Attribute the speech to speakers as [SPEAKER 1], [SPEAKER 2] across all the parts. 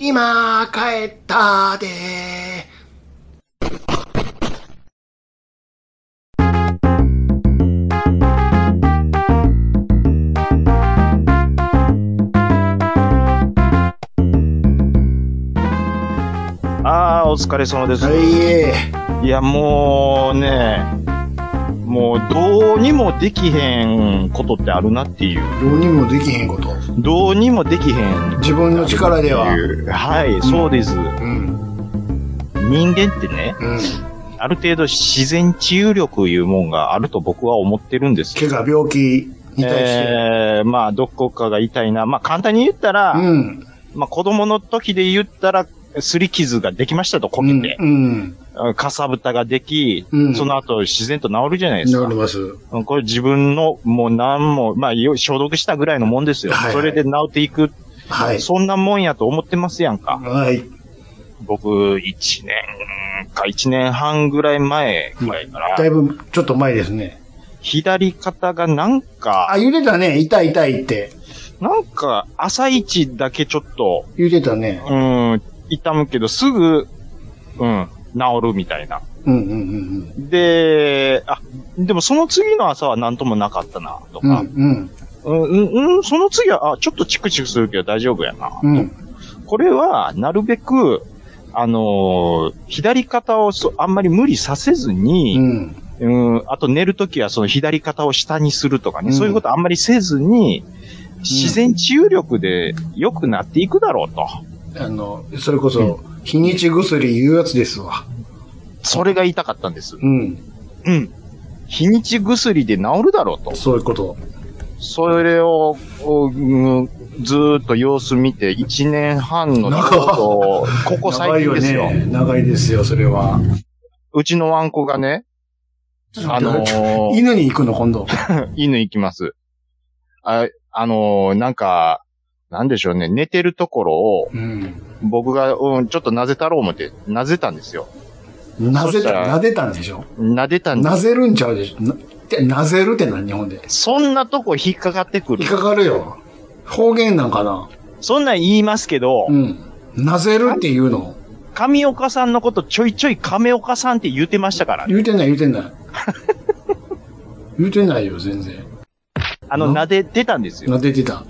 [SPEAKER 1] 今、帰ったで
[SPEAKER 2] ああ、お疲れ様です。
[SPEAKER 1] はい。
[SPEAKER 2] いや、もうね、もうどうにもできへんことってあるなっていう。
[SPEAKER 1] どうにもできへんこと。
[SPEAKER 2] どうにもできへん。
[SPEAKER 1] 自分の力では。
[SPEAKER 2] はい、そうです。
[SPEAKER 1] うん。
[SPEAKER 2] 人間ってね、
[SPEAKER 1] うん。
[SPEAKER 2] ある程度自然治癒力いうもんがあると僕は思ってるんですよ。
[SPEAKER 1] 怪我、病気に対して。
[SPEAKER 2] えー、まあ、どこかが痛いな。まあ、簡単に言ったら、
[SPEAKER 1] うん。
[SPEAKER 2] まあ、子供の時で言ったら、すり傷ができましたと、こけて。
[SPEAKER 1] うん。
[SPEAKER 2] かさぶたができ、
[SPEAKER 1] うん
[SPEAKER 2] その後自然と治るじゃないです
[SPEAKER 1] な
[SPEAKER 2] か。
[SPEAKER 1] ります。
[SPEAKER 2] うんこれ自分の、もう何も、まあ、よ消毒したぐらいのもんですよ。
[SPEAKER 1] はいはい
[SPEAKER 2] それで治っていく、
[SPEAKER 1] はい。
[SPEAKER 2] そんなもんやと思ってますやんか。
[SPEAKER 1] はい。
[SPEAKER 2] 僕、一年か一年半ぐらい前ぐらいか
[SPEAKER 1] だ
[SPEAKER 2] ら、
[SPEAKER 1] いぶ、ちょっと前ですね。
[SPEAKER 2] 左肩がなんか、
[SPEAKER 1] あ、揺れたね。痛い痛いって。
[SPEAKER 2] なんか、朝一だけちょっと、
[SPEAKER 1] 揺れたね。
[SPEAKER 2] うん、痛むけど、すぐ、うん、治るみたいな。
[SPEAKER 1] うんうんうん
[SPEAKER 2] で、あ、でもその次の朝は何ともなかったな、と
[SPEAKER 1] うん。
[SPEAKER 2] か。
[SPEAKER 1] うん
[SPEAKER 2] うん、うん、うん、その次は、あ、ちょっとチクチクするけど大丈夫やな。
[SPEAKER 1] うん。うん。
[SPEAKER 2] これは、なるべく、あのー左肩をそあんまり無理させず
[SPEAKER 1] う
[SPEAKER 2] に、
[SPEAKER 1] ん。
[SPEAKER 2] うん、あと寝るときはその左肩を下にするとかね、
[SPEAKER 1] うん
[SPEAKER 2] そういうことあんまりせずに、自然治癒力で良くなっていくだろうと。
[SPEAKER 1] あの、それこそ、日にち薬言うやつですわ。
[SPEAKER 2] それが言いたかったんです。
[SPEAKER 1] うん。
[SPEAKER 2] うん。日にち薬で治るだろうと。
[SPEAKER 1] そういうこと。
[SPEAKER 2] それを、おうんずーっと様子見て、1年半のちょうど、ここ最近ですよ。
[SPEAKER 1] 長いよね。長いですよ、それは。
[SPEAKER 2] うちのワンコがね、あのー
[SPEAKER 1] 犬に行くの、今度。
[SPEAKER 2] 犬行きます。あ、あのーなんか、なんでしょうね、寝てるところを、
[SPEAKER 1] うん。
[SPEAKER 2] 僕が、うん、ちょっとなぜたろう思って、なぜたんですよ。
[SPEAKER 1] な
[SPEAKER 2] そ
[SPEAKER 1] ぜ
[SPEAKER 2] した
[SPEAKER 1] た、
[SPEAKER 2] ら
[SPEAKER 1] なでたんでしょ
[SPEAKER 2] なでたんで
[SPEAKER 1] なぜるんちゃうでしょな、てなぜるって何日本で。
[SPEAKER 2] そんなとこ引っかかってくる
[SPEAKER 1] 引っ。かかるよ。方言なんかな
[SPEAKER 2] そんなん言いますけど
[SPEAKER 1] う、ん。なぜるって言うの
[SPEAKER 2] 亀岡さんのことちょいちょい亀岡さんって言ってましたからね。
[SPEAKER 1] 言うてない言うて ない。言うてないよ、全然。
[SPEAKER 2] あの、
[SPEAKER 1] うん
[SPEAKER 2] なでてたんですよ。
[SPEAKER 1] なでてた。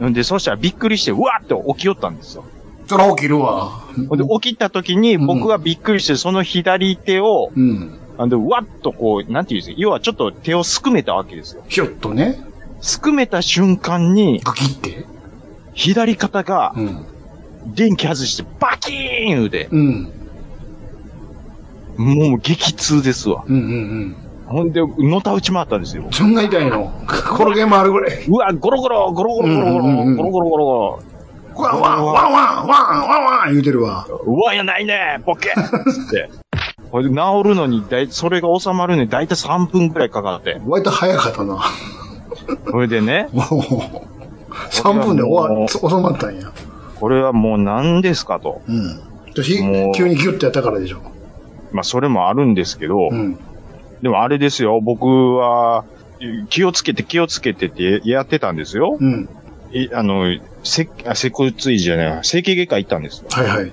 [SPEAKER 2] で、そしたらびっくりして、うわーって起きよったんですよ。
[SPEAKER 1] そら起きるわ。
[SPEAKER 2] ほんで、起きた時に僕がびっくりして、その左手を、
[SPEAKER 1] うん。
[SPEAKER 2] あの、わっとこう、なんていうんですか、要はちょっと手をすくめたわけですよ。
[SPEAKER 1] ひょっとね。
[SPEAKER 2] すくめた瞬間に、
[SPEAKER 1] グキって。
[SPEAKER 2] 左肩が
[SPEAKER 1] うん。
[SPEAKER 2] 電気外してバキーンで、
[SPEAKER 1] うん。
[SPEAKER 2] もう激痛ですわ。
[SPEAKER 1] うんうんうん。
[SPEAKER 2] ほんで、のたうち回ったんですよ。
[SPEAKER 1] そんな痛い の転げ回るぐらい。
[SPEAKER 2] うわ、ゴロゴロ、ゴロゴロゴロゴ
[SPEAKER 1] うんうんうんうん
[SPEAKER 2] ロ、ゴロゴロゴロゴ
[SPEAKER 1] ワンワン、ワンワン、ワンワンワン言うてるわ。
[SPEAKER 2] ロ、うわ、やないねボケつって。ほいで、治るのに、だい、それが収まるのに大体3分くらいかかって。
[SPEAKER 1] 割と早か ったな。
[SPEAKER 2] それでね、
[SPEAKER 1] 3分で終わ、収まったんや。
[SPEAKER 2] これはもう何ですかと。
[SPEAKER 1] うん。私
[SPEAKER 2] もう、
[SPEAKER 1] 急にギュッてやったからでしょ。
[SPEAKER 2] まあ、それもあるんですけど、
[SPEAKER 1] うん。
[SPEAKER 2] でもあれですよ、僕は、気をつけて気をつけてってやってたんですよ。
[SPEAKER 1] うん。
[SPEAKER 2] いあの、せ、あ、せこついじゃないわ、整形外科行ったんですよ。
[SPEAKER 1] はいはい。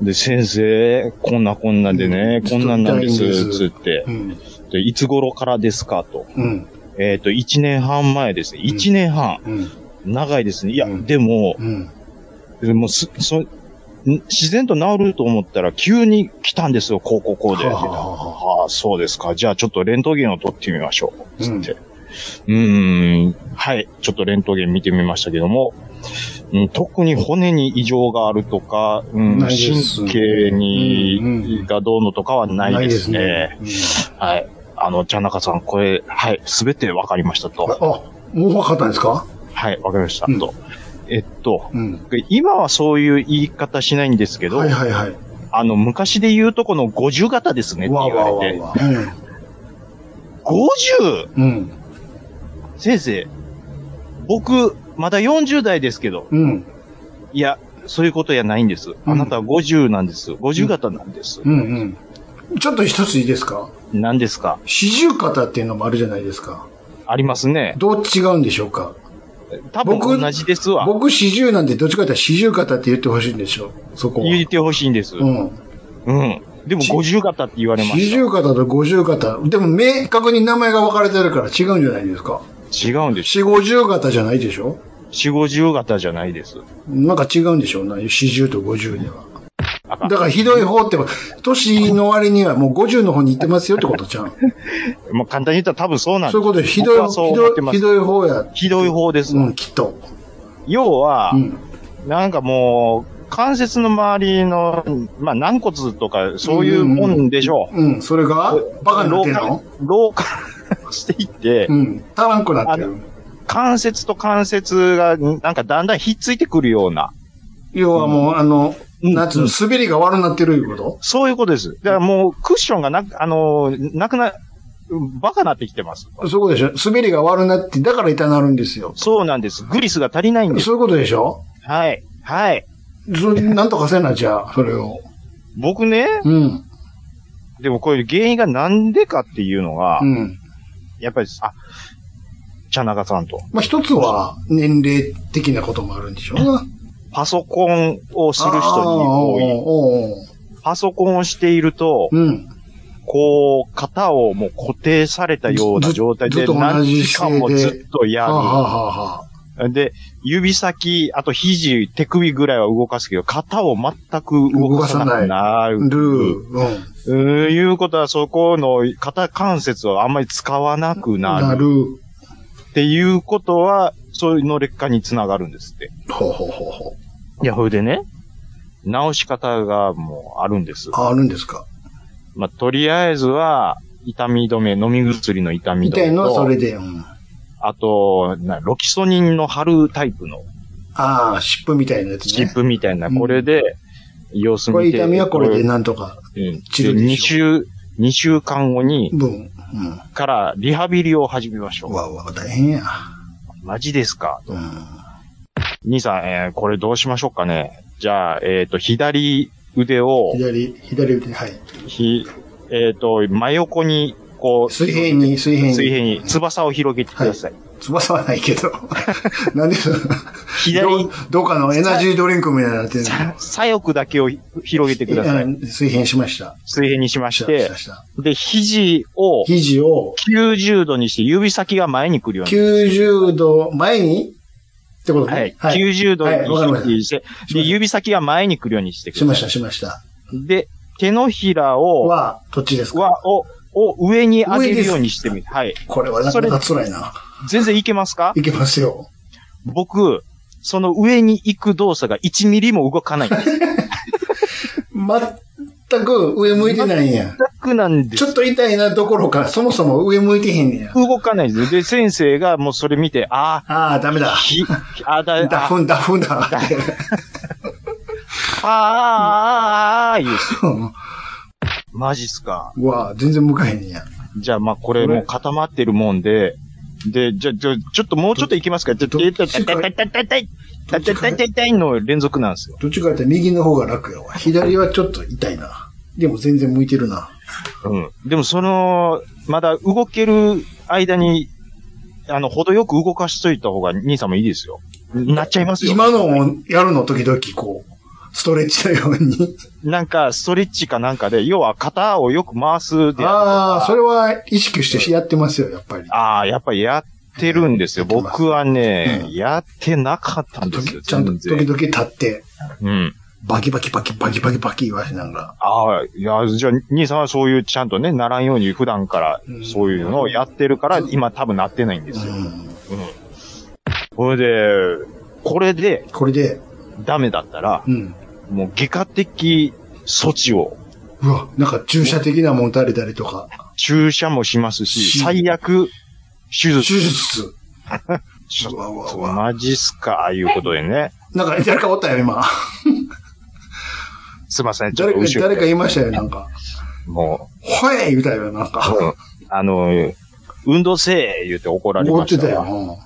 [SPEAKER 2] で、先生、こんなこんなでね、
[SPEAKER 1] うん
[SPEAKER 2] こんなんなんで
[SPEAKER 1] ちょっと痛いん
[SPEAKER 2] す、
[SPEAKER 1] です
[SPEAKER 2] つって
[SPEAKER 1] う。ん。
[SPEAKER 2] で、いつ頃からですかと。
[SPEAKER 1] うん。
[SPEAKER 2] えっ、と、1年半前ですね。1年半。
[SPEAKER 1] うん。
[SPEAKER 2] 長いですね。いや、
[SPEAKER 1] うん
[SPEAKER 2] でも、
[SPEAKER 1] うん。
[SPEAKER 2] でもす、そ、ん自然と治ると思ったら、急に来たんですよ、こうこうこうで。
[SPEAKER 1] はあはあは
[SPEAKER 2] はあ、そうですか。じゃあ、ちょっとレントゲンを撮ってみましょう。つって。うーん、はい。ちょっとレントゲン見てみましたけども、うん、特に骨に異常があるとか、うん、
[SPEAKER 1] ないです
[SPEAKER 2] 神経に、
[SPEAKER 1] うんうん
[SPEAKER 2] がどうのとかはないですね。
[SPEAKER 1] ないで
[SPEAKER 2] はい。あの、ちゃなかさん、これ、はい、すべてわかりました
[SPEAKER 1] うんあ
[SPEAKER 2] と。、
[SPEAKER 1] もう分かったんですか
[SPEAKER 2] はい、わかりました、
[SPEAKER 1] うん
[SPEAKER 2] と。ええっと、
[SPEAKER 1] うん。
[SPEAKER 2] 今はそういう言い方しないんですけど、
[SPEAKER 1] はいはいはい。
[SPEAKER 2] あの、昔で言うとこの50型ですねって
[SPEAKER 1] わ
[SPEAKER 2] 言
[SPEAKER 1] わ
[SPEAKER 2] われ
[SPEAKER 1] わ
[SPEAKER 2] て、
[SPEAKER 1] わ。
[SPEAKER 2] 50!
[SPEAKER 1] うん。
[SPEAKER 2] 先生、僕、まだ40代ですけど、
[SPEAKER 1] うん。
[SPEAKER 2] いや、そういうことやないんです。あなたは50なんです。50型なんです。
[SPEAKER 1] うんうん。ちょっと一ついいですか
[SPEAKER 2] 何ですか
[SPEAKER 1] 四十肩っていうのもあるじゃないですか。
[SPEAKER 2] ありますね。
[SPEAKER 1] どう違うんでしょうか
[SPEAKER 2] 多分
[SPEAKER 1] 僕
[SPEAKER 2] 同じですわ。
[SPEAKER 1] 僕四十なんでどっちかって四十肩って言ってほしいんでしょそこは。
[SPEAKER 2] 言ってほしいんです。う。
[SPEAKER 1] うんん。
[SPEAKER 2] でも
[SPEAKER 1] し
[SPEAKER 2] 50型って言われま
[SPEAKER 1] 四
[SPEAKER 2] し
[SPEAKER 1] 十肩と五十肩。でも明確に名前が分かれてるから違うんじゃないですか。
[SPEAKER 2] た。違うんです。
[SPEAKER 1] 四五十肩じゃないでしょ
[SPEAKER 2] 4、50型じゃないです。
[SPEAKER 1] なんか違うんでしょうな。四十と五十では。
[SPEAKER 2] あか
[SPEAKER 1] だ
[SPEAKER 2] ん
[SPEAKER 1] からひどい方ってば、年の割にはもう50の方に行ってますよってことじゃん。
[SPEAKER 2] まあ、簡単に言ったら多分そうなんです。
[SPEAKER 1] そういうことでひど
[SPEAKER 2] 僕
[SPEAKER 1] い、
[SPEAKER 2] はそう
[SPEAKER 1] ひ
[SPEAKER 2] 思
[SPEAKER 1] ど
[SPEAKER 2] って
[SPEAKER 1] い、
[SPEAKER 2] ます
[SPEAKER 1] ひどい方や。
[SPEAKER 2] ひどい方です。
[SPEAKER 1] うん、きっと。
[SPEAKER 2] 要は
[SPEAKER 1] う、ん。
[SPEAKER 2] なんかもう、関節の周りの、まあ、軟骨とか、そういうもんでしょう。
[SPEAKER 1] うん、それが、バカになってんの
[SPEAKER 2] 老化老化していって、
[SPEAKER 1] うん、足らんくなって
[SPEAKER 2] あ
[SPEAKER 1] る。
[SPEAKER 2] 関節と関節が、なんかだんだんひっついてくるような。
[SPEAKER 1] 要はもう、あの、
[SPEAKER 2] うん
[SPEAKER 1] なんつうの、滑りが悪なってるいうこと
[SPEAKER 2] そういうことです。だからもう、クッションがなく、あのー、なくな、バカなってきてます。
[SPEAKER 1] そういうことでしょ滑りが悪なって、だから痛なるんですよ。
[SPEAKER 2] そうなんです。グリスが足りないんです。
[SPEAKER 1] そういうことでしょ
[SPEAKER 2] はい。はい。
[SPEAKER 1] そなんとかせな、じゃあ、それを。
[SPEAKER 2] 僕ね、
[SPEAKER 1] うん、
[SPEAKER 2] でもこれ原因がなんでかっていうのが
[SPEAKER 1] う、ん。
[SPEAKER 2] やっぱり、あ、茶中さんと。
[SPEAKER 1] まあ、一つは、年齢的なこともあるんでしょうな。
[SPEAKER 2] パソコンをする人に
[SPEAKER 1] あーお
[SPEAKER 2] 多
[SPEAKER 1] ー
[SPEAKER 2] い。
[SPEAKER 1] おー
[SPEAKER 2] パソコンをしていると、
[SPEAKER 1] うん。
[SPEAKER 2] こう、型をもう固定されたような
[SPEAKER 1] ず
[SPEAKER 2] 状態
[SPEAKER 1] ず
[SPEAKER 2] で
[SPEAKER 1] っと同
[SPEAKER 2] 何
[SPEAKER 1] じ
[SPEAKER 2] 時間
[SPEAKER 1] 姿勢で
[SPEAKER 2] もずっと
[SPEAKER 1] は
[SPEAKER 2] や
[SPEAKER 1] あ、
[SPEAKER 2] る。
[SPEAKER 1] はあはあはあ、
[SPEAKER 2] で、指先、あと肘、手首ぐらいは動かすけど、肩を全く動かさなくなる。
[SPEAKER 1] ルー、うん。
[SPEAKER 2] うんいうことは、そこの肩関節をあんまり使わなくな
[SPEAKER 1] な
[SPEAKER 2] る。
[SPEAKER 1] る。
[SPEAKER 2] っていうことは、そういうの劣化につながるんですって。
[SPEAKER 1] ほうほうほうほ
[SPEAKER 2] いや、それでね、直し方がもうあるんです
[SPEAKER 1] う。。ああるんですか
[SPEAKER 2] まあ、とりあえずは、痛み止め、飲み薬の痛み
[SPEAKER 1] み
[SPEAKER 2] 止
[SPEAKER 1] たい
[SPEAKER 2] め
[SPEAKER 1] のはそ
[SPEAKER 2] と、
[SPEAKER 1] れで、うん。
[SPEAKER 2] あと、なロキソニンの貼るタイプの
[SPEAKER 1] ああ、湿布みたいなやつ
[SPEAKER 2] チ
[SPEAKER 1] ね。
[SPEAKER 2] ップみたいな、
[SPEAKER 1] うん
[SPEAKER 2] これで、様子見
[SPEAKER 1] こ
[SPEAKER 2] て。
[SPEAKER 1] れ痛みはこれでなんとか。
[SPEAKER 2] うん
[SPEAKER 1] 治療でしょ
[SPEAKER 2] 二週、二週間後に、
[SPEAKER 1] 分。うん。
[SPEAKER 2] からリハビリを始めましょう。
[SPEAKER 1] わうわ、大変や。
[SPEAKER 2] マジですか
[SPEAKER 1] うん。
[SPEAKER 2] 兄さん、えーこれどうしましょうかね。じゃあ、えっ、と、左腕を、
[SPEAKER 1] 左、左腕、はい。
[SPEAKER 2] ひ、えっ、と、真横に、こう、
[SPEAKER 1] 水平に、水平に。
[SPEAKER 2] 水平に、翼を広げてください。
[SPEAKER 1] 翼はないけど。 なんでその、
[SPEAKER 2] 左
[SPEAKER 1] ど、どうかのエナジードリンクみたいになってる
[SPEAKER 2] さ左翼だけを広げてください。
[SPEAKER 1] の。水平しました。
[SPEAKER 2] 水平にしま
[SPEAKER 1] し、
[SPEAKER 2] したて
[SPEAKER 1] した、、した。
[SPEAKER 2] で、肘を
[SPEAKER 1] 肘を
[SPEAKER 2] 90度にして、指先が前に来るように。
[SPEAKER 1] 90度前にってことね。
[SPEAKER 2] はい。90度
[SPEAKER 1] はいわかりました
[SPEAKER 2] にして、
[SPEAKER 1] し
[SPEAKER 2] で、
[SPEAKER 1] まし
[SPEAKER 2] 指先が前に来るようにして
[SPEAKER 1] た。し
[SPEAKER 2] くだ
[SPEAKER 1] ま
[SPEAKER 2] さ
[SPEAKER 1] した、しました。
[SPEAKER 2] い。で、手のひらを、
[SPEAKER 1] は、どっちですか
[SPEAKER 2] は、を、を上に上げるようにしてみる。はい。
[SPEAKER 1] これはなかなか辛いな。
[SPEAKER 2] 全然いけますか
[SPEAKER 1] いけますよ。
[SPEAKER 2] 僕、その上に行く動作が1ミリも動かない。全
[SPEAKER 1] 全く上向いてないんや。
[SPEAKER 2] くなんで
[SPEAKER 1] ち
[SPEAKER 2] す。
[SPEAKER 1] ょっと痛いなどころか、そもそも上向いてへんねや。
[SPEAKER 2] 動かないです。で、先生がもうそれ見て、あ
[SPEAKER 1] ああ、ダメだ
[SPEAKER 2] あ、。ひ、あだ、あ、
[SPEAKER 1] ダ
[SPEAKER 2] あ
[SPEAKER 1] フン、ダ フンだ。
[SPEAKER 2] あ、ああ、言うし。
[SPEAKER 1] うん
[SPEAKER 2] マジっすか。
[SPEAKER 1] うわあ、全然向かへんねや。
[SPEAKER 2] じゃあ、まあ、これもう固まってるもんで、で、じゃあ、じゃあちょっともうちょっと行きますか。ちょっと、えっと、たたたたたたい、たたたたたいの連続なんですよ。
[SPEAKER 1] どっちかって右の方が楽やわ。左はちょっと痛いな。でも全然向いてるな。
[SPEAKER 2] うん。でも、その、まだ動ける間に、あの、程よく動かしといた方が、兄さんもいいですよ。なっちゃいますよ。
[SPEAKER 1] 今のをやるの時々こう、ストレッチのよ うに。
[SPEAKER 2] なんか、ストレッチかなんかで、要は肩をよく回すで
[SPEAKER 1] ああ、そ
[SPEAKER 2] れ
[SPEAKER 1] れは意識してやってますよ、やっぱり。
[SPEAKER 2] ああ、やっぱりやってるんです
[SPEAKER 1] や
[SPEAKER 2] よ。
[SPEAKER 1] ってます
[SPEAKER 2] 僕はね、
[SPEAKER 1] うん
[SPEAKER 2] やってなかったんですよ。
[SPEAKER 1] 時ちゃんと
[SPEAKER 2] 全然
[SPEAKER 1] 時々立って、
[SPEAKER 2] うん。
[SPEAKER 1] バキバキバキバキバキバキ言わしながら。
[SPEAKER 2] ああ、いや、じゃあ、兄さんはそういう、ちゃんとね、ならんように普段から
[SPEAKER 1] うん、
[SPEAKER 2] そういうのをやってるから、今多分なってないんです
[SPEAKER 1] う
[SPEAKER 2] よ。
[SPEAKER 1] ん。
[SPEAKER 2] それで、これで
[SPEAKER 1] これで、
[SPEAKER 2] ダメだったら、
[SPEAKER 1] うん。
[SPEAKER 2] もう外科的措置を、
[SPEAKER 1] うわ、なんか注射的なもん打たれたりとか。
[SPEAKER 2] 注射もしますし、
[SPEAKER 1] し
[SPEAKER 2] 最悪、手
[SPEAKER 1] 手
[SPEAKER 2] 術、
[SPEAKER 1] 術。
[SPEAKER 2] ちょ
[SPEAKER 1] うわうわ
[SPEAKER 2] っ
[SPEAKER 1] う
[SPEAKER 2] と、
[SPEAKER 1] わ
[SPEAKER 2] マジっすか、いうことでね。
[SPEAKER 1] なんか、誰かおったよ、今。
[SPEAKER 2] すいませ ん、ちょっ
[SPEAKER 1] 誰
[SPEAKER 2] と
[SPEAKER 1] か、
[SPEAKER 2] 後ろ
[SPEAKER 1] 誰か
[SPEAKER 2] で。
[SPEAKER 1] 言いましたよ、なんか。
[SPEAKER 2] も
[SPEAKER 1] ほえ言うたよ、なんか。
[SPEAKER 2] う、うんあの、運動せえ言うて怒られ
[SPEAKER 1] 思
[SPEAKER 2] ま
[SPEAKER 1] って
[SPEAKER 2] した
[SPEAKER 1] たよ。
[SPEAKER 2] わ。
[SPEAKER 1] うん
[SPEAKER 2] だ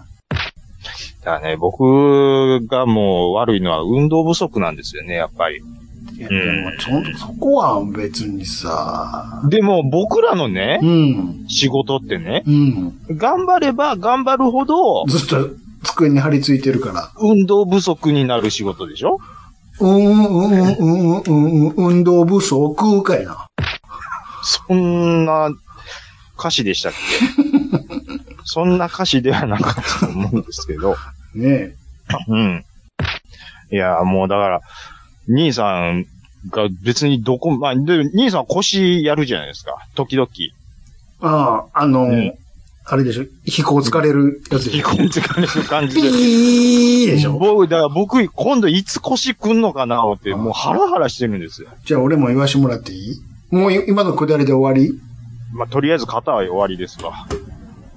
[SPEAKER 2] からね、僕がもう悪いのは運動不足なんですよね、やっぱり。
[SPEAKER 1] いや、でも、ちょんと、そこは別にさ。
[SPEAKER 2] でも僕らのね
[SPEAKER 1] う、ん。
[SPEAKER 2] 仕事ってね、
[SPEAKER 1] うん。
[SPEAKER 2] 頑張れば頑張るほど、
[SPEAKER 1] ずっと机に張り付いてるから。
[SPEAKER 2] 運動不足になる仕事でしょ
[SPEAKER 1] うん、うん、うん、うん、うん、運動不足かいな。
[SPEAKER 2] そんな歌詞でしたっ けそんな歌詞ではなかったと思うんですけど。
[SPEAKER 1] ね
[SPEAKER 2] うん。いや、もうだから、兄さんが別にどこ、まあ、で兄さんは腰やるじゃないですか。時々。
[SPEAKER 1] ああ、あの、
[SPEAKER 2] ね
[SPEAKER 1] あれでしょ。飛行疲れるやつで
[SPEAKER 2] 引
[SPEAKER 1] し
[SPEAKER 2] っ
[SPEAKER 1] ょ。
[SPEAKER 2] 込んでかれる感じで。
[SPEAKER 1] ピーでしょ。
[SPEAKER 2] 僕、だから僕、今度いつ腰くんのかなって、もうハラハラしてるんですよ。
[SPEAKER 1] じゃあ俺も言わしてもらっていいもうい今のくだりで終わり
[SPEAKER 2] まあ、とりあえず肩は終わりですわ。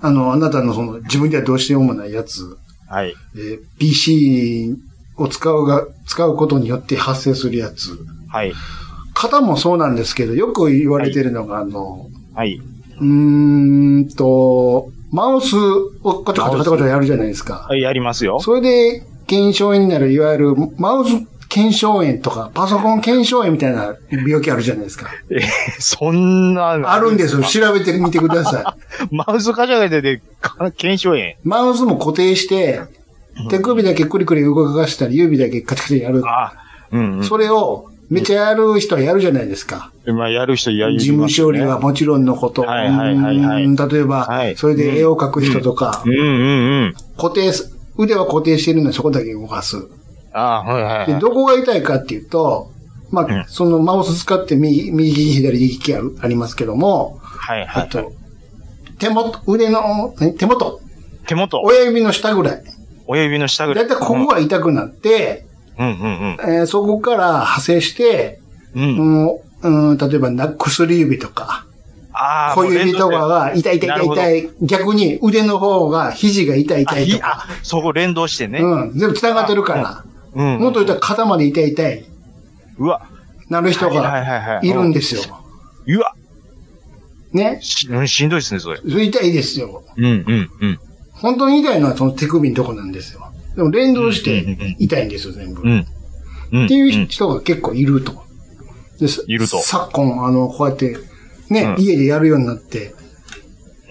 [SPEAKER 1] あの、あなたのその自分ではどうしようもないやつ、
[SPEAKER 2] はい。
[SPEAKER 1] えー PC を使うが、使うことによって発生するやつ。
[SPEAKER 2] はい。
[SPEAKER 1] 型もそうなんですけど、よく言われてるのが、あの、
[SPEAKER 2] はい。
[SPEAKER 1] うーんと、マウスをカチャカチャカチャカチャやるじゃないですか。
[SPEAKER 2] はいやりますよ。
[SPEAKER 1] それで、検証炎になる、いわゆる、マウス検証炎とか、パソコン検証炎みたいな病気あるじゃないですか。
[SPEAKER 2] えそんなの
[SPEAKER 1] あるんですよ。調べてみてください。
[SPEAKER 2] マウスカチャカチャで、か検証炎。
[SPEAKER 1] マウスも固定して、手首だけクリクリ動かしたり、指だけカチカチやる。
[SPEAKER 2] あ、うん、
[SPEAKER 1] それを、めっちゃやる人はやるじゃないですか。
[SPEAKER 2] うん。まあ、やる人やります
[SPEAKER 1] 事
[SPEAKER 2] ね
[SPEAKER 1] 務処理は。もちろんのこと。
[SPEAKER 2] はいはいはいはい
[SPEAKER 1] うん例えば、
[SPEAKER 2] はい
[SPEAKER 1] それで絵を描く人とか
[SPEAKER 2] うん、うんうん。
[SPEAKER 1] 固定す、腕は固定してるのにそこだけ動かす。
[SPEAKER 2] あはいはい、
[SPEAKER 1] で、
[SPEAKER 2] はい。
[SPEAKER 1] どこが痛いかっていうと、ま
[SPEAKER 2] うん
[SPEAKER 1] あ、そのマウス使って右、右利き、左利きあるありますけども、
[SPEAKER 2] はい
[SPEAKER 1] あ
[SPEAKER 2] はいはい。
[SPEAKER 1] と、手元、腕の、何手元、
[SPEAKER 2] 手元、
[SPEAKER 1] 親指の下ぐらい。
[SPEAKER 2] 親指の下ぐら
[SPEAKER 1] だ
[SPEAKER 2] い。
[SPEAKER 1] いたいここが痛くなって、
[SPEAKER 2] うんうん
[SPEAKER 1] えーそこから派生して、
[SPEAKER 2] うん。うん。
[SPEAKER 1] もううん、例えばな、薬指とか、
[SPEAKER 2] ああ、
[SPEAKER 1] 小指とかが痛い痛い
[SPEAKER 2] な
[SPEAKER 1] 痛
[SPEAKER 2] る
[SPEAKER 1] い
[SPEAKER 2] ほど
[SPEAKER 1] 痛い、逆に腕の方が肘が痛い
[SPEAKER 2] あ
[SPEAKER 1] 痛い
[SPEAKER 2] ひ
[SPEAKER 1] と
[SPEAKER 2] あ
[SPEAKER 1] か、、
[SPEAKER 2] そこ連動してね。
[SPEAKER 1] うん、全部繋がってるから、
[SPEAKER 2] うん。
[SPEAKER 1] もっと言ったら肩まで痛い痛い、
[SPEAKER 2] うわ、
[SPEAKER 1] なる人
[SPEAKER 2] はいはいはい
[SPEAKER 1] が
[SPEAKER 2] はい
[SPEAKER 1] いるんですよ。
[SPEAKER 2] うわ、
[SPEAKER 1] ね。
[SPEAKER 2] しうんしんどいですね、それ。
[SPEAKER 1] それ痛いですよ。
[SPEAKER 2] うんうんうん。
[SPEAKER 1] 本当に痛いのはその手首のとこなんですよ。でも連動して痛いんですよ、全部。
[SPEAKER 2] うん。うん。
[SPEAKER 1] っていう
[SPEAKER 2] 人。
[SPEAKER 1] 人が結構いると。です
[SPEAKER 2] いると
[SPEAKER 1] 昨今、あの、こうやって、ね、
[SPEAKER 2] うん
[SPEAKER 1] 家でやるようになって、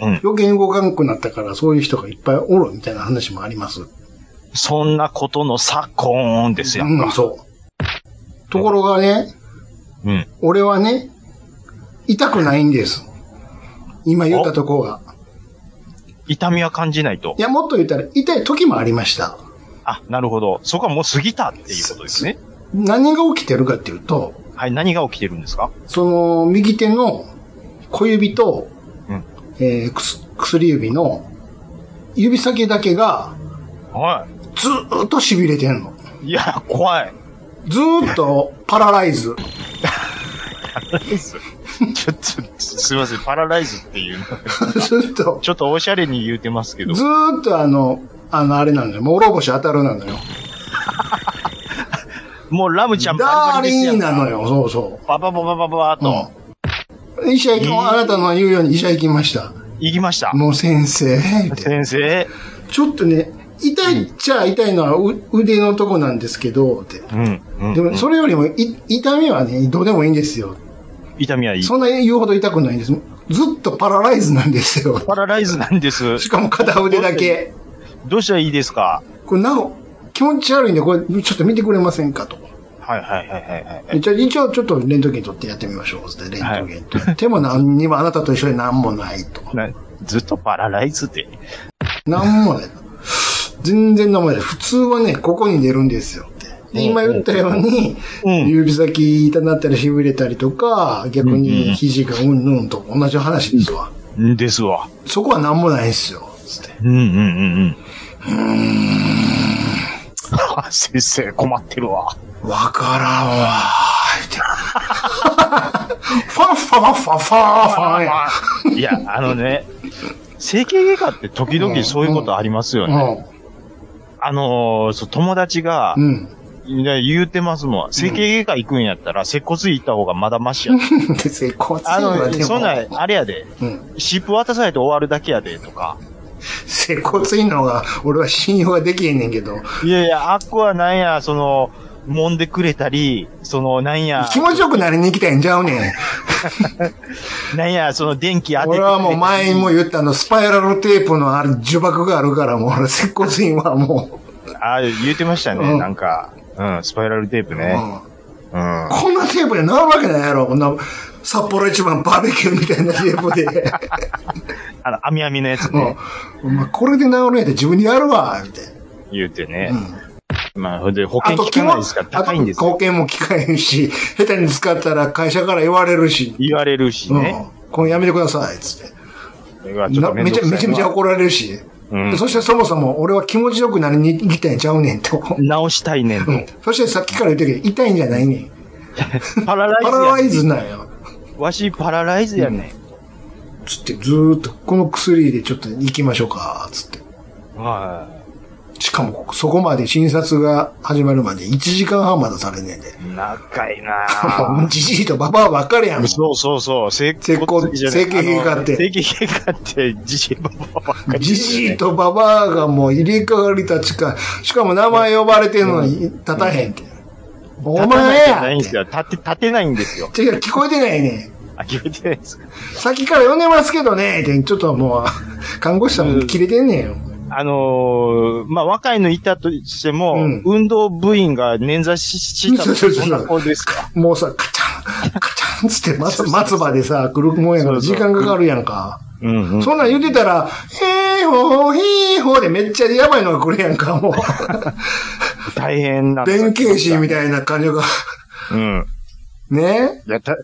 [SPEAKER 2] うん。
[SPEAKER 1] 余計に動かんくなったから、そういう人がいっぱいおるみたいな話もあります。
[SPEAKER 2] そんなことの昨今ですやん
[SPEAKER 1] うん、
[SPEAKER 2] か。
[SPEAKER 1] そう。ところがね、
[SPEAKER 2] うん。
[SPEAKER 1] 俺はね、痛くないんです。今言ったとこが。
[SPEAKER 2] 痛みは感じないと
[SPEAKER 1] い。や、もっと言ったら、痛い時もありました。
[SPEAKER 2] あ、なるほど。そこはもう過ぎたっていうことですね。
[SPEAKER 1] 何が起きてるかっていうと、
[SPEAKER 2] はい、何が起きてるんですか
[SPEAKER 1] その、右手の小指と、
[SPEAKER 2] うん
[SPEAKER 1] えーくす薬指の指先だけが、
[SPEAKER 2] は
[SPEAKER 1] ずーっと痺れてんの。
[SPEAKER 2] い。いや、怖い。
[SPEAKER 1] ずーっとパラライズ。
[SPEAKER 2] ちょっと、すいません、パラライズっていうの。
[SPEAKER 1] ずーっと、
[SPEAKER 2] ちょっとおしゃれに言うてますけど。
[SPEAKER 1] ずーっとあの、あの、あれなんだよ。諸星当たるなのよ。
[SPEAKER 2] もうラムちゃんバ
[SPEAKER 1] ダー
[SPEAKER 2] リバリ
[SPEAKER 1] リ
[SPEAKER 2] ですや
[SPEAKER 1] ン
[SPEAKER 2] ん
[SPEAKER 1] なのよ、そうそ
[SPEAKER 2] ババババババー
[SPEAKER 1] う。
[SPEAKER 2] と、
[SPEAKER 1] うん。医者行き、
[SPEAKER 2] えー
[SPEAKER 1] あなたの言うように医者行きました。
[SPEAKER 2] 行きました。
[SPEAKER 1] もう先生、って
[SPEAKER 2] 先生。
[SPEAKER 1] ちょっとね、痛いっちゃ痛いのはう腕のとこなんですけど、って。
[SPEAKER 2] うん。うん
[SPEAKER 1] でも、それよりも、い痛みはね、どうでもいいんですよ。
[SPEAKER 2] 痛みはいい。
[SPEAKER 1] そんな言うほど痛くないんです。ずっとパラライズなんですよ。
[SPEAKER 2] パラライズなんです。
[SPEAKER 1] しかも片腕だけ。
[SPEAKER 2] どうしたらいいですか
[SPEAKER 1] これ、なお、気持ち悪いんで、これ、ちょっと見てくれませんかと。
[SPEAKER 2] はいはいはいはいはい。
[SPEAKER 1] じゃあ一応、ちょっとレントゲン取ってやってみましょう。つってレントゲン取っても何にも、あなたと一緒に何もないと。
[SPEAKER 2] なずっとパラライズで。
[SPEAKER 1] 何もない。全然何もない。普通はね、ここに出るんですよって。で今言ったように、
[SPEAKER 2] うん
[SPEAKER 1] 指先痛なったり痺れたりとか、逆
[SPEAKER 2] うんうん
[SPEAKER 1] に肘がうんぬんと同じ話ですわ。
[SPEAKER 2] んですわ。
[SPEAKER 1] そこは何もないですよ。つって。
[SPEAKER 2] うんうんうんうん。あ先生困ってるわ。
[SPEAKER 1] わからんわーって。ファンファンファンファンファンや。
[SPEAKER 2] いや、あのね、整形外科って時々そういうことありますよね。
[SPEAKER 1] う
[SPEAKER 2] あのーそう友達が、
[SPEAKER 1] うん。
[SPEAKER 2] いや言うてますもん。整形外科行くんやったら、接骨院行った方がまだマシやで。
[SPEAKER 1] で、成功
[SPEAKER 2] あの、
[SPEAKER 1] でも
[SPEAKER 2] そんなん、あれやで。
[SPEAKER 1] うん。
[SPEAKER 2] シップ渡されて終わるだけやで、とか。
[SPEAKER 1] 成功ついのが、俺は信用ができへんねんけど。
[SPEAKER 2] いやいや、あっこはなんや、その、揉んでくれたり、その、なんや、
[SPEAKER 1] 気持ちよくなりに行きたいんちゃうねん。
[SPEAKER 2] なんや、その電気当ててくれ
[SPEAKER 1] 俺はもう前にも言ったあの、スパイラルテープのある呪縛があるから、もう俺、接骨院はも
[SPEAKER 2] ああ、言うてましたね、
[SPEAKER 1] うん
[SPEAKER 2] なんか。うん、スパイラルテープ
[SPEAKER 1] う、
[SPEAKER 2] ね。
[SPEAKER 1] うん
[SPEAKER 2] うん。
[SPEAKER 1] こんなテープで治るわけないやろ。こんな、札幌一番バーベキューみたいなテープ で。
[SPEAKER 2] あの、網網のやつ
[SPEAKER 1] も
[SPEAKER 2] ね、
[SPEAKER 1] う、まあ、これで治るんやったら自分でやるわ、みたいな。
[SPEAKER 2] 言うてね
[SPEAKER 1] う。ん
[SPEAKER 2] まあ、ほんで、保
[SPEAKER 1] あ
[SPEAKER 2] 険
[SPEAKER 1] と、
[SPEAKER 2] 効かないですから、
[SPEAKER 1] あと、
[SPEAKER 2] 高いんですよ。
[SPEAKER 1] 貢献も効かへんし、下手に使ったら会社から言われるし、
[SPEAKER 2] 言われるしね。
[SPEAKER 1] うん。これやめてください、つって。
[SPEAKER 2] これはちょっ
[SPEAKER 1] な
[SPEAKER 2] とめ
[SPEAKER 1] め
[SPEAKER 2] んど
[SPEAKER 1] ちゃ
[SPEAKER 2] くさいわ
[SPEAKER 1] めちゃめちゃ怒られるし、
[SPEAKER 2] うん
[SPEAKER 1] でそしてそもそも俺は気持ちよくなりに行きたいんちゃうねんと。
[SPEAKER 2] 直したいねんと。
[SPEAKER 1] そしてさっきから言ってるけど、痛いんじゃないねん。
[SPEAKER 2] パラライズ
[SPEAKER 1] パ
[SPEAKER 2] や
[SPEAKER 1] ラ
[SPEAKER 2] ねん。
[SPEAKER 1] ライズなんよ。
[SPEAKER 2] わし、パラライズやね
[SPEAKER 1] つって、ずーっと、この薬でちょっと行きましょうか、つって。
[SPEAKER 2] ん。は
[SPEAKER 1] しかも、そこまで診察が始まるまで1時間半まだされねえで。
[SPEAKER 2] い。仲いいな
[SPEAKER 1] じじいとババアばっかりやん。
[SPEAKER 2] そうそうそう。整
[SPEAKER 1] 整骨
[SPEAKER 2] じゃない
[SPEAKER 1] 整形外科って
[SPEAKER 2] あの整形外科って、じじいばばばっかり。
[SPEAKER 1] じじい。とババアがもう入れ替わりたちか、しかも名前呼ばれてんのに立たへんって。お
[SPEAKER 2] 立たな
[SPEAKER 1] 前
[SPEAKER 2] いんじゃな
[SPEAKER 1] や
[SPEAKER 2] いん
[SPEAKER 1] っ
[SPEAKER 2] ですよ。立て、立てないんですよ。
[SPEAKER 1] て。違う、聞こえてないね。
[SPEAKER 2] あ、決めてないですか。
[SPEAKER 1] さっきから呼んでますけどね、って、ちょっともう、看護師さんも切れてんねんよ。
[SPEAKER 2] あのー、まあ、若いのいたとしても、
[SPEAKER 1] うん
[SPEAKER 2] 運動部員が捻挫しした
[SPEAKER 1] そうそうそう
[SPEAKER 2] そんな子ですか。
[SPEAKER 1] もうさ、カチャン、カチャンつって松、松葉でさ、来るもんやから
[SPEAKER 2] そうそ
[SPEAKER 1] 時
[SPEAKER 2] う
[SPEAKER 1] 間かかるやんか。
[SPEAKER 2] うんうん。
[SPEAKER 1] そんなん言ってたら、へーほーへーほーでめっちゃやばいのが来るやんか、 もう。
[SPEAKER 2] 大変なんだ
[SPEAKER 1] 弁慶師みたいな感じが。
[SPEAKER 2] うん。
[SPEAKER 1] ね
[SPEAKER 2] いやた、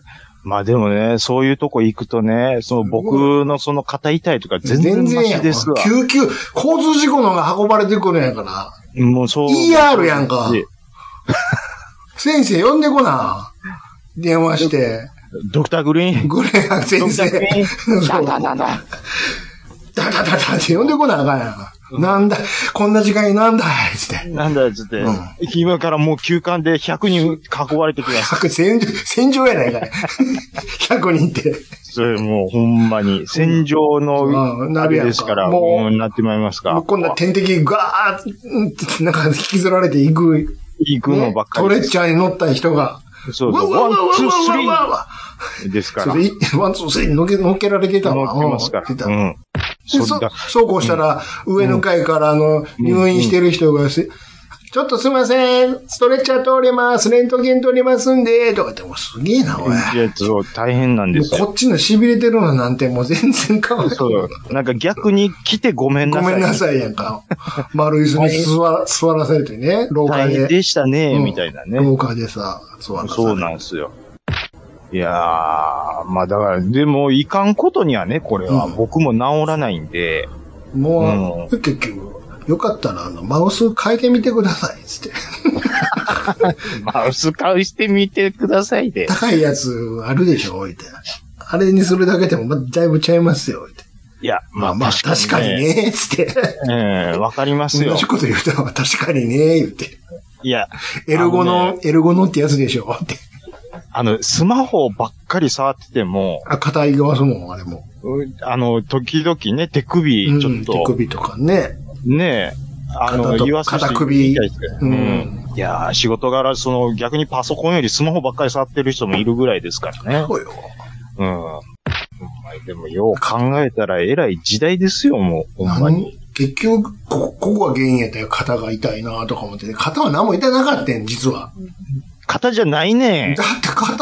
[SPEAKER 2] まあでもね、そういうとこ行くとね、その僕のその肩痛いとか全然マシですわ。
[SPEAKER 1] 救急、交通事故のが運ばれてくるんやから。
[SPEAKER 2] もうそう。
[SPEAKER 1] ER やんか先生呼んでこな。電話して。
[SPEAKER 2] ドクターグリーン。
[SPEAKER 1] グレア
[SPEAKER 2] ド
[SPEAKER 1] 先
[SPEAKER 2] クタ
[SPEAKER 1] 生
[SPEAKER 2] ーグ。リーン。
[SPEAKER 1] そ
[SPEAKER 2] だ
[SPEAKER 1] う
[SPEAKER 2] だだだ。
[SPEAKER 1] ダダダダって呼んでこなあかんやんか。なんだ、こんな時間になんだいつって。
[SPEAKER 2] なんだよ、つって、
[SPEAKER 1] うん
[SPEAKER 2] 今からもう休館で100人囲われてください。
[SPEAKER 1] 各戦場、戦場やないかい。100人って。
[SPEAKER 2] それもうほんまに、戦場
[SPEAKER 1] うん
[SPEAKER 2] の、
[SPEAKER 1] な
[SPEAKER 2] あ
[SPEAKER 1] るや
[SPEAKER 2] れ
[SPEAKER 1] んか
[SPEAKER 2] ですから、
[SPEAKER 1] もう
[SPEAKER 2] もうなってまいりますか
[SPEAKER 1] も
[SPEAKER 2] ら。
[SPEAKER 1] うこんな天敵ガーッ、なんか引きずられていく、
[SPEAKER 2] 行くのばっか
[SPEAKER 1] トレ
[SPEAKER 2] り
[SPEAKER 1] ッ
[SPEAKER 2] です。
[SPEAKER 1] チャーに乗った人が、
[SPEAKER 2] そうそう。
[SPEAKER 1] わ
[SPEAKER 2] ワ
[SPEAKER 1] わ
[SPEAKER 2] ン、
[SPEAKER 1] わわ
[SPEAKER 2] ツー、ス
[SPEAKER 1] わ
[SPEAKER 2] リ
[SPEAKER 1] わ
[SPEAKER 2] ー
[SPEAKER 1] わ
[SPEAKER 2] ですから。
[SPEAKER 1] それでワン、ツー、スリーにのけ、のっけられてたわ。
[SPEAKER 2] 乗ってますから。
[SPEAKER 1] うん
[SPEAKER 2] う
[SPEAKER 1] で
[SPEAKER 2] ん。
[SPEAKER 1] そ
[SPEAKER 2] そんな
[SPEAKER 1] そうこうしたら、上の階から、あの、入院してる人がせ、ちょっとすいません、ストレッチャー通ります、レントゲン通りますんで、とかって、もうすげえな、おい。
[SPEAKER 2] いや、そう、大変なんで
[SPEAKER 1] も
[SPEAKER 2] す
[SPEAKER 1] う
[SPEAKER 2] よ。
[SPEAKER 1] こっちの痺れてるのなんてもう全然変わらない。
[SPEAKER 2] そう。なんか逆に来てごめんな
[SPEAKER 1] ご
[SPEAKER 2] さい。
[SPEAKER 1] めんなさいやんか。丸椅子に座ら座らされてね、廊下
[SPEAKER 2] 大変
[SPEAKER 1] で。
[SPEAKER 2] でしたね、
[SPEAKER 1] うん
[SPEAKER 2] みたいなね。
[SPEAKER 1] 廊下でさ、座らされて。
[SPEAKER 2] そうなんですよ。いやー、まあだから、でも、いかんことにはね、これは、
[SPEAKER 1] うん
[SPEAKER 2] 僕も治らないんで、
[SPEAKER 1] もう、結局、よかったら、あの、マウス変えてみてください、つって。
[SPEAKER 2] まあ、薄買いしてみてくださいで。
[SPEAKER 1] 高いやつあるでしょ、置いて。あれにするだけでも、ま、だいぶちゃいますよ、置いて。
[SPEAKER 2] いや、まあ、
[SPEAKER 1] まあ、確かに。ね、つって。
[SPEAKER 2] ええわかります
[SPEAKER 1] 同
[SPEAKER 2] よ
[SPEAKER 1] じ。こと言うたら、確かにね、言って。
[SPEAKER 2] いや、
[SPEAKER 1] エルゴ
[SPEAKER 2] あの
[SPEAKER 1] の、エルゴのってやつでしょ、って。
[SPEAKER 2] あの、スマホばっかり触ってても、
[SPEAKER 1] あ、硬い側すもん、あれも。
[SPEAKER 2] うあの、時々ね、手首
[SPEAKER 1] うん、
[SPEAKER 2] ちょっ
[SPEAKER 1] 手
[SPEAKER 2] と、
[SPEAKER 1] 首とかね。
[SPEAKER 2] ねえ、あの、
[SPEAKER 1] 肩と
[SPEAKER 2] 言わさせて
[SPEAKER 1] 肩首
[SPEAKER 2] いただきたいですねうん。いやー、仕事柄、その、逆にパソコンよりスマホばっかり触ってる人もいるぐらいですからね。
[SPEAKER 1] そうよ。
[SPEAKER 2] うん。ほんまにでも、よう考えたら、えらい時代ですよ、もう。ほんまに。
[SPEAKER 1] 結局、こここが原因やったよ。肩が痛いなとか思ってて。肩は何も痛なかったん、実は。
[SPEAKER 2] 肩じゃない
[SPEAKER 1] だっ
[SPEAKER 2] ね
[SPEAKER 1] て肩、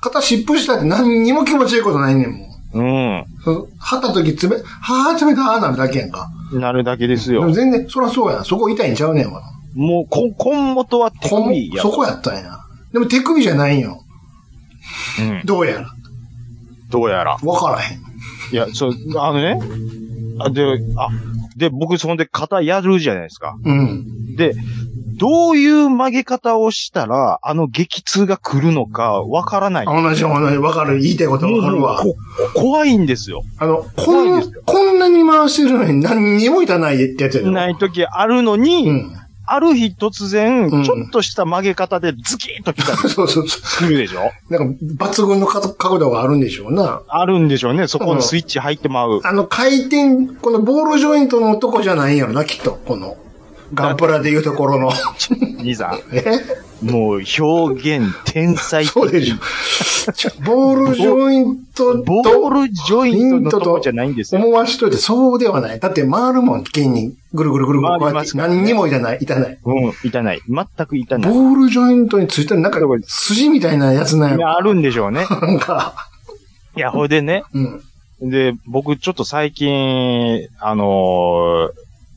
[SPEAKER 1] 肩湿布したって何にも気持ちいいことないねん、もん。
[SPEAKER 2] うん。
[SPEAKER 1] そのはった時冷、はぁ、冷たーなるだけやんか。
[SPEAKER 2] なるだけです
[SPEAKER 1] でも
[SPEAKER 2] よ。
[SPEAKER 1] 全然、そらそうやん。そこ痛いんちゃうねんわ。
[SPEAKER 2] もう、こ、根元は手
[SPEAKER 1] こん
[SPEAKER 2] 首や。
[SPEAKER 1] そこやったんや。でも手首じゃないんよ。
[SPEAKER 2] うん。
[SPEAKER 1] どうやら。
[SPEAKER 2] どうやら。
[SPEAKER 1] わからへん。
[SPEAKER 2] いや、そう、あのね。あで、あ、で、僕、そんで、肩やるじゃないですか。
[SPEAKER 1] うん。
[SPEAKER 2] で、どういう曲げ方をしたら、あの激痛が来るのかわからない。
[SPEAKER 1] 同じ同じ、わかる。言いたいことわかるわ
[SPEAKER 2] も。うこ怖いんですよ。
[SPEAKER 1] あの、こ
[SPEAKER 2] ない
[SPEAKER 1] ん
[SPEAKER 2] です、
[SPEAKER 1] こんなに回してるのに何にもいたないってやつやで
[SPEAKER 2] ない時あるのに、
[SPEAKER 1] うん。
[SPEAKER 2] ある日突
[SPEAKER 1] う
[SPEAKER 2] 然、
[SPEAKER 1] ん
[SPEAKER 2] ちょっとした曲げ方でズキーンと来たり
[SPEAKER 1] そうそうそ
[SPEAKER 2] するでしょ
[SPEAKER 1] う。なんか、抜群の角角度があるんでしょうな。
[SPEAKER 2] あるんでしょうね。そこのスイッチ入ってまう。
[SPEAKER 1] あの、回転、このボールジョイントのとこじゃないんやろな、きっと。この、ガンプラでいうところ の。
[SPEAKER 2] 兄さ
[SPEAKER 1] え
[SPEAKER 2] ん、もう表現天才。
[SPEAKER 1] そう でしょ。ちょボールジョイント
[SPEAKER 2] ボー
[SPEAKER 1] と
[SPEAKER 2] ルジョイントのとこじゃないんですよ。
[SPEAKER 1] 思わしといて、そうではない。だって回るもん、剣にぐるぐるぐるぐる。こう
[SPEAKER 2] 回り
[SPEAKER 1] や
[SPEAKER 2] ま
[SPEAKER 1] って
[SPEAKER 2] すからね
[SPEAKER 1] 何にもいたない、いたない。
[SPEAKER 2] うん、いたない。全くいたない。
[SPEAKER 1] ボールジョイントについてるなんか筋みたいなやつなんやろ。
[SPEAKER 2] あるんでしょうね。
[SPEAKER 1] なんか、
[SPEAKER 2] いや、ほいでね。
[SPEAKER 1] うん。
[SPEAKER 2] で、僕ちょっと最近、あのー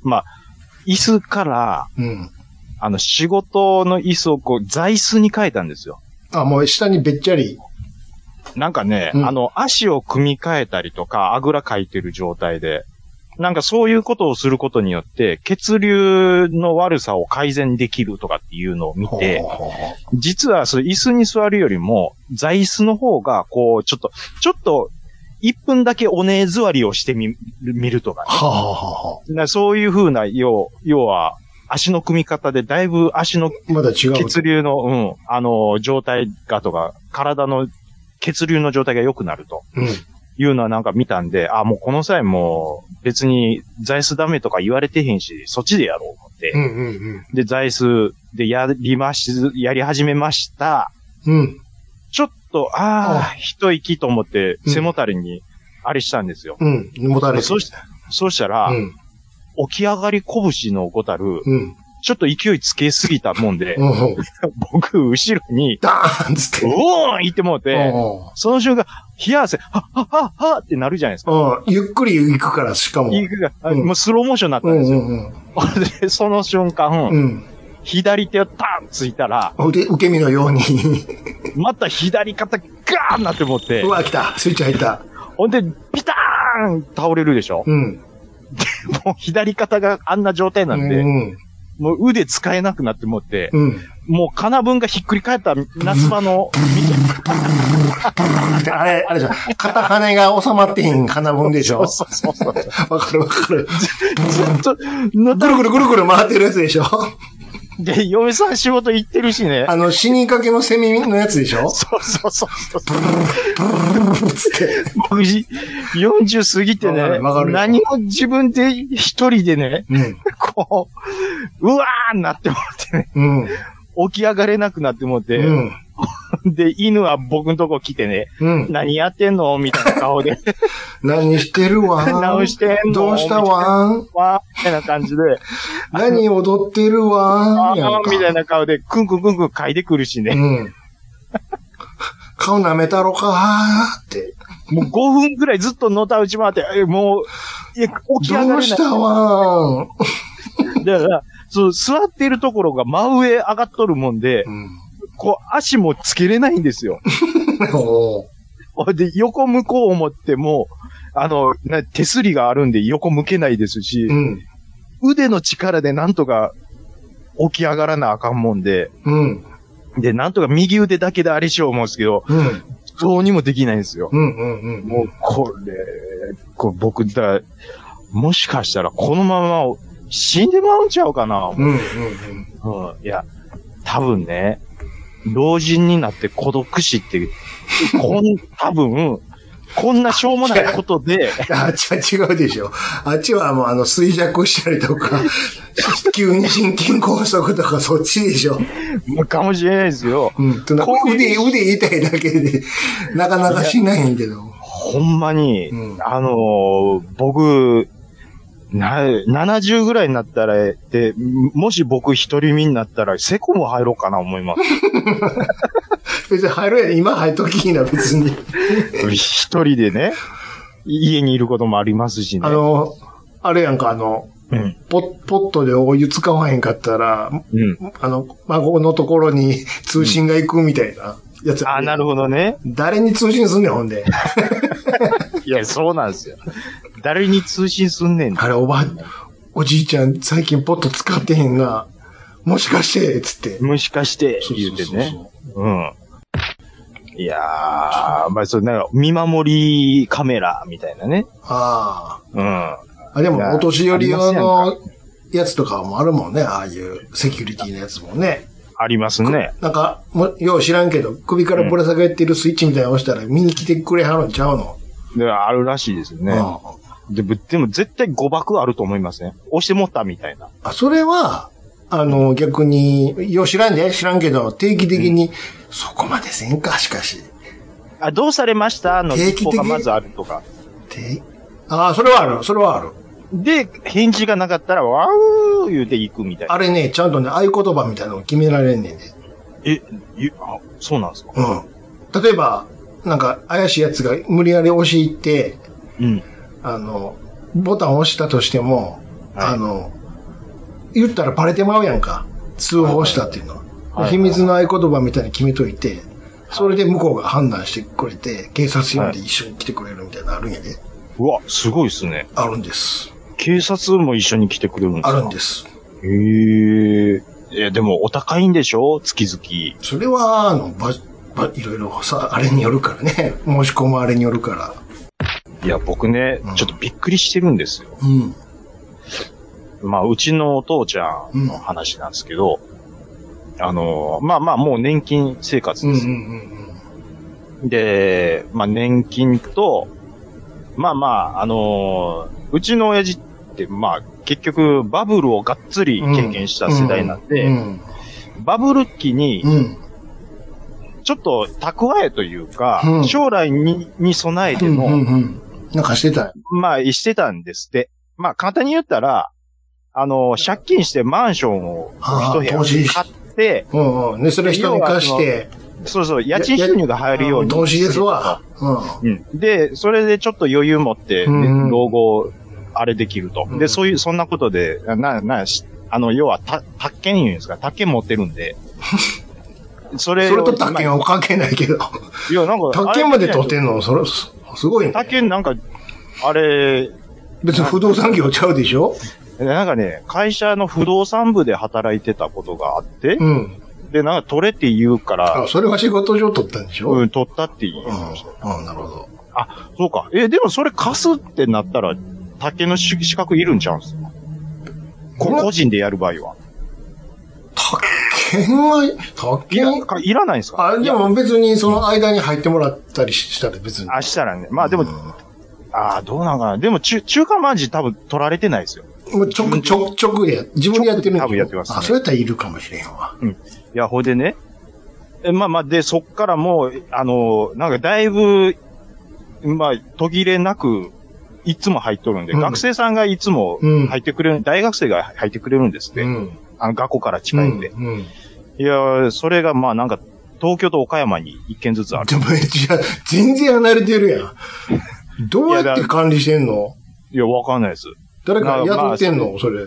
[SPEAKER 2] まあ、椅子から、
[SPEAKER 1] うん。
[SPEAKER 2] あの、仕事の椅子をこう、座椅子に変えたんですよ。
[SPEAKER 1] あ、もう下にべっちゃり。
[SPEAKER 2] なんかね、
[SPEAKER 1] うん
[SPEAKER 2] あの、足を組み替えたりとか、あぐらかいてる状態で、なんかそういうことをすることによって、血流の悪さを改善できるとかっていうのを見て、
[SPEAKER 1] ほうほうほう
[SPEAKER 2] 実はその椅子に座るよりも、座椅子の方が、こう、ちょっと、ちょっと、1分だけおねえ座りをしてみ、見るとかね。
[SPEAKER 1] はあはあは
[SPEAKER 2] なそういう風な、要、要は、足の組み方で、だいぶ足の
[SPEAKER 1] あまだ違う。
[SPEAKER 2] 血流の、うん、あの、状態がとか、体の血流の状態が良くなると
[SPEAKER 1] うん。
[SPEAKER 2] いうのはなんか見たんで、あ、もうこの際もう別に座椅子ダメとか言われてへんし、そっちでやろう思って、
[SPEAKER 1] うんうん
[SPEAKER 2] で、座椅子でやりまし、やり始めました。
[SPEAKER 1] うん。うん。
[SPEAKER 2] ちょっと、ああ、一息と思って
[SPEAKER 1] うん
[SPEAKER 2] 背もたれにあれしたんですよ。
[SPEAKER 1] うん。もたれて
[SPEAKER 2] そうしそうしたら、
[SPEAKER 1] うん。
[SPEAKER 2] 起き上がり拳のごたる、
[SPEAKER 1] うん。
[SPEAKER 2] ちょっと勢いつけすぎたもんで、
[SPEAKER 1] うんうん。
[SPEAKER 2] 僕、後ろに、
[SPEAKER 1] ダーンつって。
[SPEAKER 2] おーん行ってもうて、
[SPEAKER 1] う
[SPEAKER 2] その瞬間、冷や汗、はっはっはっはってなるじゃないですか。
[SPEAKER 1] んうん。ゆっくり行くから、しかも。
[SPEAKER 2] いいぐらいあ
[SPEAKER 1] うん
[SPEAKER 2] もうスローモーションになった
[SPEAKER 1] うんん
[SPEAKER 2] です
[SPEAKER 1] う
[SPEAKER 2] よ。
[SPEAKER 1] んうん。
[SPEAKER 2] で、 その瞬間、
[SPEAKER 1] うん。
[SPEAKER 2] 左手をターンついたら、
[SPEAKER 1] 腕、受け身のように。
[SPEAKER 2] また左肩ガーンなって思って
[SPEAKER 1] う、わ、来た。スイッチ入った。
[SPEAKER 2] ほんで、ピターン倒れるでしょ
[SPEAKER 1] うん。
[SPEAKER 2] もう左肩があんな状態なんで、
[SPEAKER 1] うん。
[SPEAKER 2] もう腕使えなくなって思って、
[SPEAKER 1] うん。
[SPEAKER 2] もう金分がひっくり返った夏場の、
[SPEAKER 1] だってあれ、あれじゃん。片羽が収まってへん金分でしょ。
[SPEAKER 2] そう
[SPEAKER 1] わ
[SPEAKER 2] そうそうそう。ず
[SPEAKER 1] かるわかる。
[SPEAKER 2] っと、な
[SPEAKER 1] ぐるぐるぐるぐる回ってるやつでしょ。
[SPEAKER 2] で、嫁さん仕事行ってるしね。
[SPEAKER 1] あの、死にかけのセミのやつでしょ。
[SPEAKER 2] そうそうそうそう。
[SPEAKER 1] つって。
[SPEAKER 2] 僕じ、40過ぎてね
[SPEAKER 1] わか、るわかる
[SPEAKER 2] 何も自分で一人でね、
[SPEAKER 1] うん。
[SPEAKER 2] こう、うわーなって思ってね、
[SPEAKER 1] うん。
[SPEAKER 2] 起き上がれなくなって思って、
[SPEAKER 1] うん。
[SPEAKER 2] で、犬は僕のとこ来てね、
[SPEAKER 1] うん。
[SPEAKER 2] 何やってんのみたいな 顔で、
[SPEAKER 1] 何してるわん
[SPEAKER 2] 何してんの
[SPEAKER 1] どうしたわん
[SPEAKER 2] わーみたいな感じで、
[SPEAKER 1] 何踊ってるわ
[SPEAKER 2] あ
[SPEAKER 1] んやんか
[SPEAKER 2] ーみたいな顔で、くんくんくんくん嗅いでくるしね、
[SPEAKER 1] うん。顔舐めたろかーって。
[SPEAKER 2] もう5分くらいずっとのたうち回って、えもう、いや起き上が
[SPEAKER 1] どう
[SPEAKER 2] れな
[SPEAKER 1] し
[SPEAKER 2] い。
[SPEAKER 1] たわ
[SPEAKER 2] だから、そう、座ってるところが真上上がっとるもんで
[SPEAKER 1] ー、ん。
[SPEAKER 2] こう、足もつけれないんですよ。
[SPEAKER 1] うん。おー
[SPEAKER 2] ほ いで、横向こう思っても、あの、な手すりがあるんで横向けないですし
[SPEAKER 1] う、ん。
[SPEAKER 2] 腕の力でなんとか起き上がらなあかんもんで、
[SPEAKER 1] うん。
[SPEAKER 2] で、なんとか右腕だけであれしよう思うんですけど、
[SPEAKER 1] うん。
[SPEAKER 2] どうにもできないんですよ。
[SPEAKER 1] うん。うん。
[SPEAKER 2] もう、これ、これ僕だ、もしかしたらこのまま死んでまうんちゃうかな、
[SPEAKER 1] うん。うん。うん。
[SPEAKER 2] うん、いや、多分ね、老人になって孤独死って、こん、多分、こんなしょうもないことで、
[SPEAKER 1] あっちは違うでしょ。あっちはもうあの衰弱したりとか、急に心筋梗塞とかそっちでしょ。
[SPEAKER 2] かもしれないですよ。
[SPEAKER 1] うん。とな
[SPEAKER 2] こういう
[SPEAKER 1] 腕、腕痛いだけで、なかなかしないんやけど。
[SPEAKER 2] ほんまに、
[SPEAKER 1] うん
[SPEAKER 2] あのー僕、な、70ぐらいになったら、で、もし僕一人身になったら、セコム入ろうかな思 います。
[SPEAKER 1] 別に入るやん。今入っときいな、別に。
[SPEAKER 2] 一人でね、家にいることもありますしね。
[SPEAKER 1] あの、あれやんか、あの、
[SPEAKER 2] うん、
[SPEAKER 1] ポポットでお湯使わへんかったら、
[SPEAKER 2] うん。
[SPEAKER 1] あの、孫のところに通信が行くみたいなやつ。
[SPEAKER 2] あ、なるほどね。
[SPEAKER 1] 誰に通信すんねん、ほんで。
[SPEAKER 2] いや、そうなんですよ。誰に通信すんねんって
[SPEAKER 1] あれ、おば、おじいちゃん、最近ポット使ってへんな。もしかして、つって。
[SPEAKER 2] もしかして、言うてね。
[SPEAKER 1] そうそう
[SPEAKER 2] うん。いやー、まあ、それ、なんか、見守りカメラみたいなね。
[SPEAKER 1] そうあ
[SPEAKER 2] うん。
[SPEAKER 1] あ。あ、で
[SPEAKER 2] いや
[SPEAKER 1] も、お年寄り用
[SPEAKER 2] あ
[SPEAKER 1] のやつとかもあるもんね。ああいうセキュリティのやつもね。
[SPEAKER 2] ありますね。
[SPEAKER 1] なんか、もよう知らんけど、首からぶら下げてるスイッチみたいなの押したら見に来てくれはるんちゃうの。
[SPEAKER 2] であるらしいですね。
[SPEAKER 1] うん
[SPEAKER 2] でぶでも、絶対誤爆あると思いますね。押してもったみたいな。
[SPEAKER 1] あ、それは、あの、逆に、よう知らんで、知らんけど、定期的に、そこまでせんか、しかし。
[SPEAKER 2] あ、どうされましたの
[SPEAKER 1] 定期的
[SPEAKER 2] 一報がまずあるとか。
[SPEAKER 1] てああ、それはある、それはある。
[SPEAKER 2] で、返事がなかったら、わー言うて行くみたいな。
[SPEAKER 1] あれね、ちゃんとね、合言葉みたいなの決められんねんね。
[SPEAKER 2] え、ゆあ、そうなんですか
[SPEAKER 1] うん。例えば、なんか、怪しい奴が無理やり押し入って、
[SPEAKER 2] うん。
[SPEAKER 1] あの、ボタンを押したとしても、
[SPEAKER 2] はい
[SPEAKER 1] あの、言ったらバレてまうやんか。通報したっていうのは。
[SPEAKER 2] はい
[SPEAKER 1] 秘密の合言葉みたいに決めといて、それで向こうが判断してくれて、警察呼んで一緒に来てくれるみたいなのあるんやで。
[SPEAKER 2] うわ、すごいですね。
[SPEAKER 1] あるんです。
[SPEAKER 2] 警察も一緒に来てくれるんですか
[SPEAKER 1] あるんです。
[SPEAKER 2] へえ。いや、でも、お高いんでしょ月々。
[SPEAKER 1] それは、あの、ば、ば、いろいろさ、あれによるからね。申し込むあれによるから。
[SPEAKER 2] いや、僕ね、
[SPEAKER 1] うん
[SPEAKER 2] ちょっとびっくりしてるんですよ。
[SPEAKER 1] うん。
[SPEAKER 2] まあ、うちのお父ちゃんの話なんですけど、あの、まあまあ、もう年金生活
[SPEAKER 1] うんう
[SPEAKER 2] で
[SPEAKER 1] ん
[SPEAKER 2] す。
[SPEAKER 1] うん
[SPEAKER 2] で、まあ、年金と、まあまあ、あのうちの親父って、まあ、結局、バブルをがっつり
[SPEAKER 1] うん。
[SPEAKER 2] 経験した世代なんで、
[SPEAKER 1] うん。
[SPEAKER 2] バブル期に
[SPEAKER 1] う、ん。
[SPEAKER 2] ちょっと蓄えというか、
[SPEAKER 1] うん
[SPEAKER 2] 将来にに備えての、
[SPEAKER 1] うんうんうん、なんかしてたよ。
[SPEAKER 2] まあ、してたんですって。まあ、簡単に言ったら、あの、借金してマンションを
[SPEAKER 1] あ
[SPEAKER 2] 一
[SPEAKER 1] あ
[SPEAKER 2] 部屋
[SPEAKER 1] 投資し
[SPEAKER 2] 買って、
[SPEAKER 1] うんうん。で、それ人に貸して、
[SPEAKER 2] そうそう、家賃収入が入るように。
[SPEAKER 1] 投資ですわ。うん。
[SPEAKER 2] うん。で、それでちょっと余裕持って、
[SPEAKER 1] うんうん
[SPEAKER 2] ね老後、あれできると。
[SPEAKER 1] うん
[SPEAKER 2] で、そういう、そんなことで、な、な、しあの、要は、た、宅建言うんですか、宅建持ってる んで。それを、
[SPEAKER 1] それと宅建
[SPEAKER 2] まあ
[SPEAKER 1] は関係ない けど。
[SPEAKER 2] いや、なんか、
[SPEAKER 1] 宅建まで取ってんの、それ、すすごいね。
[SPEAKER 2] 宅建なんか、あれ、
[SPEAKER 1] 別に不動産業ちゃうでしょ
[SPEAKER 2] なんかね、会社の不動産部で働いてたことがあって、
[SPEAKER 1] うん。
[SPEAKER 2] で、なんか取れって言うから
[SPEAKER 1] あ、、それは仕事上取ったんでしょ
[SPEAKER 2] う
[SPEAKER 1] うん。
[SPEAKER 2] ん、取ったって言いました。
[SPEAKER 1] うん、なるほど。
[SPEAKER 2] そうか。え、でもそれ貸すってなったら、竹の資資格いるんちゃうんすかこ
[SPEAKER 1] うん
[SPEAKER 2] 個人でやる場合は。
[SPEAKER 1] 宅建は、宅
[SPEAKER 2] いら
[SPEAKER 1] 建、
[SPEAKER 2] かいらないんですか
[SPEAKER 1] あ、でも別にその間に入ってもらったりしたら別に。
[SPEAKER 2] あ、したらね。まあでも、
[SPEAKER 1] う
[SPEAKER 2] ああ、どうなんかな。でも、中、中華マンジ多分取られてないですよ。
[SPEAKER 1] んもう直、直、直でや、自分でやってるんでしょ
[SPEAKER 2] 多分やってますね
[SPEAKER 1] あ、それやったらいるかもしれんわ。
[SPEAKER 2] いや、ほいでね。えまあまあ、で、そっからもう、あの、なんかだいぶ、まあ、途切れなく、いつも入っとるんで、
[SPEAKER 1] うん
[SPEAKER 2] 学生さんがいつも
[SPEAKER 1] うん
[SPEAKER 2] 入ってくれる、大学生が入ってくれるんですって。
[SPEAKER 1] ん。
[SPEAKER 2] あの、学校から近いんで。
[SPEAKER 1] うんうん
[SPEAKER 2] いやー、それがまあなんか、東京と岡山に一軒ずつある。
[SPEAKER 1] でも、じゃあ全然離れてるやん。どうやって管理してんの
[SPEAKER 2] いや、わかんないです。
[SPEAKER 1] 誰か雇ってん
[SPEAKER 2] まあ
[SPEAKER 1] のそれ。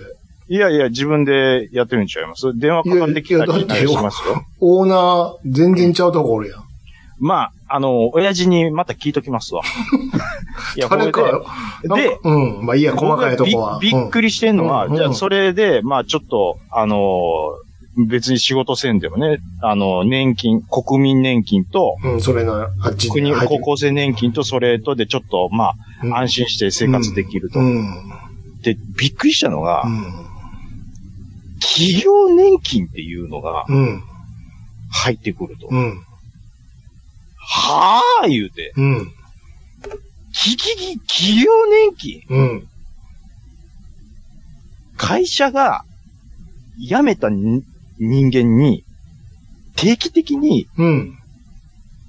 [SPEAKER 2] いやいや、自分でやってるんちゃいます電話かかってきたりし
[SPEAKER 1] いやいやだってよ
[SPEAKER 2] ますよ。
[SPEAKER 1] オーナー、全然ちゃうとこおるやん。
[SPEAKER 2] まあ、あの、親父にまた聞いときま すわ。いや、これ
[SPEAKER 1] 誰
[SPEAKER 2] で
[SPEAKER 1] か、、なん
[SPEAKER 2] で
[SPEAKER 1] か、うん。まあいいや、細かいとこは。
[SPEAKER 2] 僕がびびっく
[SPEAKER 1] り。
[SPEAKER 2] りしてんのは、
[SPEAKER 1] うん
[SPEAKER 2] じゃ
[SPEAKER 1] う
[SPEAKER 2] あ、
[SPEAKER 1] ん
[SPEAKER 2] それで、まあ、ちょっと、あのー別に仕事せんでもね、あの、年金、国民年金と、
[SPEAKER 1] うん、それな、あっち
[SPEAKER 2] 国、
[SPEAKER 1] 入って
[SPEAKER 2] 高
[SPEAKER 1] る
[SPEAKER 2] 校生年金とそれとで、ちょっと、ま
[SPEAKER 1] うん
[SPEAKER 2] あ、安心して生活できると
[SPEAKER 1] う。ん。うん。
[SPEAKER 2] で、びっくりしたのが、
[SPEAKER 1] う
[SPEAKER 2] 企業年金っていうのが
[SPEAKER 1] ん。
[SPEAKER 2] 入ってくると。
[SPEAKER 1] うん。
[SPEAKER 2] はぁ言うて、
[SPEAKER 1] うん。
[SPEAKER 2] ききき、企業年金
[SPEAKER 1] うん。
[SPEAKER 2] 会社が辞めたに人間に定期的に
[SPEAKER 1] うん。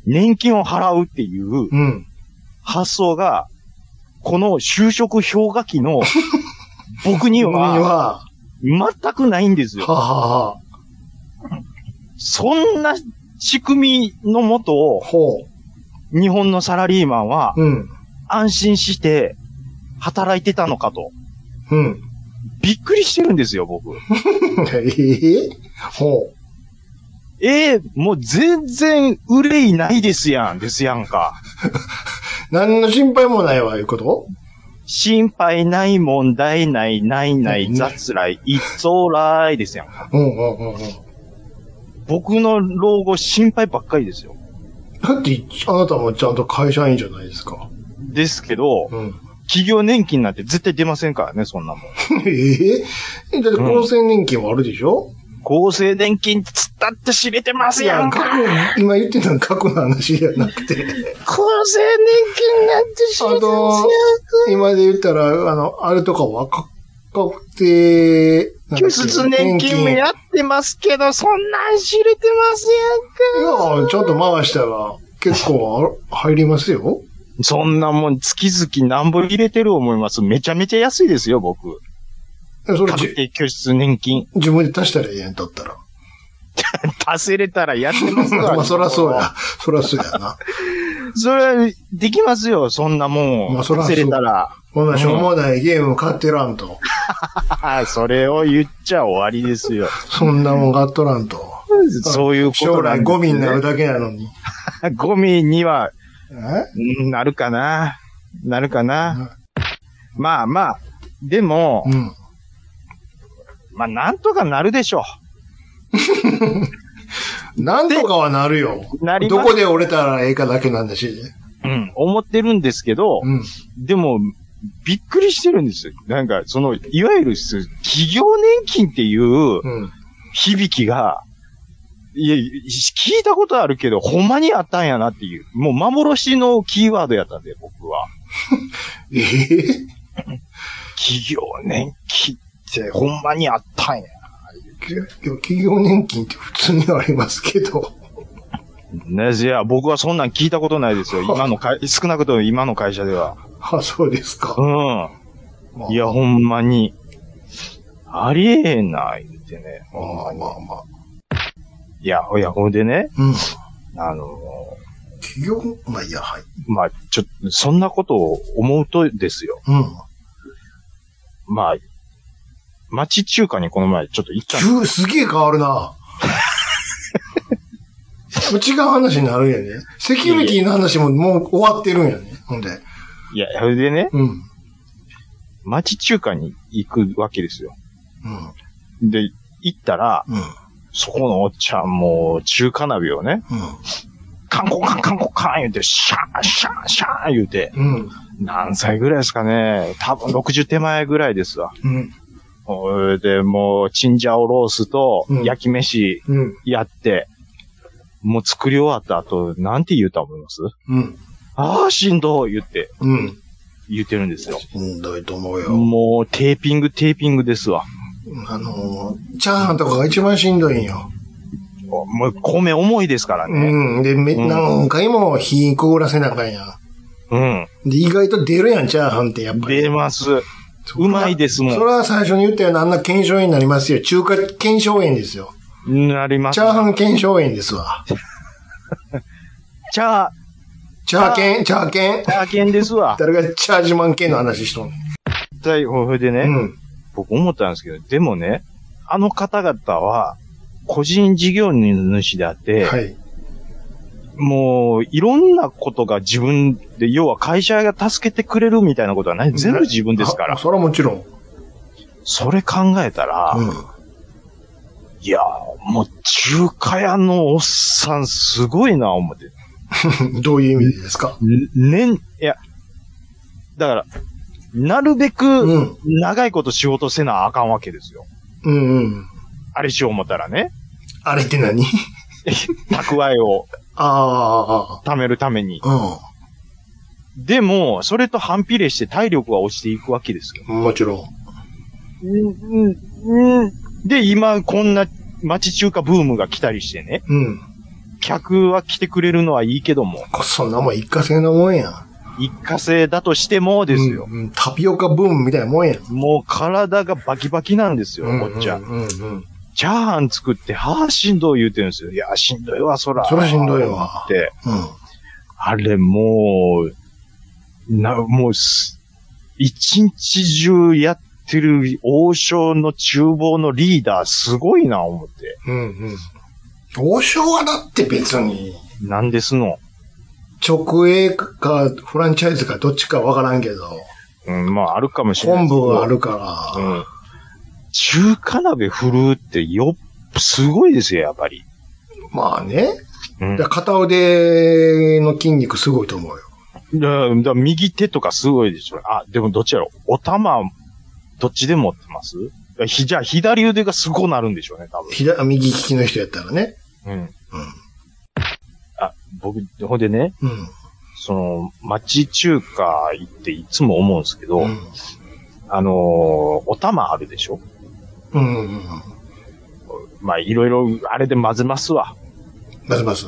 [SPEAKER 2] 年金を払うっていう
[SPEAKER 1] うん。
[SPEAKER 2] 発想が、この就職氷河 期の僕に
[SPEAKER 1] 君
[SPEAKER 2] は
[SPEAKER 1] は、
[SPEAKER 2] 全くないんです
[SPEAKER 1] は
[SPEAKER 2] よ。
[SPEAKER 1] はは。
[SPEAKER 2] そんな仕組みのもとを
[SPEAKER 1] ほ
[SPEAKER 2] 日本のサラリーマンは
[SPEAKER 1] う。うん。
[SPEAKER 2] 安心して働いてたのかと。
[SPEAKER 1] うん。
[SPEAKER 2] びっくりしてるんですよ、僕。
[SPEAKER 1] ええほ
[SPEAKER 2] ええもう全然憂いないですやん、ですやんか。
[SPEAKER 1] う。何の心配もないわ、いうこと
[SPEAKER 2] 心配ない問題ないないない雑来、いつおらいですやん。
[SPEAKER 1] うんうんうんうん。
[SPEAKER 2] 僕の老後心配ばっかりですよ。
[SPEAKER 1] だって、あなたもちゃんと会社員じゃないですか。
[SPEAKER 2] ですけど、
[SPEAKER 1] うん。
[SPEAKER 2] 企業年金なんて絶対出ませんからね、そんなもん。
[SPEAKER 1] ええだって厚生年金もあるでしょ、
[SPEAKER 2] 厚生年金つったって知れてますやんか。
[SPEAKER 1] 過去、今言ってたの過去の話じゃなくて。
[SPEAKER 2] 厚生年金なんて知
[SPEAKER 1] あと、今で言ったら、あの、あれとかは、か確定、なんだっけいや、
[SPEAKER 2] ってますけど、そんなん知れてます
[SPEAKER 1] ちょっと回したら、結構あ入りますよ。
[SPEAKER 2] ん。そんなもん月々なんぼ入れてる思います。めちゃめちゃ安いですよ、僕。
[SPEAKER 1] それ
[SPEAKER 2] 確
[SPEAKER 1] じ、
[SPEAKER 2] 定拠出年金。
[SPEAKER 1] 自分で足したらええやん、だったら。
[SPEAKER 2] 足せれたらやってますか ら。
[SPEAKER 1] まあ、そらそうや。そらそうやな。
[SPEAKER 2] それ、できますよ、そんなもん。
[SPEAKER 1] まあそらそう
[SPEAKER 2] 足せれたら。
[SPEAKER 1] こんなしょうもないゲーム買ってらんと。
[SPEAKER 2] はい、それを言っちゃ終わりです よ。
[SPEAKER 1] そんなもん買っとらんと。
[SPEAKER 2] そういうこと
[SPEAKER 1] 将
[SPEAKER 2] な
[SPEAKER 1] 来
[SPEAKER 2] んですね
[SPEAKER 1] ゴミになるだけなのに。
[SPEAKER 2] ゴミには、
[SPEAKER 1] え
[SPEAKER 2] うんなるかな。なるかな。まあまあ、でも、
[SPEAKER 1] うん。
[SPEAKER 2] まあなんとかなるでしょ
[SPEAKER 1] なんとかはなるよ。
[SPEAKER 2] なります
[SPEAKER 1] どこで折れたらええかだけなんだし。
[SPEAKER 2] う。うん、思ってるんですけど、
[SPEAKER 1] うん。
[SPEAKER 2] でも、びっくりしてるんですよ。なんか、その、いわゆるす、企業年金っていう
[SPEAKER 1] うん。
[SPEAKER 2] 響きが、いや、聞いたことあるけど、ほんまにあったんやなっていう。もう幻のキーワードやったんで、僕は。
[SPEAKER 1] ええ
[SPEAKER 2] 企業年金ってほんまにあったんや。
[SPEAKER 1] でも企業年金って普通にありますけど。
[SPEAKER 2] ねじゃあ僕はそんなん聞いたことないですよ。今の会、少なくとも今の会社では。
[SPEAKER 1] あ、そうですか。
[SPEAKER 2] う
[SPEAKER 1] まあ
[SPEAKER 2] ん。いや、ほんまに。ありえないってね。
[SPEAKER 1] まあまあまあ。
[SPEAKER 2] いや、ほやほんでね、
[SPEAKER 1] うん。
[SPEAKER 2] あの
[SPEAKER 1] 企業、まあいや、はい。
[SPEAKER 2] まあ、ちょっと、そんなことを思うとですよ。
[SPEAKER 1] うん。
[SPEAKER 2] まあ、町中華にこの前ちょっと行ったんです
[SPEAKER 1] 急、すげえ変わる な。違う話になるんやね。セキュリティの話ももう終わってるんやね。ほんで。
[SPEAKER 2] いや、それでね、
[SPEAKER 1] うん。
[SPEAKER 2] 町中華に行くわけですよ。
[SPEAKER 1] うん。
[SPEAKER 2] で、行ったら、
[SPEAKER 1] うん。
[SPEAKER 2] そこのおっちゃんもう中華鍋をね、カンコカンカンコカン言うて、シャンシャンシャン言うて、
[SPEAKER 1] うん。うん。
[SPEAKER 2] 何歳ぐらいですかね。多分60手前ぐらいですわ。
[SPEAKER 1] うん。
[SPEAKER 2] それで、もう、チンジャオロースと
[SPEAKER 1] うん
[SPEAKER 2] 焼き飯
[SPEAKER 1] うん。
[SPEAKER 2] やって、もう作り終わった後、なんて言うと思います
[SPEAKER 1] うん。
[SPEAKER 2] ああ、しんどい言って、
[SPEAKER 1] うん。
[SPEAKER 2] 言ってるんですよ。
[SPEAKER 1] しんどいと思うよ。
[SPEAKER 2] もう、テーピング、テーピングですわ。
[SPEAKER 1] あのー、チャーハンとかが一番しんどいんよ。
[SPEAKER 2] もう、米重いですからね。
[SPEAKER 1] うん。で、め、
[SPEAKER 2] うん
[SPEAKER 1] 何回も火凍らせなあかんやん。
[SPEAKER 2] うん。
[SPEAKER 1] で、意外と出るやん、チャーハンって、やっぱり。
[SPEAKER 2] 出ます。うまいですも
[SPEAKER 1] それは最初に言ったような、あんな検証炎になりますよ。中華検証炎ですよ。
[SPEAKER 2] ん。なります。
[SPEAKER 1] チャーハン検証炎ですわ。
[SPEAKER 2] チャー、
[SPEAKER 1] チャーケン、チャーケン
[SPEAKER 2] チ。ャーケンですわ。
[SPEAKER 1] 誰がチャージマン系の話しとんね
[SPEAKER 2] 絶対、それでね、
[SPEAKER 1] ん。うん。
[SPEAKER 2] 僕思ったんですけど、でもね、あの方々は、個人事業主であって、
[SPEAKER 1] はい。
[SPEAKER 2] もう、いろんなことが自分で、要は会社が助けてくれるみたいなことはない。全部自分ですか
[SPEAKER 1] あ
[SPEAKER 2] ら。
[SPEAKER 1] それはもちろん。
[SPEAKER 2] それ考えたら、
[SPEAKER 1] う
[SPEAKER 2] いやー、もう中華屋のおっさんすごいな、思って。
[SPEAKER 1] ん。 どういう意味ですか
[SPEAKER 2] 年、いや、だから、なるべ
[SPEAKER 1] う
[SPEAKER 2] く
[SPEAKER 1] ん。
[SPEAKER 2] 長いこと仕事せなあかんわけですよ。
[SPEAKER 1] うんうん。
[SPEAKER 2] あれしよう思ったらね、
[SPEAKER 1] あれって何
[SPEAKER 2] 蓄えを
[SPEAKER 1] あ
[SPEAKER 2] 貯めるために。
[SPEAKER 1] あ、
[SPEAKER 2] でも、それと反比例して体力は落ちていくわけですよ。
[SPEAKER 1] うん。もちろ
[SPEAKER 2] うん、うん、うん。で、今、こんな町中華ブームが来たりしてね、
[SPEAKER 1] ん。うん。
[SPEAKER 2] 客は来てくれるのはいいけども、
[SPEAKER 1] こそんなもん一過性のもんや。
[SPEAKER 2] 一過性だとしてもですよ。
[SPEAKER 1] うん。うんタピオカブームみたいなもんや。
[SPEAKER 2] もう体がバキバキなんですよ、
[SPEAKER 1] うん
[SPEAKER 2] こっちは。
[SPEAKER 1] うんうん。
[SPEAKER 2] チャーハン作って、はあ、しんどい言うてるんですよ。いや、しんどいわ、そら。
[SPEAKER 1] そらしんどいわ
[SPEAKER 2] って、
[SPEAKER 1] うん。
[SPEAKER 2] あれ、もう、な、もうす、一日中やってる王将の厨房のリーダー、すごいな、思って。
[SPEAKER 1] うんうん。王将はだって別に、
[SPEAKER 2] なんですの。
[SPEAKER 1] 直営かフランチャイズかどっちかわからんけど、
[SPEAKER 2] うん、まああるかもしれない。
[SPEAKER 1] 昆布はあ。るから。
[SPEAKER 2] うん。中華鍋振るってよっ、すごいですよ、やっぱり。
[SPEAKER 1] まあね。
[SPEAKER 2] うん。
[SPEAKER 1] だ
[SPEAKER 2] だ
[SPEAKER 1] 片腕の筋肉すごいと思うよ。
[SPEAKER 2] だだ右手とかすごいでしょ。あ、でもどっちやろう。お玉、どっちで持ってますひ、じゃあ左腕がすごなるんでしょうね、多分。
[SPEAKER 1] 左、右利きの人やったらね。
[SPEAKER 2] うん。うん。あ、僕、ほんでね、
[SPEAKER 1] うん。
[SPEAKER 2] その、町中華行っていつも思うんですけど、
[SPEAKER 1] うん。
[SPEAKER 2] あのーお玉あるでしょ
[SPEAKER 1] うんうん。うん
[SPEAKER 2] まあ、いろいろ、あれで混ぜますわ。
[SPEAKER 1] ますます。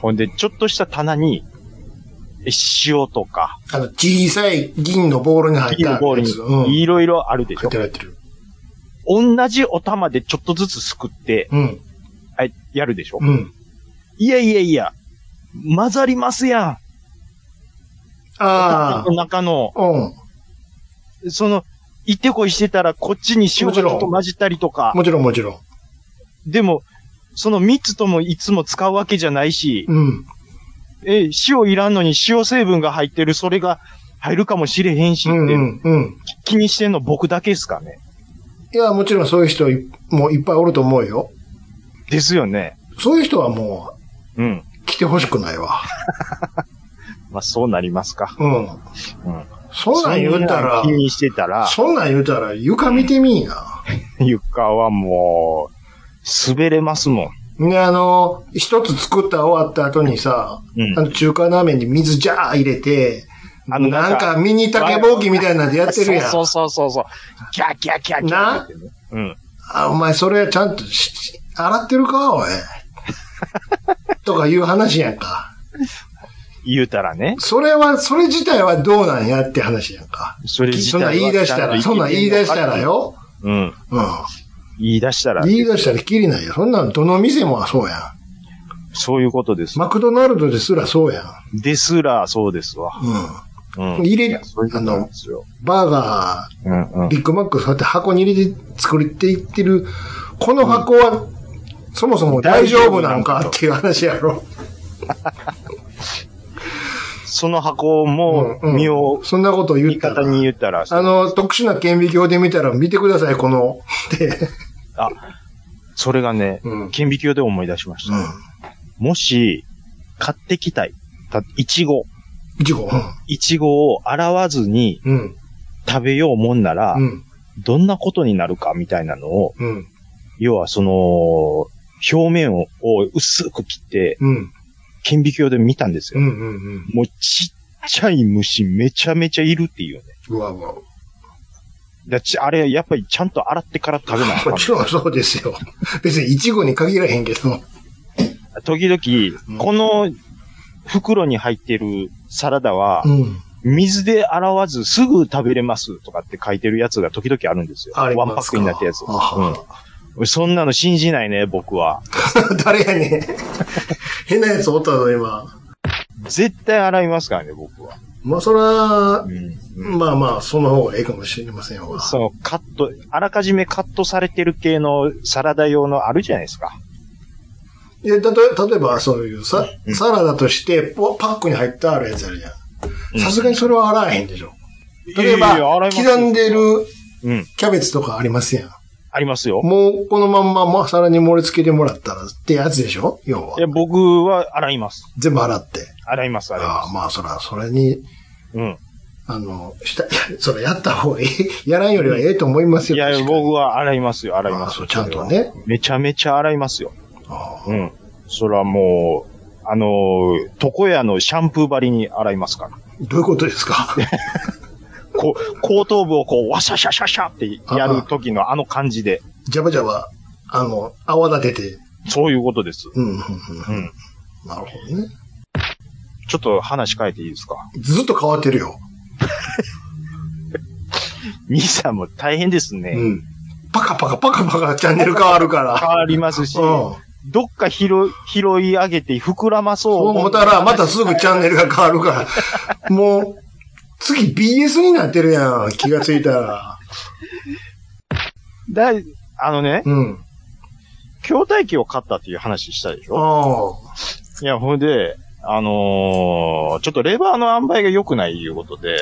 [SPEAKER 2] ほんで、ちょっとした棚に、え塩とか、
[SPEAKER 1] あの、小さい銀のボールに入った
[SPEAKER 2] 金
[SPEAKER 1] やつ。
[SPEAKER 2] ボールに
[SPEAKER 1] うん。、
[SPEAKER 2] いろいろあるでし
[SPEAKER 1] 入
[SPEAKER 2] ょ
[SPEAKER 1] って。る入ってる。
[SPEAKER 2] 同じお玉でちょっとずつすくって、
[SPEAKER 1] うん。
[SPEAKER 2] はい、やるでしょ。
[SPEAKER 1] うん。
[SPEAKER 2] いやいやいや、混ざりますや
[SPEAKER 1] あ
[SPEAKER 2] ん。中の、
[SPEAKER 1] あ。うん。
[SPEAKER 2] その、いてこいしてたらこっちに塩がちょっと混じったりとか、
[SPEAKER 1] もちろんもちろん。
[SPEAKER 2] でも、その3つともいつも使うわけじゃないし、
[SPEAKER 1] うん。
[SPEAKER 2] え、塩いらんのに塩成分が入ってる、それが入るかもしれへんし
[SPEAKER 1] う
[SPEAKER 2] って、
[SPEAKER 1] んうん。うん。
[SPEAKER 2] 気にしてんの僕だけですかね。
[SPEAKER 1] いや、もちろんそういう人いもういっぱいおると思うよ。
[SPEAKER 2] ですよね。
[SPEAKER 1] そういう人はも
[SPEAKER 2] うん。
[SPEAKER 1] う来てほしくないわ。
[SPEAKER 2] まあ、そうなりますか。
[SPEAKER 1] うん。
[SPEAKER 2] うん。
[SPEAKER 1] そんなん言うたら
[SPEAKER 2] そんなん気、にしてたら、
[SPEAKER 1] そんなん言うたら床見てみいな。
[SPEAKER 2] 床はもう、滑れますもん。
[SPEAKER 1] ね、あの、一つ作った終わった後にさ、
[SPEAKER 2] うん
[SPEAKER 1] あの中華鍋に水ジャー入れて、な
[SPEAKER 2] あ
[SPEAKER 1] ん
[SPEAKER 2] の
[SPEAKER 1] か
[SPEAKER 2] なんか
[SPEAKER 1] ミニ竹ぼうきみたいなんでやってるやん。
[SPEAKER 2] そうそうそうそう。キャーキャーキャーキャー
[SPEAKER 1] な
[SPEAKER 2] ってね。うん。
[SPEAKER 1] あ、お前それちゃんとし洗ってるかおい。 とかいう話やんか。
[SPEAKER 2] 言うたらね。
[SPEAKER 1] それは、それ自体はどうなんやって話やんか。
[SPEAKER 2] それ自
[SPEAKER 1] そん
[SPEAKER 2] 体
[SPEAKER 1] な
[SPEAKER 2] は
[SPEAKER 1] ん言い出したら、
[SPEAKER 2] ちゃ
[SPEAKER 1] そ
[SPEAKER 2] と
[SPEAKER 1] んなん言い出したら。よ。
[SPEAKER 2] うん。
[SPEAKER 1] うん。
[SPEAKER 2] 言い出したら、
[SPEAKER 1] 言い出したらきりないよ。そんなんどの店もそうやん。
[SPEAKER 2] そういうことです。
[SPEAKER 1] マクドナルドですらそうやん。
[SPEAKER 2] ですら、そうですわ。
[SPEAKER 1] うん。
[SPEAKER 2] うん。
[SPEAKER 1] 入れ
[SPEAKER 2] いやそういうことなんですよ。
[SPEAKER 1] バーガ
[SPEAKER 2] うんう
[SPEAKER 1] ー、
[SPEAKER 2] ん。
[SPEAKER 1] ビッグマック、そうやって箱に入れて作っていってる、この箱は、そもそも大丈夫なんかっていう話やろ。
[SPEAKER 2] その箱も、
[SPEAKER 1] うんうん
[SPEAKER 2] 身を、
[SPEAKER 1] そんなこと言
[SPEAKER 2] 言
[SPEAKER 1] っ
[SPEAKER 2] い
[SPEAKER 1] たら
[SPEAKER 2] 方。に言ったら、
[SPEAKER 1] あの、特殊な顕微鏡で見たら見てください、この。で、
[SPEAKER 2] あ、それがね
[SPEAKER 1] うん、
[SPEAKER 2] 顕微鏡で思い出しました。もし、買ってきたい。た、いち
[SPEAKER 1] う
[SPEAKER 2] ご。
[SPEAKER 1] ん。いちご。
[SPEAKER 2] いちごを洗わずに
[SPEAKER 1] うん。
[SPEAKER 2] 食べようもんなら
[SPEAKER 1] う、ん。
[SPEAKER 2] どんなことになるかみたいなのを、
[SPEAKER 1] うん。
[SPEAKER 2] 要はその、表面をを薄く切って、
[SPEAKER 1] うん。
[SPEAKER 2] 顕微鏡で見たんです
[SPEAKER 1] う
[SPEAKER 2] よ。
[SPEAKER 1] ん。うん。
[SPEAKER 2] もうちっちゃい虫めちゃめちゃいるっていうね。
[SPEAKER 1] うわうわ。
[SPEAKER 2] だちあれ、やっぱりちゃんと洗ってから食べなあか
[SPEAKER 1] も
[SPEAKER 2] ん
[SPEAKER 1] ちろんそうですよ。別にいちごに限らへんけど。
[SPEAKER 2] 時
[SPEAKER 1] うん
[SPEAKER 2] 々、この袋に入ってるサラダは
[SPEAKER 1] う、ん。
[SPEAKER 2] 水で洗わずすぐ食べれますとかって書いてるやつが時々あるんですよ。
[SPEAKER 1] あり
[SPEAKER 2] ワ
[SPEAKER 1] ます
[SPEAKER 2] ン
[SPEAKER 1] か
[SPEAKER 2] パックになったやつ。
[SPEAKER 1] あは
[SPEAKER 2] うんそんなの信じないね、僕は。
[SPEAKER 1] 誰やねん。変なやつおったぞ、今。
[SPEAKER 2] 絶対洗いますからね、僕は。
[SPEAKER 1] まあ、そら
[SPEAKER 2] う、ん
[SPEAKER 1] まあまあ、その方がいいかもしれませんわ。
[SPEAKER 2] そのカット、あらかじめカットされてる系のサラダ用のあるじゃないですか。
[SPEAKER 1] いや、たとえ、例えば、そういうさ、サラダとして、ポパックに入ったあるやつあるじゃん。さすがにそれは洗わへんでしょ。例え
[SPEAKER 2] いやいや
[SPEAKER 1] ば、刻んで。
[SPEAKER 2] 洗いますよ
[SPEAKER 1] る
[SPEAKER 2] うん。
[SPEAKER 1] キャベツとかありますやん。
[SPEAKER 2] ありますよ。。
[SPEAKER 1] もう、このまんま、まあ、皿に盛り付けてもらったらってやつでしょ要はい
[SPEAKER 2] や、僕は洗います。
[SPEAKER 1] 全部洗って。
[SPEAKER 2] 洗います、洗いま
[SPEAKER 1] ああ、まあ、そら、それに、
[SPEAKER 2] す。うん。
[SPEAKER 1] あの、した、 それやった方がいい。 やらんよりはええと思いますよ。
[SPEAKER 2] いや、
[SPEAKER 1] 確かに
[SPEAKER 2] 僕は洗いますよ、洗い
[SPEAKER 1] あ
[SPEAKER 2] ま
[SPEAKER 1] あ
[SPEAKER 2] す
[SPEAKER 1] そ
[SPEAKER 2] よ。
[SPEAKER 1] うちゃんとね。
[SPEAKER 2] めちゃめちゃ洗いますよ。
[SPEAKER 1] ああ
[SPEAKER 2] うん。それはもう、あのー床屋のシャンプー張りに洗いますから。
[SPEAKER 1] どういうことです か
[SPEAKER 2] こう、後頭部をこう、ワシャシャシャシャってやる時のあの感じで、
[SPEAKER 1] ジャバジャバ、あの、泡立てて。
[SPEAKER 2] そういうことです。
[SPEAKER 1] うん、うん、うん。
[SPEAKER 2] うん。
[SPEAKER 1] なるほどね。
[SPEAKER 2] ちょっと話変えていいですか
[SPEAKER 1] ずっと変わってるよ。
[SPEAKER 2] 兄さんも大変ですね。
[SPEAKER 1] うん。パカパカパカパカチャンネル変わるから。
[SPEAKER 2] 変わりますし、
[SPEAKER 1] うん。
[SPEAKER 2] どっか拾い拾い上げて膨らまそう
[SPEAKER 1] そう思ったら、またすぐチャンネルが変わる から。もう、次 BS になってるやん。気がついたら。
[SPEAKER 2] だいあのね、
[SPEAKER 1] うん。
[SPEAKER 2] 筐体機を買ったっていう話したでし
[SPEAKER 1] あ
[SPEAKER 2] ょ
[SPEAKER 1] あ。
[SPEAKER 2] いや、ほんで、あのーちょっとレバーの塩梅が良くないいうことで、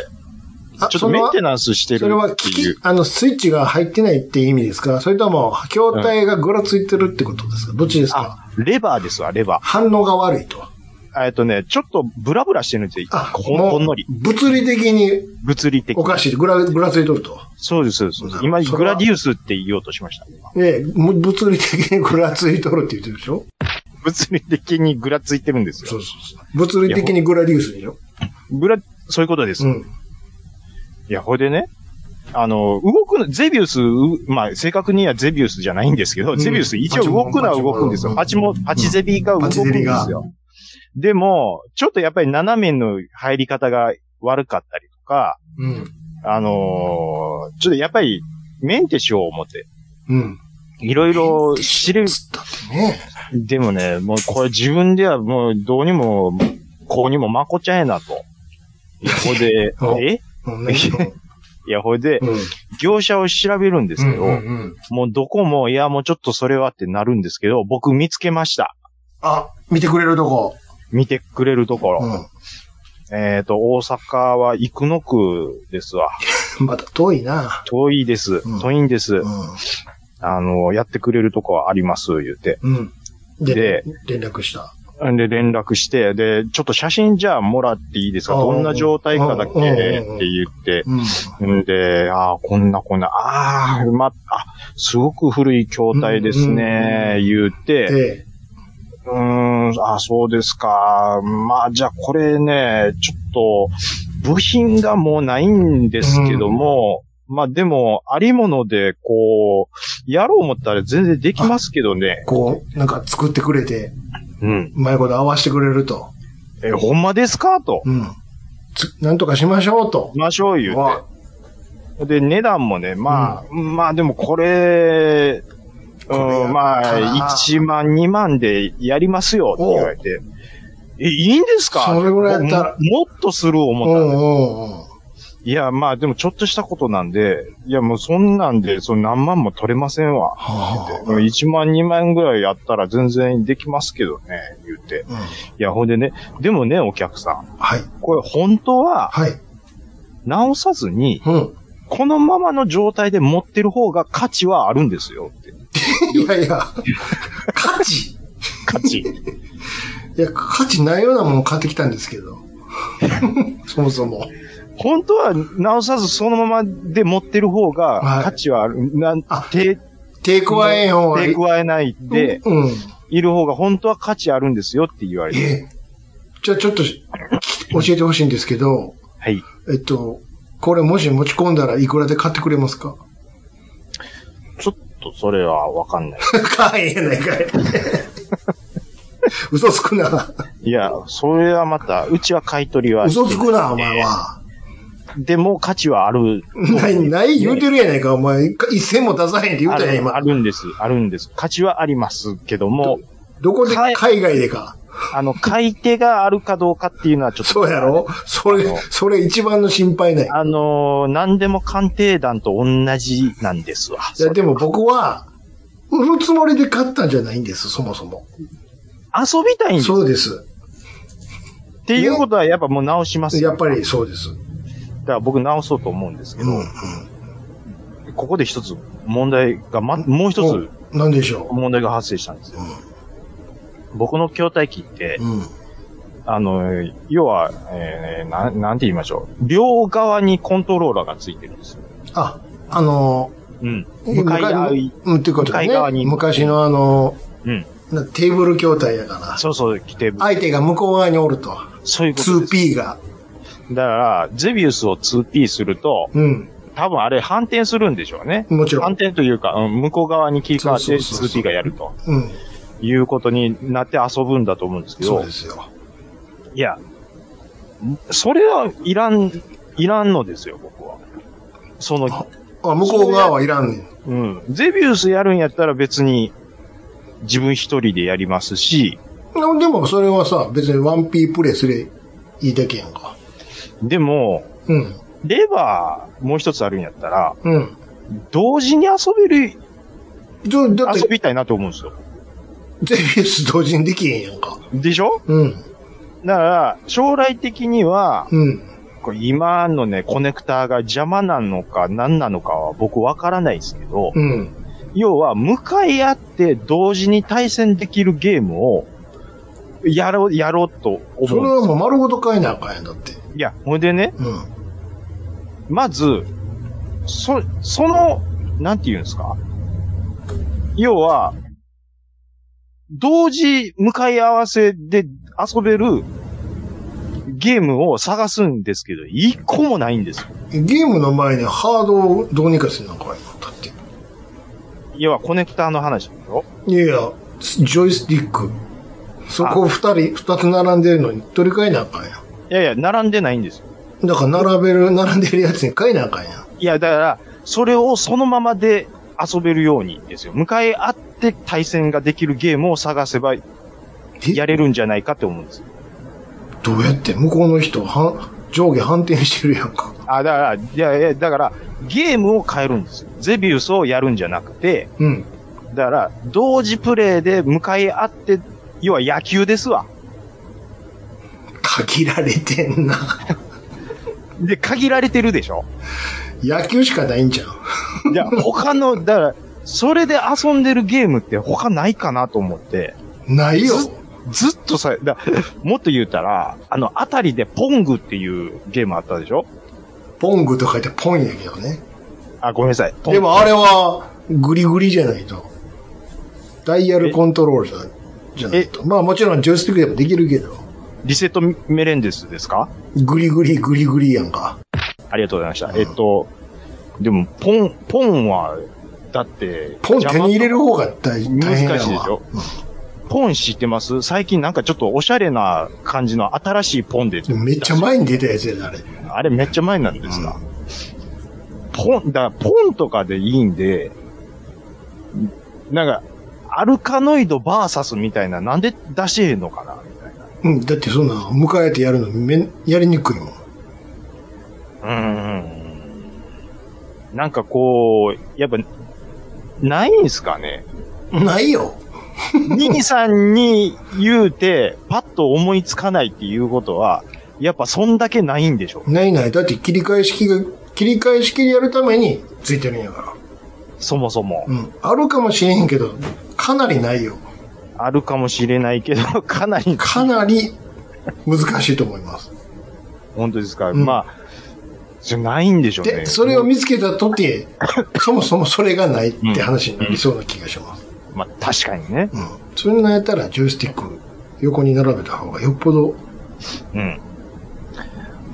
[SPEAKER 1] あ
[SPEAKER 2] ちょっとメンテナンスして
[SPEAKER 1] そ
[SPEAKER 2] る
[SPEAKER 1] れは
[SPEAKER 2] っ
[SPEAKER 1] 機
[SPEAKER 2] ていう
[SPEAKER 1] 器、。あの、スイッチが入ってないって意味ですかそれとも、筐体がぐらついてるってことですかどっちですか
[SPEAKER 2] あ、レバーですわ、レバ
[SPEAKER 1] 反応が悪いと。
[SPEAKER 2] ー。えっとね、ちょっとブラブラしてるんですよ。
[SPEAKER 1] あ、
[SPEAKER 2] ほんほんのり。
[SPEAKER 1] もう物理的に
[SPEAKER 2] 物理的
[SPEAKER 1] お
[SPEAKER 2] に。
[SPEAKER 1] かしい。ぐら、ぐらついとると。
[SPEAKER 2] そうです、そうですそうです。
[SPEAKER 1] な
[SPEAKER 2] 今、
[SPEAKER 1] るほど
[SPEAKER 2] グラディウスって言おうとしました。今
[SPEAKER 1] ええ、む物理的にぐらついとるって言ってるでしょ
[SPEAKER 2] 物理的にぐらついてるんです
[SPEAKER 1] そ
[SPEAKER 2] よ。
[SPEAKER 1] うそうそう。物理的にグラディウスでしょ
[SPEAKER 2] ぐら、そういうことです。
[SPEAKER 1] う
[SPEAKER 2] い
[SPEAKER 1] ん。
[SPEAKER 2] や、ほいでね、あの、動くの、ゼビウス、うまあ、正確にはゼビウスじゃないんですけど、
[SPEAKER 1] うん
[SPEAKER 2] ゼビウス一応動くのは動くんですよ。
[SPEAKER 1] パ
[SPEAKER 2] パ
[SPEAKER 1] チ
[SPEAKER 2] チ
[SPEAKER 1] も
[SPEAKER 2] も、パチゼビが動くん
[SPEAKER 1] パチゼビ
[SPEAKER 2] で
[SPEAKER 1] が
[SPEAKER 2] すよ。でも、ちょっとやっぱり斜めの入り方が悪かったりとか、
[SPEAKER 1] うん。
[SPEAKER 2] あのーちょっとやっぱり、メンテしよう思って、
[SPEAKER 1] うん。
[SPEAKER 2] いろいろ知る、
[SPEAKER 1] つったってね。
[SPEAKER 2] でもね、もうこれ自分ではもうどうにも、こうにもまこちゃんやなと。いや、ほ いで
[SPEAKER 1] お、
[SPEAKER 2] え
[SPEAKER 1] うん。何しろ
[SPEAKER 2] いや、ほいで
[SPEAKER 1] う、ん。うん
[SPEAKER 2] 業者を調べるんですけど、
[SPEAKER 1] うんうん。
[SPEAKER 2] もうどこも、いや、もうちょっとそれはってなるんですけど、僕見つけました。
[SPEAKER 1] あ、見てくれるとこ。
[SPEAKER 2] 見てくれるところ。
[SPEAKER 1] う
[SPEAKER 2] えっ、と、大阪は生野区ですわ。
[SPEAKER 1] ん。また遠いな。
[SPEAKER 2] 遠いです。
[SPEAKER 1] うん
[SPEAKER 2] 遠いんです。
[SPEAKER 1] う
[SPEAKER 2] あの、やってくれるとこはあります、言うて。
[SPEAKER 1] ん。うん。で
[SPEAKER 2] で、
[SPEAKER 1] 連絡した。
[SPEAKER 2] んで、連絡して、で、ちょっと写真じゃあもらっていいですか
[SPEAKER 1] あ
[SPEAKER 2] どんな状態かだけっ
[SPEAKER 1] うんうんうん
[SPEAKER 2] て言って。
[SPEAKER 1] うん。
[SPEAKER 2] んで、ああ、こんなこんな、ああ、ま、あ、すごく古い筐体ですね、言うて、
[SPEAKER 1] で、
[SPEAKER 2] うーん、あ、そうですか。まあ、じゃあこれね、ちょっと、部品がもうないんですけども、まあでも、ありもので、こう、やろう思ったら全然できますけどね。
[SPEAKER 1] こう、なんか作ってくれて、
[SPEAKER 2] うん。
[SPEAKER 1] うまいこと合わせてくれると。
[SPEAKER 2] え、ほんまですかと。
[SPEAKER 1] うん。つなんとかしましょうと。
[SPEAKER 2] ましょう言う
[SPEAKER 1] わ
[SPEAKER 2] て。で、値段もね、まあ、まあでもこれ、
[SPEAKER 1] これや
[SPEAKER 2] うん、ま
[SPEAKER 1] ったら
[SPEAKER 2] あ、1万、2万でやりますよって言われて。え、いいんですか
[SPEAKER 1] それぐらいやったら
[SPEAKER 2] ももっとする思
[SPEAKER 1] う
[SPEAKER 2] っ
[SPEAKER 1] ん
[SPEAKER 2] た
[SPEAKER 1] うん
[SPEAKER 2] です
[SPEAKER 1] んうん。
[SPEAKER 2] いや、まあでもちょっとしたことなんで、いやもうそんなんで、その何万も取れませんわ。
[SPEAKER 1] はあ
[SPEAKER 2] 1万2万ぐらいやったら全然できますけどね、言うて。
[SPEAKER 1] うん
[SPEAKER 2] いや、ほんでね、でもね、お客さん。
[SPEAKER 1] はい。
[SPEAKER 2] これ本当は
[SPEAKER 1] はい。
[SPEAKER 2] 直さずに、
[SPEAKER 1] うん。
[SPEAKER 2] このままの状態で持ってる方が価値はあるんですよって。
[SPEAKER 1] いやいや、価値
[SPEAKER 2] 価値。
[SPEAKER 1] いや、価値ないようなもの買ってきたんですけ ど。そもそも。
[SPEAKER 2] 本当は直さずそのままで持ってる方
[SPEAKER 1] は
[SPEAKER 2] が
[SPEAKER 1] い
[SPEAKER 2] 価値はある。なん
[SPEAKER 1] あ
[SPEAKER 2] 手、
[SPEAKER 1] 手加えん方がいい
[SPEAKER 2] 手加えないで、
[SPEAKER 1] うん。
[SPEAKER 2] いる方が本当は価値あるんですよって言われ
[SPEAKER 1] え
[SPEAKER 2] て。
[SPEAKER 1] え。じゃあちょっと、教えてほしいんですけど、
[SPEAKER 2] はい。
[SPEAKER 1] えっと、これもし持ち込んだらいくらで買ってくれますか
[SPEAKER 2] ちょっとそれはわかんない。
[SPEAKER 1] 買えやない かい。嘘つくな。
[SPEAKER 2] いや、それはまた、うちは買い取りは。
[SPEAKER 1] 嘘つくな、お前は。
[SPEAKER 2] でも価値はある。
[SPEAKER 1] ない、ない言うてるやないか、お前。一銭も出さへんって言う
[SPEAKER 2] あ
[SPEAKER 1] たやん、
[SPEAKER 2] るあ
[SPEAKER 1] 今。
[SPEAKER 2] るんです、あるんです。価値はありますけども、
[SPEAKER 1] どこで、
[SPEAKER 2] はい
[SPEAKER 1] 海外でか。
[SPEAKER 2] あの、買い手があるかどうかっていうのはちょっと。
[SPEAKER 1] そうやろそれ、それ一番の心配ない。
[SPEAKER 2] あのー、何でも鑑定団と同じなんですわ。
[SPEAKER 1] いや、でも僕は、売るつもりで買ったんじゃないんです、そもそも。
[SPEAKER 2] 遊びたいんです。
[SPEAKER 1] そうです。
[SPEAKER 2] っていうことはやっぱもう直しますよ
[SPEAKER 1] やっぱりそうです。う
[SPEAKER 2] だから僕直そうと思うんですけど、
[SPEAKER 1] ん、うん。
[SPEAKER 2] ここで一つ問題が、ま、もう一つ
[SPEAKER 1] なんでしょ
[SPEAKER 2] 問題が発生したんですよ。僕の筐体機って
[SPEAKER 1] う。、うん。
[SPEAKER 2] あの、要は、えーなん、なんて言いましょう。両側にコントローラーがついてるんですよ。
[SPEAKER 1] あ、あの、
[SPEAKER 2] うん。向かい合い。
[SPEAKER 1] うん、っていうことだ
[SPEAKER 2] 向かい側
[SPEAKER 1] ね。
[SPEAKER 2] に
[SPEAKER 1] 昔のあの、
[SPEAKER 2] うん。
[SPEAKER 1] なテーブル筐体やから。
[SPEAKER 2] そうそう、来て、
[SPEAKER 1] 相手が向こう側におると。
[SPEAKER 2] そういうことです。
[SPEAKER 1] 2P が。
[SPEAKER 2] だから、ゼビウスを 2P すると、
[SPEAKER 1] うん。
[SPEAKER 2] 多分あれ反転するんでしょうね。
[SPEAKER 1] もちろ
[SPEAKER 2] 反
[SPEAKER 1] ん。
[SPEAKER 2] 転というか、うん、向こう側に切り替わっ
[SPEAKER 1] そ
[SPEAKER 2] て
[SPEAKER 1] うそうそうそう
[SPEAKER 2] 2P がやると
[SPEAKER 1] うん。
[SPEAKER 2] いうことになって遊ぶんだと思うんですけ
[SPEAKER 1] そう
[SPEAKER 2] ど
[SPEAKER 1] で、すよ。
[SPEAKER 2] いや、それはいらん、いらんのですよ、僕は。その、
[SPEAKER 1] あ、向こう側はいらんねん。
[SPEAKER 2] うん。ゼビウスやるんやったら別に自分一人でやりますし、
[SPEAKER 1] なでもそれはさ、別に 1P プレイすれいいだけやんか。
[SPEAKER 2] でも、
[SPEAKER 1] うん。
[SPEAKER 2] レバーもう一つあるんやったら、
[SPEAKER 1] うん。
[SPEAKER 2] 同時に遊べる、
[SPEAKER 1] じゃだっ
[SPEAKER 2] 遊
[SPEAKER 1] て、
[SPEAKER 2] びたいなと思うんですよ。
[SPEAKER 1] ゼビウス同時にできへんやんか。
[SPEAKER 2] でしょ
[SPEAKER 1] うん。
[SPEAKER 2] だから、将来的には、
[SPEAKER 1] うん。
[SPEAKER 2] これ今のね、コネクターが邪魔なのか何なのかは僕わからないですけど、
[SPEAKER 1] うん。
[SPEAKER 2] 要は向かい合って同時に対戦できるゲームを、やろう、やろうと
[SPEAKER 1] それ
[SPEAKER 2] 思う。
[SPEAKER 1] はもう丸ごと買えなあかんやんだって。
[SPEAKER 2] いや、ほんでね、
[SPEAKER 1] うん。
[SPEAKER 2] まず、そ、その、なんて言うんですか要は、同時向かい合わせで遊べるゲームを探すんですけど、一個もないんですよ。
[SPEAKER 1] ゲームの前にハードをどうにかせなあかんやんだって。
[SPEAKER 2] 要はコネクターの話でしょ
[SPEAKER 1] いやいや、ジョイスティック。そこ二人、二つ並んでるのに取り替えなあかんやん。
[SPEAKER 2] いやいや、並んでないんですよ。
[SPEAKER 1] だから並べる、並んでるやつに買えなあかんやん。
[SPEAKER 2] いや、だから、それをそのままで遊べるようにですよ。向かい合って対戦ができるゲームを探せば
[SPEAKER 1] え
[SPEAKER 2] やれるんじゃないかって思うんですよ。
[SPEAKER 1] どうやって向こうの人、は上下反転してるやんか。
[SPEAKER 2] あ、だから、いやいや、だから、ゲームを変えるんですよ。ゼビウスをやるんじゃなくて、
[SPEAKER 1] うん。
[SPEAKER 2] だから、同時プレイで向かい合って、要は野球ですわ。
[SPEAKER 1] 限られてんな。
[SPEAKER 2] で、限られてるで しょ
[SPEAKER 1] 野球しかないんじゃん。
[SPEAKER 2] いや、他の、だから、それで遊んでるゲームって他ないかなと思って、
[SPEAKER 1] ないよ。
[SPEAKER 2] ずずっとさ、だもっと言うたら、あの、あたりでポングっていうゲームあったでしょ
[SPEAKER 1] ポングと書いてポンやけどね。
[SPEAKER 2] あ、ごめんなさい。ポン
[SPEAKER 1] でもあれは、グリグリじゃないと。ダイヤルコントロールじゃじゃないと。まあもちろんジョイスティックでもできるけど。
[SPEAKER 2] リセットメレンデスですか
[SPEAKER 1] グリグリ、グリグリやんか。
[SPEAKER 2] ありがとうございました。
[SPEAKER 1] うん
[SPEAKER 2] えっと、でも、ポン、ポンは、だって、
[SPEAKER 1] ポン手に入れる方が大大変やわ
[SPEAKER 2] 難しいでしょポン知ってます最近なんかちょっとおしゃれな感じの新しいポンで。
[SPEAKER 1] でもめっちゃ前に出たやつやで、あれ。
[SPEAKER 2] あれめっちゃ前なんですが。ポン、だからポンとかでいいんで、なんか、アルカノイドバーサスみたいな、なんで出してへんのかなみたいな。
[SPEAKER 1] うん、だってそんな、迎えてやるのめん、やりにくいもん。
[SPEAKER 2] うーん。なんかこう、やっぱ、ないんすかね
[SPEAKER 1] ないよ。
[SPEAKER 2] 兄さんに言うて、パッと思いつかないっていうことは、やっぱそんだけないんでしょ
[SPEAKER 1] ないない。だって切り替え式が、切り替え式でやるためについてるんやか
[SPEAKER 2] そもそも。
[SPEAKER 1] ら。うん。あるかもしれへんけど、かなりないよ。
[SPEAKER 2] あるかもしれないけど、 かなり、
[SPEAKER 1] かなり難しいと思います。
[SPEAKER 2] 本当ですか。
[SPEAKER 1] うん
[SPEAKER 2] まあ、じゃないんでしょうね。
[SPEAKER 1] で、それを見つけたとて、そもそもそれがないって話になりそうな気がします。
[SPEAKER 2] まあ、確かにね。
[SPEAKER 1] うん。それなんやったら、ジョイスティック横に並べた方がよっぽど、
[SPEAKER 2] うん。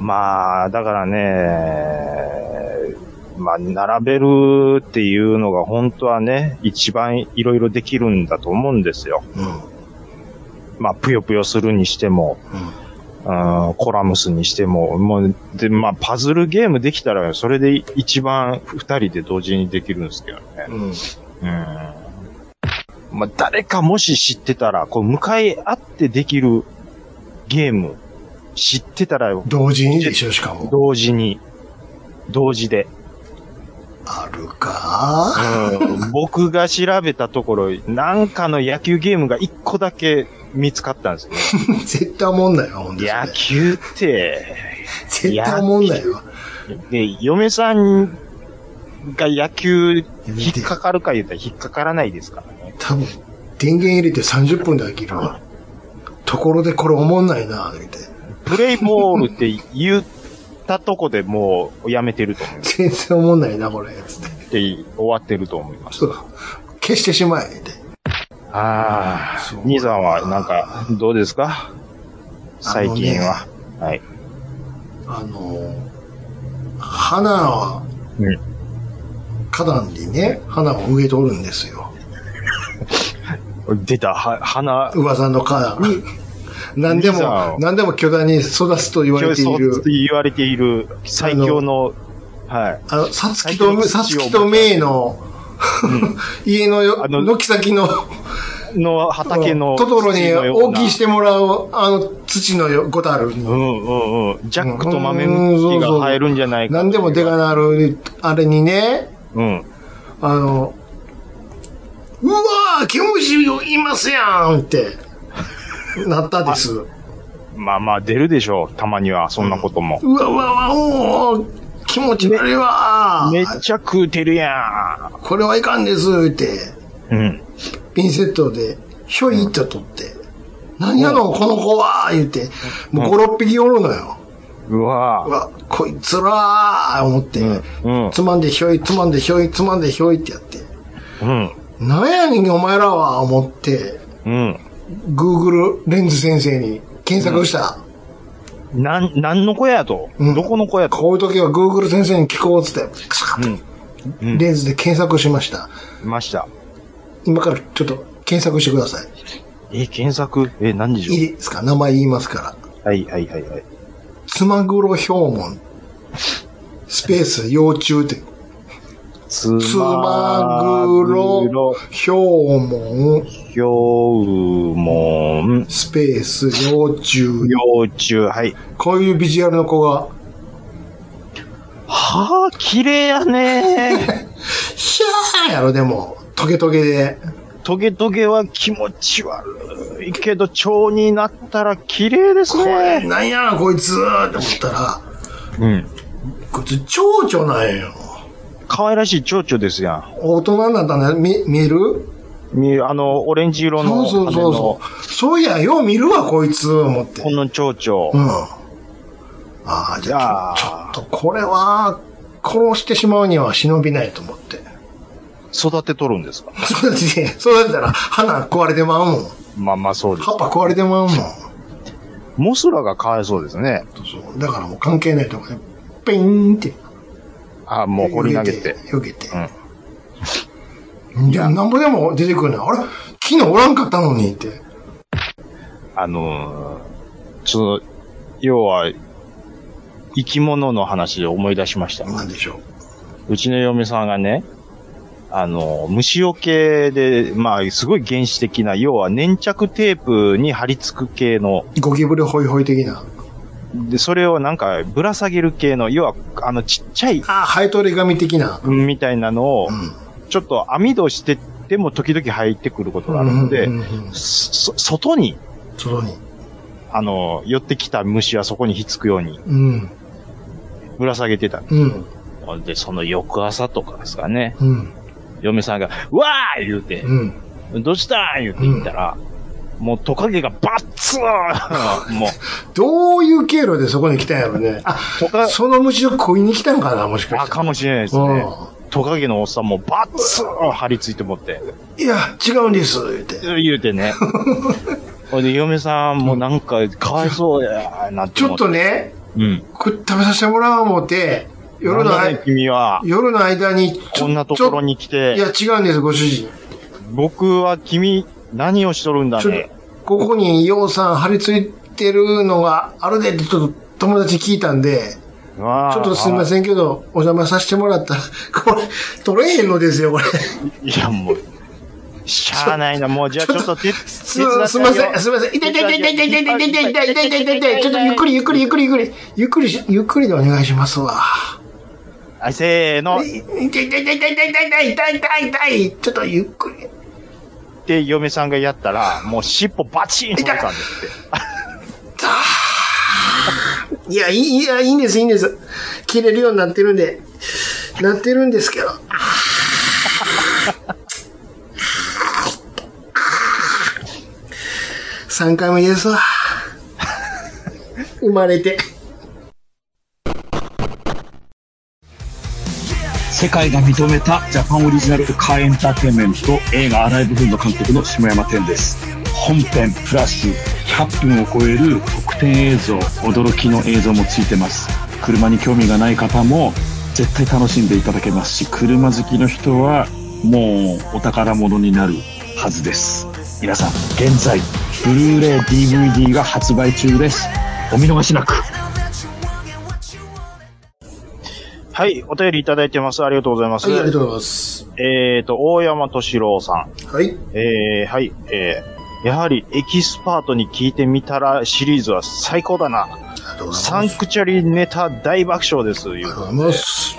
[SPEAKER 2] まあ、だからね、まあ、並べるっていうのが本当はね、一番いろいろできるんだと思うんですよ。
[SPEAKER 1] うん。うん。
[SPEAKER 2] まあ、ぷよぷよするにしても、うん、コラムスにしても、もう、で、まあ、パズルゲームできたら、それで一番二人で同時にできるんですけどね。
[SPEAKER 1] うん。
[SPEAKER 2] うん。まあ、誰かもし知ってたら、こう、向かい合ってできるゲーム、知ってたら、
[SPEAKER 1] 同時にでしょ、しかも。
[SPEAKER 2] 同時に、同時で。
[SPEAKER 1] あるか
[SPEAKER 2] うん、 僕が調べたところ、なんかの野球ゲームが一個だけ見つかったんですよね。
[SPEAKER 1] 絶対おもんないわ、ほんとそれ
[SPEAKER 2] 野球って、
[SPEAKER 1] 絶対おもんないわ。
[SPEAKER 2] で、嫁さんが野球引っかかるか言ったら引っかからないですからね。
[SPEAKER 1] 多分、電源入れて30分で飽きるわ。ところでこれおもんないな、みたいな。
[SPEAKER 2] プレイボールって言ったとこでもうやめてると思う。
[SPEAKER 1] 全然おもんないな、これ。つって。
[SPEAKER 2] って終わってると思います。
[SPEAKER 1] そう。消してしまえ、みたいな。
[SPEAKER 2] ああ
[SPEAKER 1] そう、
[SPEAKER 2] 兄さんはなんか、どうですか最近は。はい。
[SPEAKER 1] あの、花は
[SPEAKER 2] うん、
[SPEAKER 1] 花壇にね、花を植えとるんですよ。
[SPEAKER 2] 出た、は、花、
[SPEAKER 1] 噂の花 壇。何で
[SPEAKER 2] いいじゃ
[SPEAKER 1] も、
[SPEAKER 2] ん
[SPEAKER 1] 何でも巨大に育つと言われてい
[SPEAKER 2] そう
[SPEAKER 1] る。
[SPEAKER 2] 言われている最強の、はい。
[SPEAKER 1] あの、さつき
[SPEAKER 2] 最強の
[SPEAKER 1] と、
[SPEAKER 2] 土を
[SPEAKER 1] さつきとめいの、 家のよ、
[SPEAKER 2] あの
[SPEAKER 1] 軒先の、
[SPEAKER 2] の畑の。
[SPEAKER 1] トトロに
[SPEAKER 2] 土のような
[SPEAKER 1] 大きいしてもらう、あの、土のよごたる
[SPEAKER 2] う
[SPEAKER 1] に。
[SPEAKER 2] んうんうん。ジャックと豆向きが生えるんじゃないか。
[SPEAKER 1] 何でもでかなる、あれにね、
[SPEAKER 2] うん。
[SPEAKER 1] あの、うわ ー、毛虫いますやんって、なったです。
[SPEAKER 2] まあまあ出るでしょう。たまには、そんなことも。
[SPEAKER 1] うわうわうわ、おお気持ち悪いわ
[SPEAKER 2] めっちゃ食うてるや
[SPEAKER 1] これはいかんです、って、
[SPEAKER 2] ん。うん。
[SPEAKER 1] ピンセットで、ひょいっと取って、何やの、この子は言って、もう5、6匹おるのよ。
[SPEAKER 2] う
[SPEAKER 1] う
[SPEAKER 2] わ
[SPEAKER 1] わ、こいつらー思って、
[SPEAKER 2] うんうん
[SPEAKER 1] つまんでひょい、つまんでひょい、つまんでひょいってやって、
[SPEAKER 2] うん。
[SPEAKER 1] なんやねん、お前らは、思って、
[SPEAKER 2] うん。
[SPEAKER 1] Google レンズ先生に検索した。
[SPEAKER 2] なん、なんの子やと。
[SPEAKER 1] うん
[SPEAKER 2] どこの子やと。
[SPEAKER 1] こういう時は Google 先生に聞こうっつって、クサッ
[SPEAKER 2] うん。うん
[SPEAKER 1] レンズで検索しました。
[SPEAKER 2] いました。
[SPEAKER 1] 今からちょっと検索してください。
[SPEAKER 2] え、検索、え、何でしょう
[SPEAKER 1] いいですか名前言いますから。
[SPEAKER 2] はいはいはいはい。
[SPEAKER 1] つまぐろ表門。スペース、幼虫って。
[SPEAKER 2] つま
[SPEAKER 1] つまぐろ表門。
[SPEAKER 2] ひょうもん、
[SPEAKER 1] スペース、幼虫。
[SPEAKER 2] 幼虫、はい。
[SPEAKER 1] こういうビジュアルの子が、
[SPEAKER 2] はあ、綺麗 やね。
[SPEAKER 1] ひゃーやろ、でも。トゲトゲで。
[SPEAKER 2] トゲトゲは気持ち悪いけど、蝶になったら綺麗です
[SPEAKER 1] これ、
[SPEAKER 2] ね。
[SPEAKER 1] なんやろ、こいつって思ったら、
[SPEAKER 2] うん。
[SPEAKER 1] こいつ、蝶々なんよ。
[SPEAKER 2] 可愛らしい蝶々ですやん。
[SPEAKER 1] 大人になったら見、見える
[SPEAKER 2] みあの、オレンジ色
[SPEAKER 1] そ
[SPEAKER 2] の
[SPEAKER 1] う
[SPEAKER 2] 羽
[SPEAKER 1] そうそう
[SPEAKER 2] の
[SPEAKER 1] そ、う。そういや、よう見るわ、こいつ、思って。
[SPEAKER 2] この蝶
[SPEAKER 1] うん。
[SPEAKER 2] 々。
[SPEAKER 1] ああ、じゃあち
[SPEAKER 2] じ
[SPEAKER 1] ょ、
[SPEAKER 2] ゃあ
[SPEAKER 1] ちょっと、これは、殺してしまうには忍びないと思って。
[SPEAKER 2] 育てとるんですか
[SPEAKER 1] そうだね。そうだったら、花壊れてまうもん。
[SPEAKER 2] まあまあそうです
[SPEAKER 1] 葉。っぱ壊れてまうもん。
[SPEAKER 2] モスラがかわいそうですね。
[SPEAKER 1] そう。だからもう関係ないとこで、ペイーンって。
[SPEAKER 2] あもう掘り投げて。。
[SPEAKER 1] 避けて。いや、なんぼでも出てくるな。あれ昨日おらんかったのにって。
[SPEAKER 2] あのー、その、要は、生き物の話で思い出しました。
[SPEAKER 1] なんでしょ
[SPEAKER 2] うちの嫁さんがね、あの、虫除けで、まあ、すごい原始的な、要は粘着テープに貼り付く系の、
[SPEAKER 1] う。ゴキブリホイホイ的な。
[SPEAKER 2] で、それをなんかぶら下げる系の、要は、あの、ちっちゃい、
[SPEAKER 1] ああ、ハエ取り紙的な。
[SPEAKER 2] みたいなのを
[SPEAKER 1] う、ん。
[SPEAKER 2] ちょっと網戸してても時々入ってくることがあるので
[SPEAKER 1] う、んうんうん
[SPEAKER 2] そ、外に、
[SPEAKER 1] 外に。
[SPEAKER 2] あの、寄ってきた虫はそこにひっつくように
[SPEAKER 1] うん。
[SPEAKER 2] ぶら下げてた。
[SPEAKER 1] うん。
[SPEAKER 2] で、その翌朝とかですかね、
[SPEAKER 1] うん。
[SPEAKER 2] 嫁さんが、うわー言うて、
[SPEAKER 1] うん。
[SPEAKER 2] どうしたん言って言ったら、もうトカゲがバッツーンもう、
[SPEAKER 1] どういう経路でそこに来たんやろね。あ、
[SPEAKER 2] ト カ、
[SPEAKER 1] その虫を食いに来たんかな、もしか
[SPEAKER 2] あ、
[SPEAKER 1] して。
[SPEAKER 2] かもしれないですね。トカゲのおっさんもバッツーン張り付いて持って、
[SPEAKER 1] うん。いや、違うんです、言って。
[SPEAKER 2] 言う てね。ほいで、嫁さんもなんか、かわいそうやなって
[SPEAKER 1] ちょ
[SPEAKER 2] 思。
[SPEAKER 1] ってとね、
[SPEAKER 2] うん。
[SPEAKER 1] これ食べさせてもらおう思って、夜の
[SPEAKER 2] な
[SPEAKER 1] あ
[SPEAKER 2] んだね、君は、
[SPEAKER 1] 夜の間にちょ、
[SPEAKER 2] こんなところに来
[SPEAKER 1] ちょい
[SPEAKER 2] て、
[SPEAKER 1] や、違うんです、ご主人。
[SPEAKER 2] 僕は君、何をしとるんだ
[SPEAKER 1] ちょっ
[SPEAKER 2] ね。
[SPEAKER 1] と、ここにようさん張り付いてるのがあるでって、ちょっと友達に聞いたんで、
[SPEAKER 2] ちょ
[SPEAKER 1] ちょっとすいま
[SPEAKER 2] ん。
[SPEAKER 1] せんけど、お邪魔させてもらったら、 これ、取れへんのですよ、これ。
[SPEAKER 2] いや、もう。しゃあないな、もう、じゃあちょっと 手、
[SPEAKER 1] す、すみません、すみません。痛い痛い痛い痛い痛い痛い痛い痛い痛い痛い痛い痛い。ちょっとゆっくりゆっくりゆっくりゆっくり。ゆっくりし、ゆっくりでお願いしますわ。
[SPEAKER 2] はい、せーの
[SPEAKER 1] 痛。い痛い痛い痛い痛い痛い痛い痛い痛い痛い。ちょっとゆっくり。
[SPEAKER 2] って嫁さんがやったら、もう尻尾バチン取れたんですって。
[SPEAKER 1] いや、いい、いや、いいんです、いいんです。切れるようになってるんで、なってるんですけど。3回目ですわ。生まれて。
[SPEAKER 3] 世界が認めたジャパンオリジナルカーエンターテインメント映画アライブフード監督の下山天です。本編プラス100分を超える特典映像、驚きの映像もついてます。車に興味がない方も絶対楽しんでいただけますし、車好きの人はもうお宝物になるはずです。皆さん、現在、ブルーレイ DVD が発売中です。お見逃しなく。
[SPEAKER 2] はい、お便りいただいてます。ありがとうございます。
[SPEAKER 1] はい、ありがとうございます。
[SPEAKER 2] えーと、大山敏郎さん。
[SPEAKER 1] はい。
[SPEAKER 2] えー、はい、えー、やはりエキスパートに聞いてみたらシリーズは最高だな。
[SPEAKER 1] ありがとうござい
[SPEAKER 2] サ
[SPEAKER 1] ま
[SPEAKER 2] ン
[SPEAKER 1] す。
[SPEAKER 2] クチャリネタ大爆笑です。い
[SPEAKER 1] ありがとうご
[SPEAKER 2] う
[SPEAKER 1] ざいます。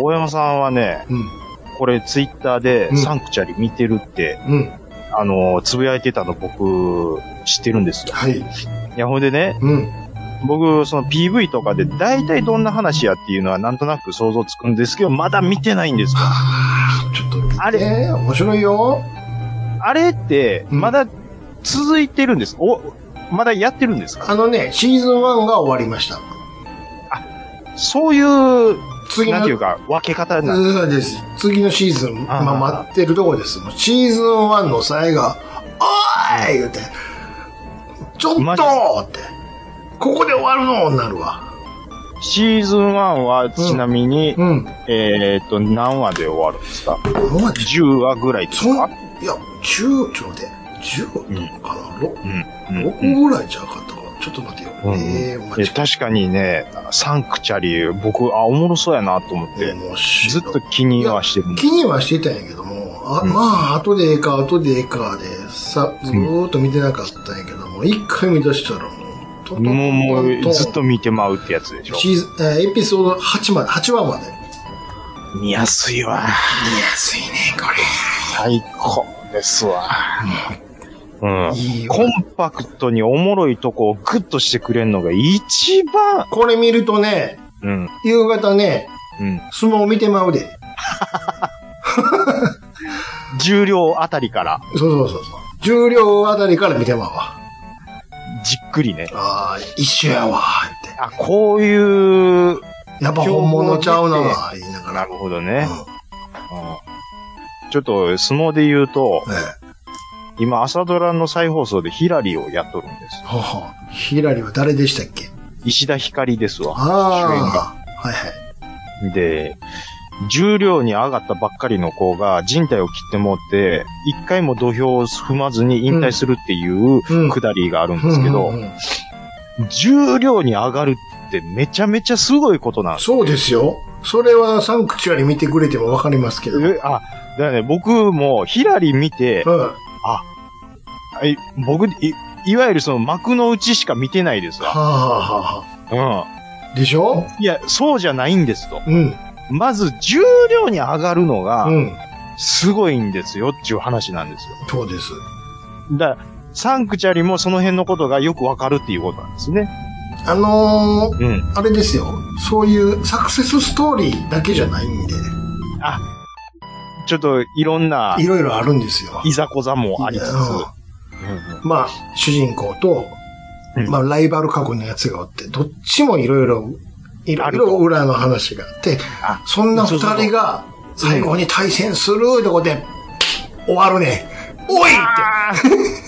[SPEAKER 2] 大山さんはね、
[SPEAKER 1] うん。
[SPEAKER 2] これツイッターで
[SPEAKER 1] うん
[SPEAKER 2] サンクチャリ見てるって、
[SPEAKER 1] うん。
[SPEAKER 2] あの、つぶやいてたの僕知ってるんですよ。
[SPEAKER 1] はい。
[SPEAKER 2] いや、ほんでね、
[SPEAKER 1] うん。
[SPEAKER 2] 僕、その PV とかで大体どんな話やっていうのはなんとなく想像つくんですけど、まだ見てない んですよ。
[SPEAKER 1] はあ、ちょっと見て。
[SPEAKER 2] あれ
[SPEAKER 1] え面白いよ。
[SPEAKER 2] あれって、
[SPEAKER 1] うん
[SPEAKER 2] まだ続いてるんです。お、まだやってるんですか
[SPEAKER 1] あのね、シーズン1が終わりました。
[SPEAKER 2] そういう、
[SPEAKER 1] 次
[SPEAKER 2] なん
[SPEAKER 1] の
[SPEAKER 2] ていうか、分け方なん
[SPEAKER 1] そうです。次のシーズン、
[SPEAKER 2] あー
[SPEAKER 1] まあ、待ってるとこです。もうシーズン1の最後、おーい言うて、ちょっと
[SPEAKER 2] マジ
[SPEAKER 1] って、ここで終わるのになるわ。
[SPEAKER 2] シーズン1はちなみに、
[SPEAKER 1] うん。
[SPEAKER 2] えーっと、何話で終わるんですか
[SPEAKER 1] うわ
[SPEAKER 2] ?10 話ぐらいです
[SPEAKER 1] そん、い
[SPEAKER 2] か
[SPEAKER 1] や、10、ちょっと待って、10かな、ろ
[SPEAKER 2] うん
[SPEAKER 1] 六
[SPEAKER 2] うん
[SPEAKER 1] 個ぐらいじゃなかったかな。ちょっと待ってよ。
[SPEAKER 2] うん
[SPEAKER 1] えー、
[SPEAKER 2] え
[SPEAKER 1] 待ち
[SPEAKER 2] 確かにね、サンクチャリー、僕、あ、おもろそうやなと思って、
[SPEAKER 1] 面白い
[SPEAKER 2] ずっと気にはしてるんです。
[SPEAKER 1] 気にはしてたんやけども、あ
[SPEAKER 2] うん
[SPEAKER 1] まあ、後でええか、後でええかで、さ、ずーっと見てなかったんやけども、一回見出したらもう、トントン
[SPEAKER 2] も
[SPEAKER 1] ト
[SPEAKER 2] う、も
[SPEAKER 1] ントン
[SPEAKER 2] う、ずっと見てまうってやつでしょ。
[SPEAKER 1] シーズン、えーエピソード8まで、8話まで。
[SPEAKER 2] 見やすいわ。
[SPEAKER 1] 見やすいね、こ
[SPEAKER 2] 最高ですわ。うん。
[SPEAKER 1] いいわ
[SPEAKER 2] コンパクトにおもろいとこをグッとしてくれんのが一番、
[SPEAKER 1] これ見るとね、
[SPEAKER 2] うん、
[SPEAKER 1] 夕方ね、
[SPEAKER 2] うん。
[SPEAKER 1] 相撲見てまうで。
[SPEAKER 2] 重量あたりから、
[SPEAKER 1] そうそうそうそう。重量あたりから見てまうわ。
[SPEAKER 2] じっくりね。
[SPEAKER 1] ああ、一緒やわ、っ
[SPEAKER 2] あ、こういう、
[SPEAKER 1] て。やっぱ本物ちゃうな、言いなが
[SPEAKER 2] な
[SPEAKER 1] ら。
[SPEAKER 2] るほどね。
[SPEAKER 1] う
[SPEAKER 2] うんちょっと、相撲で言うと、
[SPEAKER 1] ん。ええ
[SPEAKER 2] 今、朝ドラの再放送でヒラリをやっとるんです。
[SPEAKER 1] ほうほう。ヒラリは誰でしたっけ
[SPEAKER 2] 石田ひかりですわ。
[SPEAKER 1] あ
[SPEAKER 2] 主演
[SPEAKER 1] あ。はいはい。
[SPEAKER 2] で、重量に上がったばっかりの子が人体を切ってもって、一回も土俵を踏まずに引退するっていう
[SPEAKER 1] うん
[SPEAKER 2] くだりがあるんですけ
[SPEAKER 1] う
[SPEAKER 2] ど
[SPEAKER 1] んう、んうん
[SPEAKER 2] 重量に上がるってめちゃめちゃすごいことなんです。
[SPEAKER 1] そうですよ。それはサンクチュアリ見てくれてもわかりますけど。うん。
[SPEAKER 2] えあ、だからね、僕もヒラリ見て、
[SPEAKER 1] は
[SPEAKER 2] はい僕、い、いわゆるその幕の内しか見てないです
[SPEAKER 1] あは
[SPEAKER 2] わ。
[SPEAKER 1] あは
[SPEAKER 2] う
[SPEAKER 1] あ。でしょ
[SPEAKER 2] ん。いや、そうじゃないんですと。
[SPEAKER 1] うん。
[SPEAKER 2] まず重量に上がるのが、
[SPEAKER 1] うん。
[SPEAKER 2] すごいんですよっていう話なんですよ。
[SPEAKER 1] そうです。
[SPEAKER 2] だから、サンクチャリもその辺のことがよくわかるっていうことなんですね。
[SPEAKER 1] あのー、
[SPEAKER 2] うん。
[SPEAKER 1] あれですよ。そういうサクセスストーリーだけじゃないんで、
[SPEAKER 2] ちょっといろんない
[SPEAKER 1] ろいろあるんですよ。
[SPEAKER 2] いざこざもありつつ。
[SPEAKER 1] うんまあ、主人公と、
[SPEAKER 2] うん
[SPEAKER 1] まあ、ライバル格のやつがおって、どっちもいろいろ、いろ
[SPEAKER 2] あ
[SPEAKER 1] い
[SPEAKER 2] ると
[SPEAKER 1] ろ裏の話があって、
[SPEAKER 2] あ
[SPEAKER 1] そんな二
[SPEAKER 2] そうそう
[SPEAKER 1] 人が最後に対戦するとこで、終わるね。おいって、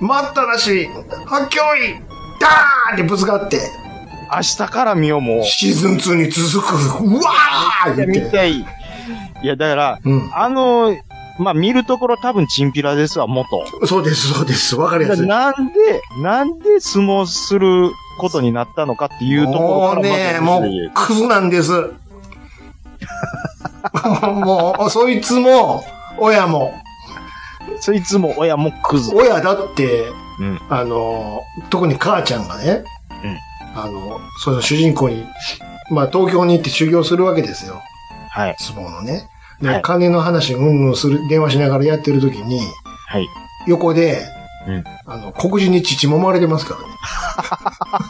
[SPEAKER 1] 待ったなし、発狂い、ダーンってぶつかって、
[SPEAKER 2] 明日から見ようもう。
[SPEAKER 1] シーズン2に続く、うわーって
[SPEAKER 2] 見
[SPEAKER 1] 言って。
[SPEAKER 2] たい。いや、だから、
[SPEAKER 1] うん。
[SPEAKER 2] あの、まあ、見るところ多分チンピラですわ、元。
[SPEAKER 1] そうです、そうです。わかりやすい。
[SPEAKER 2] なんで、なんで相撲することになったのかっていうところ
[SPEAKER 1] も
[SPEAKER 2] か
[SPEAKER 1] う
[SPEAKER 2] ら
[SPEAKER 1] ね、
[SPEAKER 2] ま
[SPEAKER 1] も
[SPEAKER 2] ず
[SPEAKER 1] う、クズなんです。 もう、そいつも、親も、
[SPEAKER 2] そいつも親もクズ。
[SPEAKER 1] 親だって、
[SPEAKER 2] うん
[SPEAKER 1] あの、特に母ちゃんがね、
[SPEAKER 2] うん
[SPEAKER 1] あの、その主人公に、まあ東京に行って修行するわけですよ、
[SPEAKER 2] はい。
[SPEAKER 1] 相撲のね。で、
[SPEAKER 2] はい
[SPEAKER 1] 金の話、うんうんする、電話しながらやってる時に、
[SPEAKER 2] はい。
[SPEAKER 1] 横で、
[SPEAKER 2] うん
[SPEAKER 1] あの、黒人に乳揉まれてますか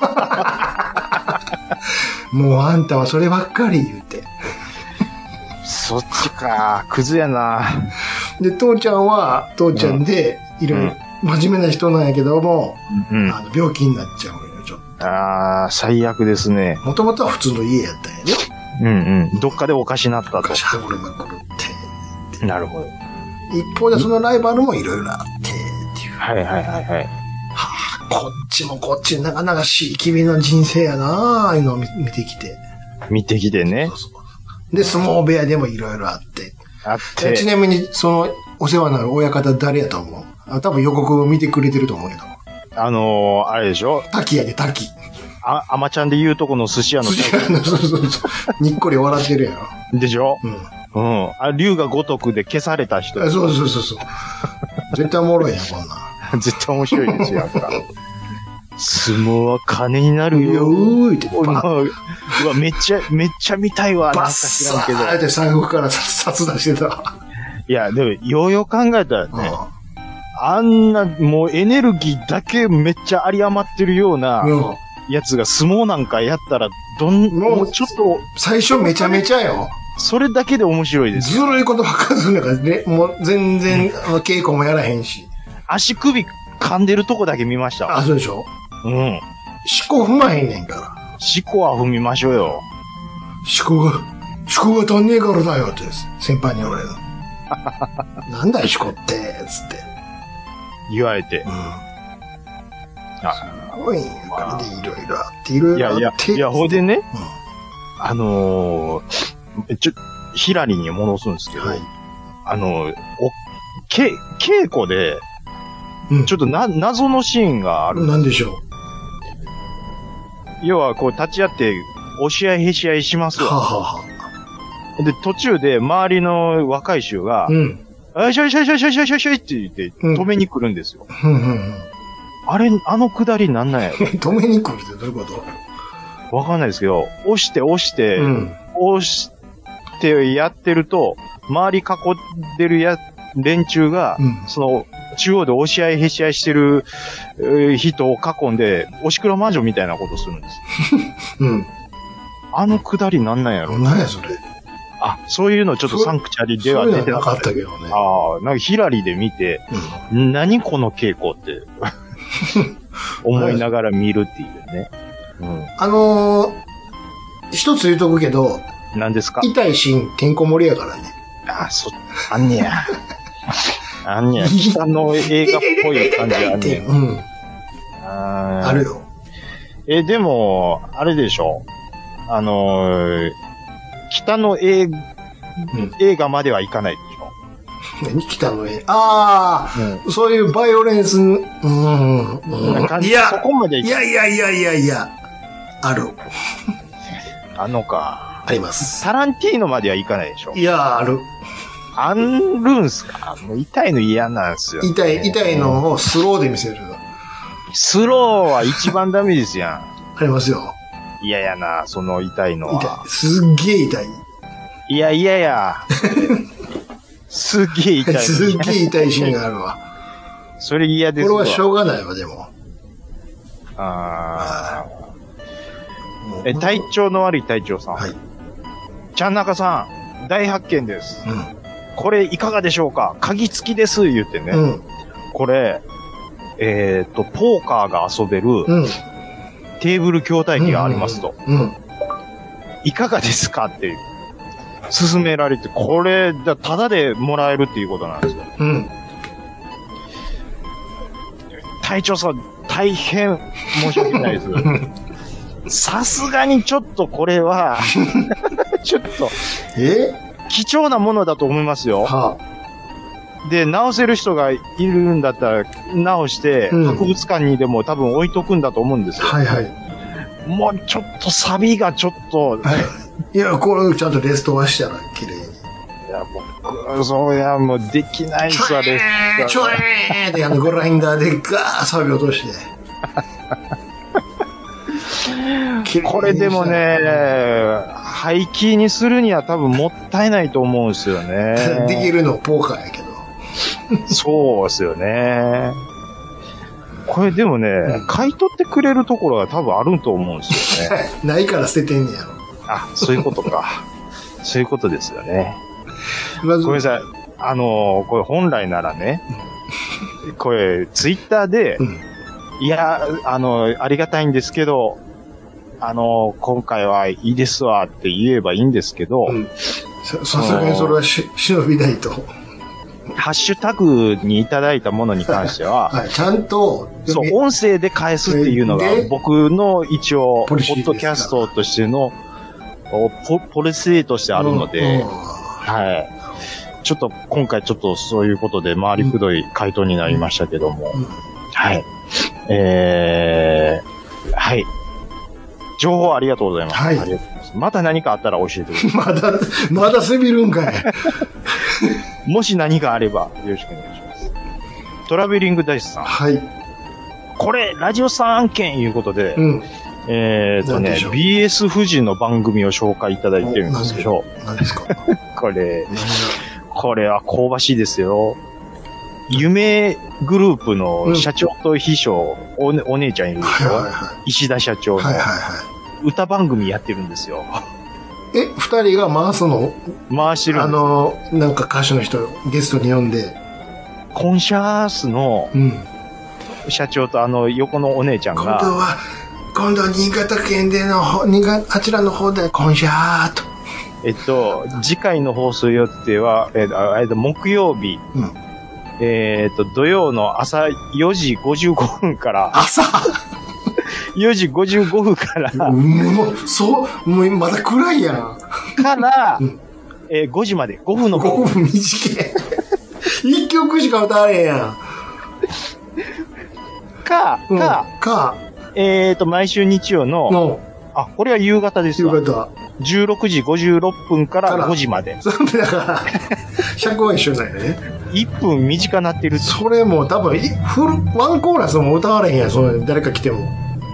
[SPEAKER 1] らね。 もうあんたはそればっかり言うて。
[SPEAKER 2] そっちか。クズやな。
[SPEAKER 1] で、父ちゃんは、父ちゃんで、いろいろ、真面目な人なんやけども、
[SPEAKER 2] うん。
[SPEAKER 1] あの、病気になっちゃうよ、ちょっ
[SPEAKER 2] ああ、最悪ですね。
[SPEAKER 1] と。もともとは普通の家やったんやね。
[SPEAKER 2] うんうん。どっかでおかしなった
[SPEAKER 1] ガシ
[SPEAKER 2] と。
[SPEAKER 1] ャぐるまぐるっ
[SPEAKER 2] なるほど。
[SPEAKER 1] て。一方でそのライバルもいろいろあって、っていう。
[SPEAKER 2] はいはいはいはい。
[SPEAKER 1] はあ、こっちもこっち、なかなかしい君の人生やなああいうのを見見てきて。
[SPEAKER 2] 見てきてね
[SPEAKER 1] そう。そうで、相撲部屋でもいろいろあって。
[SPEAKER 2] あっ
[SPEAKER 1] でち
[SPEAKER 2] て。
[SPEAKER 1] なみに、その、お世話になる親方誰やと思うあ多分予告を見てくれてると思うけど。
[SPEAKER 2] あのー、あれでしょ
[SPEAKER 1] 滝やで、滝。
[SPEAKER 2] あ、アマちゃんで言うとこの寿司屋の
[SPEAKER 1] そ。う そうそう。にっこり笑ってるやろ。
[SPEAKER 2] でしょ
[SPEAKER 1] うん。
[SPEAKER 2] うん。あ、竜が如くで消された人
[SPEAKER 1] あそうそうそうそう。絶対おもろいやん、こんなん。
[SPEAKER 2] 絶対面白いですよ、やっぱ。相撲は金になる
[SPEAKER 1] よ
[SPEAKER 2] よ。
[SPEAKER 1] ーいって、
[SPEAKER 2] おいま
[SPEAKER 1] バッ、
[SPEAKER 2] あうわ、めっちゃ、めっちゃ見たいわ。なん
[SPEAKER 1] バ
[SPEAKER 2] か
[SPEAKER 1] ッ
[SPEAKER 2] 知
[SPEAKER 1] サ
[SPEAKER 2] らんけど。
[SPEAKER 1] ーって財布から札出してた。
[SPEAKER 2] いや、でも、ようよう考えたらね、
[SPEAKER 1] う
[SPEAKER 2] あんな、もうエネルギーだけめっちゃ有り余ってるような
[SPEAKER 1] うん。
[SPEAKER 2] やつが相撲なんかやったら、どん、
[SPEAKER 1] もう
[SPEAKER 2] もうちょっと、
[SPEAKER 1] 最初めちゃめちゃよ。
[SPEAKER 2] それだけで面白いです
[SPEAKER 1] ず
[SPEAKER 2] よ。
[SPEAKER 1] るいことばっかりするんだから、ね、もう全然、あの稽古もやらへんし。
[SPEAKER 2] 足首噛んでるとこだけ見ました。
[SPEAKER 1] あ、そうでしょ
[SPEAKER 2] うん。
[SPEAKER 1] 思考踏まへんねんから。
[SPEAKER 2] しこは踏みましょうよ。
[SPEAKER 1] 思考が、思考が足んねえからだよって、先輩に言われ た。なんだよ、思考って、つって。
[SPEAKER 2] 言われて。
[SPEAKER 1] うん。
[SPEAKER 2] あ
[SPEAKER 1] すごいんやからで、いろいろあって、いろ
[SPEAKER 2] い
[SPEAKER 1] いろあ
[SPEAKER 2] や
[SPEAKER 1] って。
[SPEAKER 2] いや、いや、ほいでね、
[SPEAKER 1] う
[SPEAKER 2] あのー、ちょ、ヒラリーに戻すんですけ
[SPEAKER 1] ん
[SPEAKER 2] ど、
[SPEAKER 1] はい。
[SPEAKER 2] あのー、お、け、稽古で、
[SPEAKER 1] うん
[SPEAKER 2] ちょっとな、謎のシーンがある。
[SPEAKER 1] なんでしょ
[SPEAKER 2] 要は、こう、立ち会って、押し合いへし合いします
[SPEAKER 1] う。はあ
[SPEAKER 2] わ。
[SPEAKER 1] はあは
[SPEAKER 2] で、途中で、周りの若い衆が
[SPEAKER 1] あ。う、ん。
[SPEAKER 2] あいしょいしょいしょいしょいしょいしょいしょいって言って、
[SPEAKER 1] うん
[SPEAKER 2] 止めに来るんですよ。
[SPEAKER 1] うんうん
[SPEAKER 2] あれ、あのくだりなんなんや
[SPEAKER 1] うん。 止めに来るってどういうこと
[SPEAKER 2] ろわかんないですけど、 押して押して、
[SPEAKER 1] うん。
[SPEAKER 2] 押してやってると、周り囲ってるや、連中が、
[SPEAKER 1] うん。
[SPEAKER 2] その、中央で押し合いへし合いしてるえー人を囲んで、押し黒魔女みたいなことするんです。
[SPEAKER 1] うん。
[SPEAKER 2] あのくだりなんなんやろ
[SPEAKER 1] 何やそれ。
[SPEAKER 2] あ、そういうのちょっとサンクチャリでは
[SPEAKER 1] そういう
[SPEAKER 2] 出
[SPEAKER 1] の
[SPEAKER 2] てな
[SPEAKER 1] な
[SPEAKER 2] か
[SPEAKER 1] か
[SPEAKER 2] っ。
[SPEAKER 1] ったたけどね。
[SPEAKER 2] ああ、なんかヒラリーで見て、
[SPEAKER 1] うん
[SPEAKER 2] 何この稽古 って、思いながら見るっていうね。
[SPEAKER 1] あのー、一つ言うとくけど、
[SPEAKER 2] うん。何ですか
[SPEAKER 1] 痛いシーン、てんこ盛りやからね。
[SPEAKER 2] あ、そ、あんね や。あんねや。北の映画っぽい感じあんねや。
[SPEAKER 1] うん。
[SPEAKER 2] あー
[SPEAKER 1] あるよ。
[SPEAKER 2] え、でも、あれでしょあのー北の映,、映画まではいかないでしょ
[SPEAKER 1] 何北の絵。ああ、そういうバイオレンス、うん。うんい
[SPEAKER 2] そ
[SPEAKER 1] や、
[SPEAKER 2] こまでい
[SPEAKER 1] いや
[SPEAKER 2] か
[SPEAKER 1] いやいやいやいや、ある。
[SPEAKER 2] あのか。
[SPEAKER 1] あります。
[SPEAKER 2] タランティーノまではいかないでしょ
[SPEAKER 1] いや、ある。
[SPEAKER 2] あんるんすかもう痛いの嫌なんすよ、
[SPEAKER 1] 痛い、痛い。のをスローで見せる。
[SPEAKER 2] スローは一番ダメですや
[SPEAKER 1] ありますよ。
[SPEAKER 2] ん。嫌やな、その痛いの
[SPEAKER 1] 痛
[SPEAKER 2] は。
[SPEAKER 1] い。すっげえ痛い。
[SPEAKER 2] いやいやや。すっげえ痛いの。
[SPEAKER 1] すっげえ痛いシーンがあるわ。
[SPEAKER 2] それ嫌
[SPEAKER 1] こ
[SPEAKER 2] で
[SPEAKER 1] れ
[SPEAKER 2] すわ
[SPEAKER 1] はしょうがないわ、でも。
[SPEAKER 2] あー
[SPEAKER 1] もう
[SPEAKER 2] え、体調の悪い隊長さん。
[SPEAKER 1] はい。
[SPEAKER 2] ちゃんなかさん、大発見です。
[SPEAKER 1] うん
[SPEAKER 2] これいかがでしょうか鍵付きです、言ってね。
[SPEAKER 1] うん。
[SPEAKER 2] これ、えっ、と、ポーカーが遊べ
[SPEAKER 1] う
[SPEAKER 2] る
[SPEAKER 1] ん。
[SPEAKER 2] テーブル筐体機がありますと。
[SPEAKER 1] うん。
[SPEAKER 2] いかがですかって、勧められて、これ、だただでもらえるっていうことなんですよ。
[SPEAKER 1] うん。
[SPEAKER 2] 隊長さん、大変申し訳ないです。 さすがにちょっとこれは、 ちょっと
[SPEAKER 1] え
[SPEAKER 2] 貴重なものだと思いますよ。
[SPEAKER 1] は
[SPEAKER 2] で、直せる人がいるんだったら、直して、
[SPEAKER 1] うん
[SPEAKER 2] 博物館にでも多分置いとくんだと思うんですよ。
[SPEAKER 1] はいはい。
[SPEAKER 2] もうちょっとサビがちょっと、
[SPEAKER 1] はい。いや、これちゃんとレストはしたら綺麗に。
[SPEAKER 2] いや、僕、そういや、もうできないっすわ、レ
[SPEAKER 1] えー
[SPEAKER 2] ス
[SPEAKER 1] ちょ
[SPEAKER 2] ト
[SPEAKER 1] えーってあのグラインダーでガーサビ落として。綺麗にしたら
[SPEAKER 2] これでもね、、廃棄にするには多分もったいないと思うんですよ
[SPEAKER 1] でき
[SPEAKER 2] ね。
[SPEAKER 1] るのポーカーやけど。
[SPEAKER 2] そうですよね。これでもね、
[SPEAKER 1] ん
[SPEAKER 2] 買い取ってくれるところが多分あると思うんですよね。
[SPEAKER 1] ないから捨ててんねやろ。
[SPEAKER 2] あ、そういうことか。そういうことですよね。
[SPEAKER 1] まず
[SPEAKER 2] ごめんなさい。あのーこれ本来ならね、これ、ツイッターで、
[SPEAKER 1] うん
[SPEAKER 2] いや、あのーありがたいんですけど、あのー今回はいいですわって言えばいいんですけど、
[SPEAKER 1] うんささすがにそれはし忍びないと。
[SPEAKER 2] ハッシュタグにいただいたものに関しては、
[SPEAKER 1] はい、ちゃんと、
[SPEAKER 2] そう
[SPEAKER 1] み、
[SPEAKER 2] 音声で返すっていうのが
[SPEAKER 1] で、
[SPEAKER 2] 僕の一応、ポ
[SPEAKER 1] ポリシー
[SPEAKER 2] ッ
[SPEAKER 1] ですか
[SPEAKER 2] ドキャストとしての、おポポリシーとしてあるので、
[SPEAKER 1] うんうん
[SPEAKER 2] はい。ちょっと、今回ちょっとそういうことで、回りくどい回答になりましたけども。
[SPEAKER 1] うん
[SPEAKER 2] はい。えー、はい。情報ありがとうございます。
[SPEAKER 1] はい
[SPEAKER 2] ありがとうございます。また何かあったら教えてください。
[SPEAKER 1] まだ、まだせびるんかい。
[SPEAKER 2] もし何があれば、よろしくお願いします。トラベリングダイスさん。
[SPEAKER 1] はい。
[SPEAKER 2] これ、ラジオさん案件いうことで、
[SPEAKER 1] うん。
[SPEAKER 2] えーっと
[SPEAKER 1] なん
[SPEAKER 2] ね
[SPEAKER 1] でしょ、う
[SPEAKER 2] BS 富士の番組を紹介いただいてるんですけど、
[SPEAKER 1] 何ですか
[SPEAKER 2] これ、
[SPEAKER 1] 何が
[SPEAKER 2] これは香ばしいですよ。夢グループの社長と秘書、おねお姉ちゃんいるで
[SPEAKER 1] は
[SPEAKER 2] し
[SPEAKER 1] いはい
[SPEAKER 2] ょ
[SPEAKER 1] は
[SPEAKER 2] 石田社長
[SPEAKER 1] い。はいはい
[SPEAKER 2] の
[SPEAKER 1] は
[SPEAKER 2] 歌番組やってるんですよ。
[SPEAKER 1] い。え、二人が回すの
[SPEAKER 2] 回してる
[SPEAKER 1] あ
[SPEAKER 2] んです。
[SPEAKER 1] の、なんか歌手の人、ゲストに呼んで。
[SPEAKER 2] コンシャースの
[SPEAKER 1] うん。
[SPEAKER 2] 社長とあの横のお姉ちゃん
[SPEAKER 1] 今度
[SPEAKER 2] が、
[SPEAKER 1] は、今度は新潟県でのほ、新潟、あちらの方で、コンシャーと。
[SPEAKER 2] えっと、次回の放送予定は、えっと、あえっと木曜日、
[SPEAKER 1] うん
[SPEAKER 2] えっと、土曜の朝4時55分から、
[SPEAKER 1] 朝
[SPEAKER 2] 4時55分から、
[SPEAKER 1] もう、そう、もうまだ暗いやん。
[SPEAKER 2] から
[SPEAKER 1] うん、
[SPEAKER 2] えー5時まで、5分の
[SPEAKER 1] 5分短い。一曲しか歌われへんやん。
[SPEAKER 2] か、
[SPEAKER 1] うん、
[SPEAKER 2] か、
[SPEAKER 1] か、
[SPEAKER 2] えっ、と、毎週日曜の、
[SPEAKER 1] の、
[SPEAKER 2] あ、これは夕方です
[SPEAKER 1] いう
[SPEAKER 2] わ。
[SPEAKER 1] 方。
[SPEAKER 2] 16時56分か
[SPEAKER 1] からら
[SPEAKER 2] 5時まで。
[SPEAKER 1] それだから、尺は一緒なんよね。
[SPEAKER 2] 1分短なってる。
[SPEAKER 1] それも多分、いフル、ワンコーラスも歌われへんやん、その誰か来ても。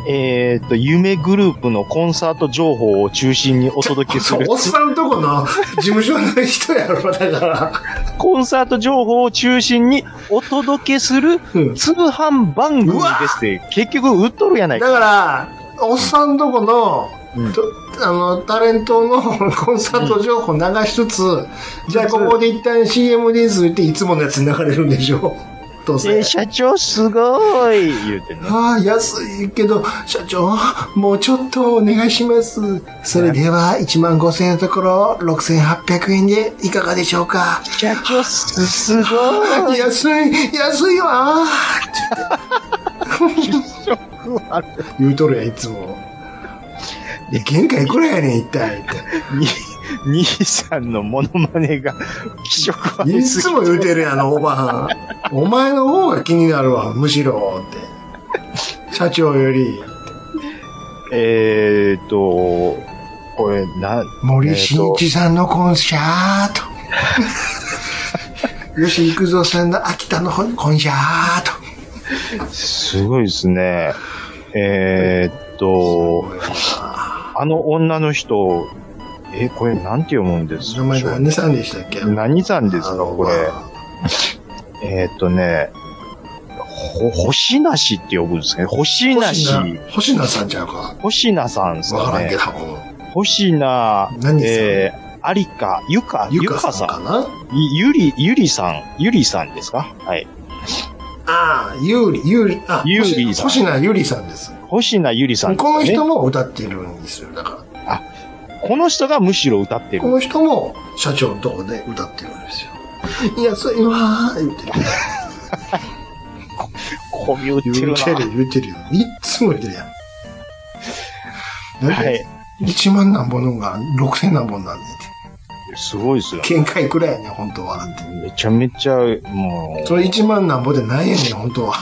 [SPEAKER 2] えっ、と、夢グループのコンサート情報を中心にお届けす
[SPEAKER 1] そう
[SPEAKER 2] る、。
[SPEAKER 1] おっさんとこの事務所の人やろ、だから。
[SPEAKER 2] コンサート情報を中心にお届けする
[SPEAKER 1] うん
[SPEAKER 2] 通販番組ですって、結局売っとるやない
[SPEAKER 1] だ
[SPEAKER 2] か。
[SPEAKER 1] から、おっさんとこの、
[SPEAKER 2] うん
[SPEAKER 1] とあの、タレントのコンサート情報流しつつ、じゃあここで一旦 CM ですっていつものやつ流れるんでしょ。どう
[SPEAKER 2] え
[SPEAKER 1] せ
[SPEAKER 2] ー。社長すごい言うてね。
[SPEAKER 1] ああ、安いけど、社長、もうちょっとお願いします。それでは、1万5千円のところ、6800円でいかがでしょうか。
[SPEAKER 2] 社長す、すごい。
[SPEAKER 1] 安い、安いわ。言うとるやん、いつも。いや、限界いくらやねん、一体。って
[SPEAKER 2] に、兄さんのモノマネが気色悪
[SPEAKER 1] い
[SPEAKER 2] いす
[SPEAKER 1] つ
[SPEAKER 2] ぎ
[SPEAKER 1] も言うてるやん、あのおばはん。お前の方が気になるわ、むしろ、って。社長より、
[SPEAKER 2] えーっと、これ、な、
[SPEAKER 1] 森進一さんのコンシャ ート。吉幾三さんの秋田のコンシャート。
[SPEAKER 2] すごいですね。えーっと、あの女の人、え、これなんて読むんです
[SPEAKER 1] 名前何さんでしたっけ
[SPEAKER 2] 何さんですか、これ。えーっとね、ほ、星なしって呼ぶんですね。星なし
[SPEAKER 1] 星。名星名さんちゃうか。
[SPEAKER 2] 星なさんです
[SPEAKER 1] わか
[SPEAKER 2] から
[SPEAKER 1] んけ
[SPEAKER 2] ね
[SPEAKER 1] ど。。
[SPEAKER 2] 星な、
[SPEAKER 1] 何さん
[SPEAKER 2] えー、ありか、ゆか、
[SPEAKER 1] ゆ
[SPEAKER 2] ゆ
[SPEAKER 1] か
[SPEAKER 2] か
[SPEAKER 1] さ
[SPEAKER 2] さ
[SPEAKER 1] ん
[SPEAKER 2] ん。
[SPEAKER 1] かな
[SPEAKER 2] ゆゆり、ゆりさん、ゆりさんですかはい。
[SPEAKER 1] ああ、ゆうり、ゆうり、あ、
[SPEAKER 2] ゆうりさん
[SPEAKER 1] 星星名ゆりさんです。
[SPEAKER 2] 星名ゆりさん、
[SPEAKER 1] この
[SPEAKER 2] ね
[SPEAKER 1] 人も歌ってるんですよ。だから、
[SPEAKER 2] この人がむしろ歌って
[SPEAKER 1] こ
[SPEAKER 2] る。
[SPEAKER 1] の人も社長のとこで歌ってるんですよ。いや、そう、うわー、言ってる。
[SPEAKER 2] こび売って
[SPEAKER 1] 言
[SPEAKER 2] る
[SPEAKER 1] うて
[SPEAKER 2] な。
[SPEAKER 1] る、言うてるよ。いっつも言うてるやん。なん
[SPEAKER 2] は
[SPEAKER 1] で
[SPEAKER 2] い。
[SPEAKER 1] 1万何本のが6000何本なんねん
[SPEAKER 2] すごいですよ
[SPEAKER 1] て。。見解くらいやねん、本当は。だって
[SPEAKER 2] めちゃめちゃ、も
[SPEAKER 1] それ1万何本でないやねん、本当は。
[SPEAKER 2] う、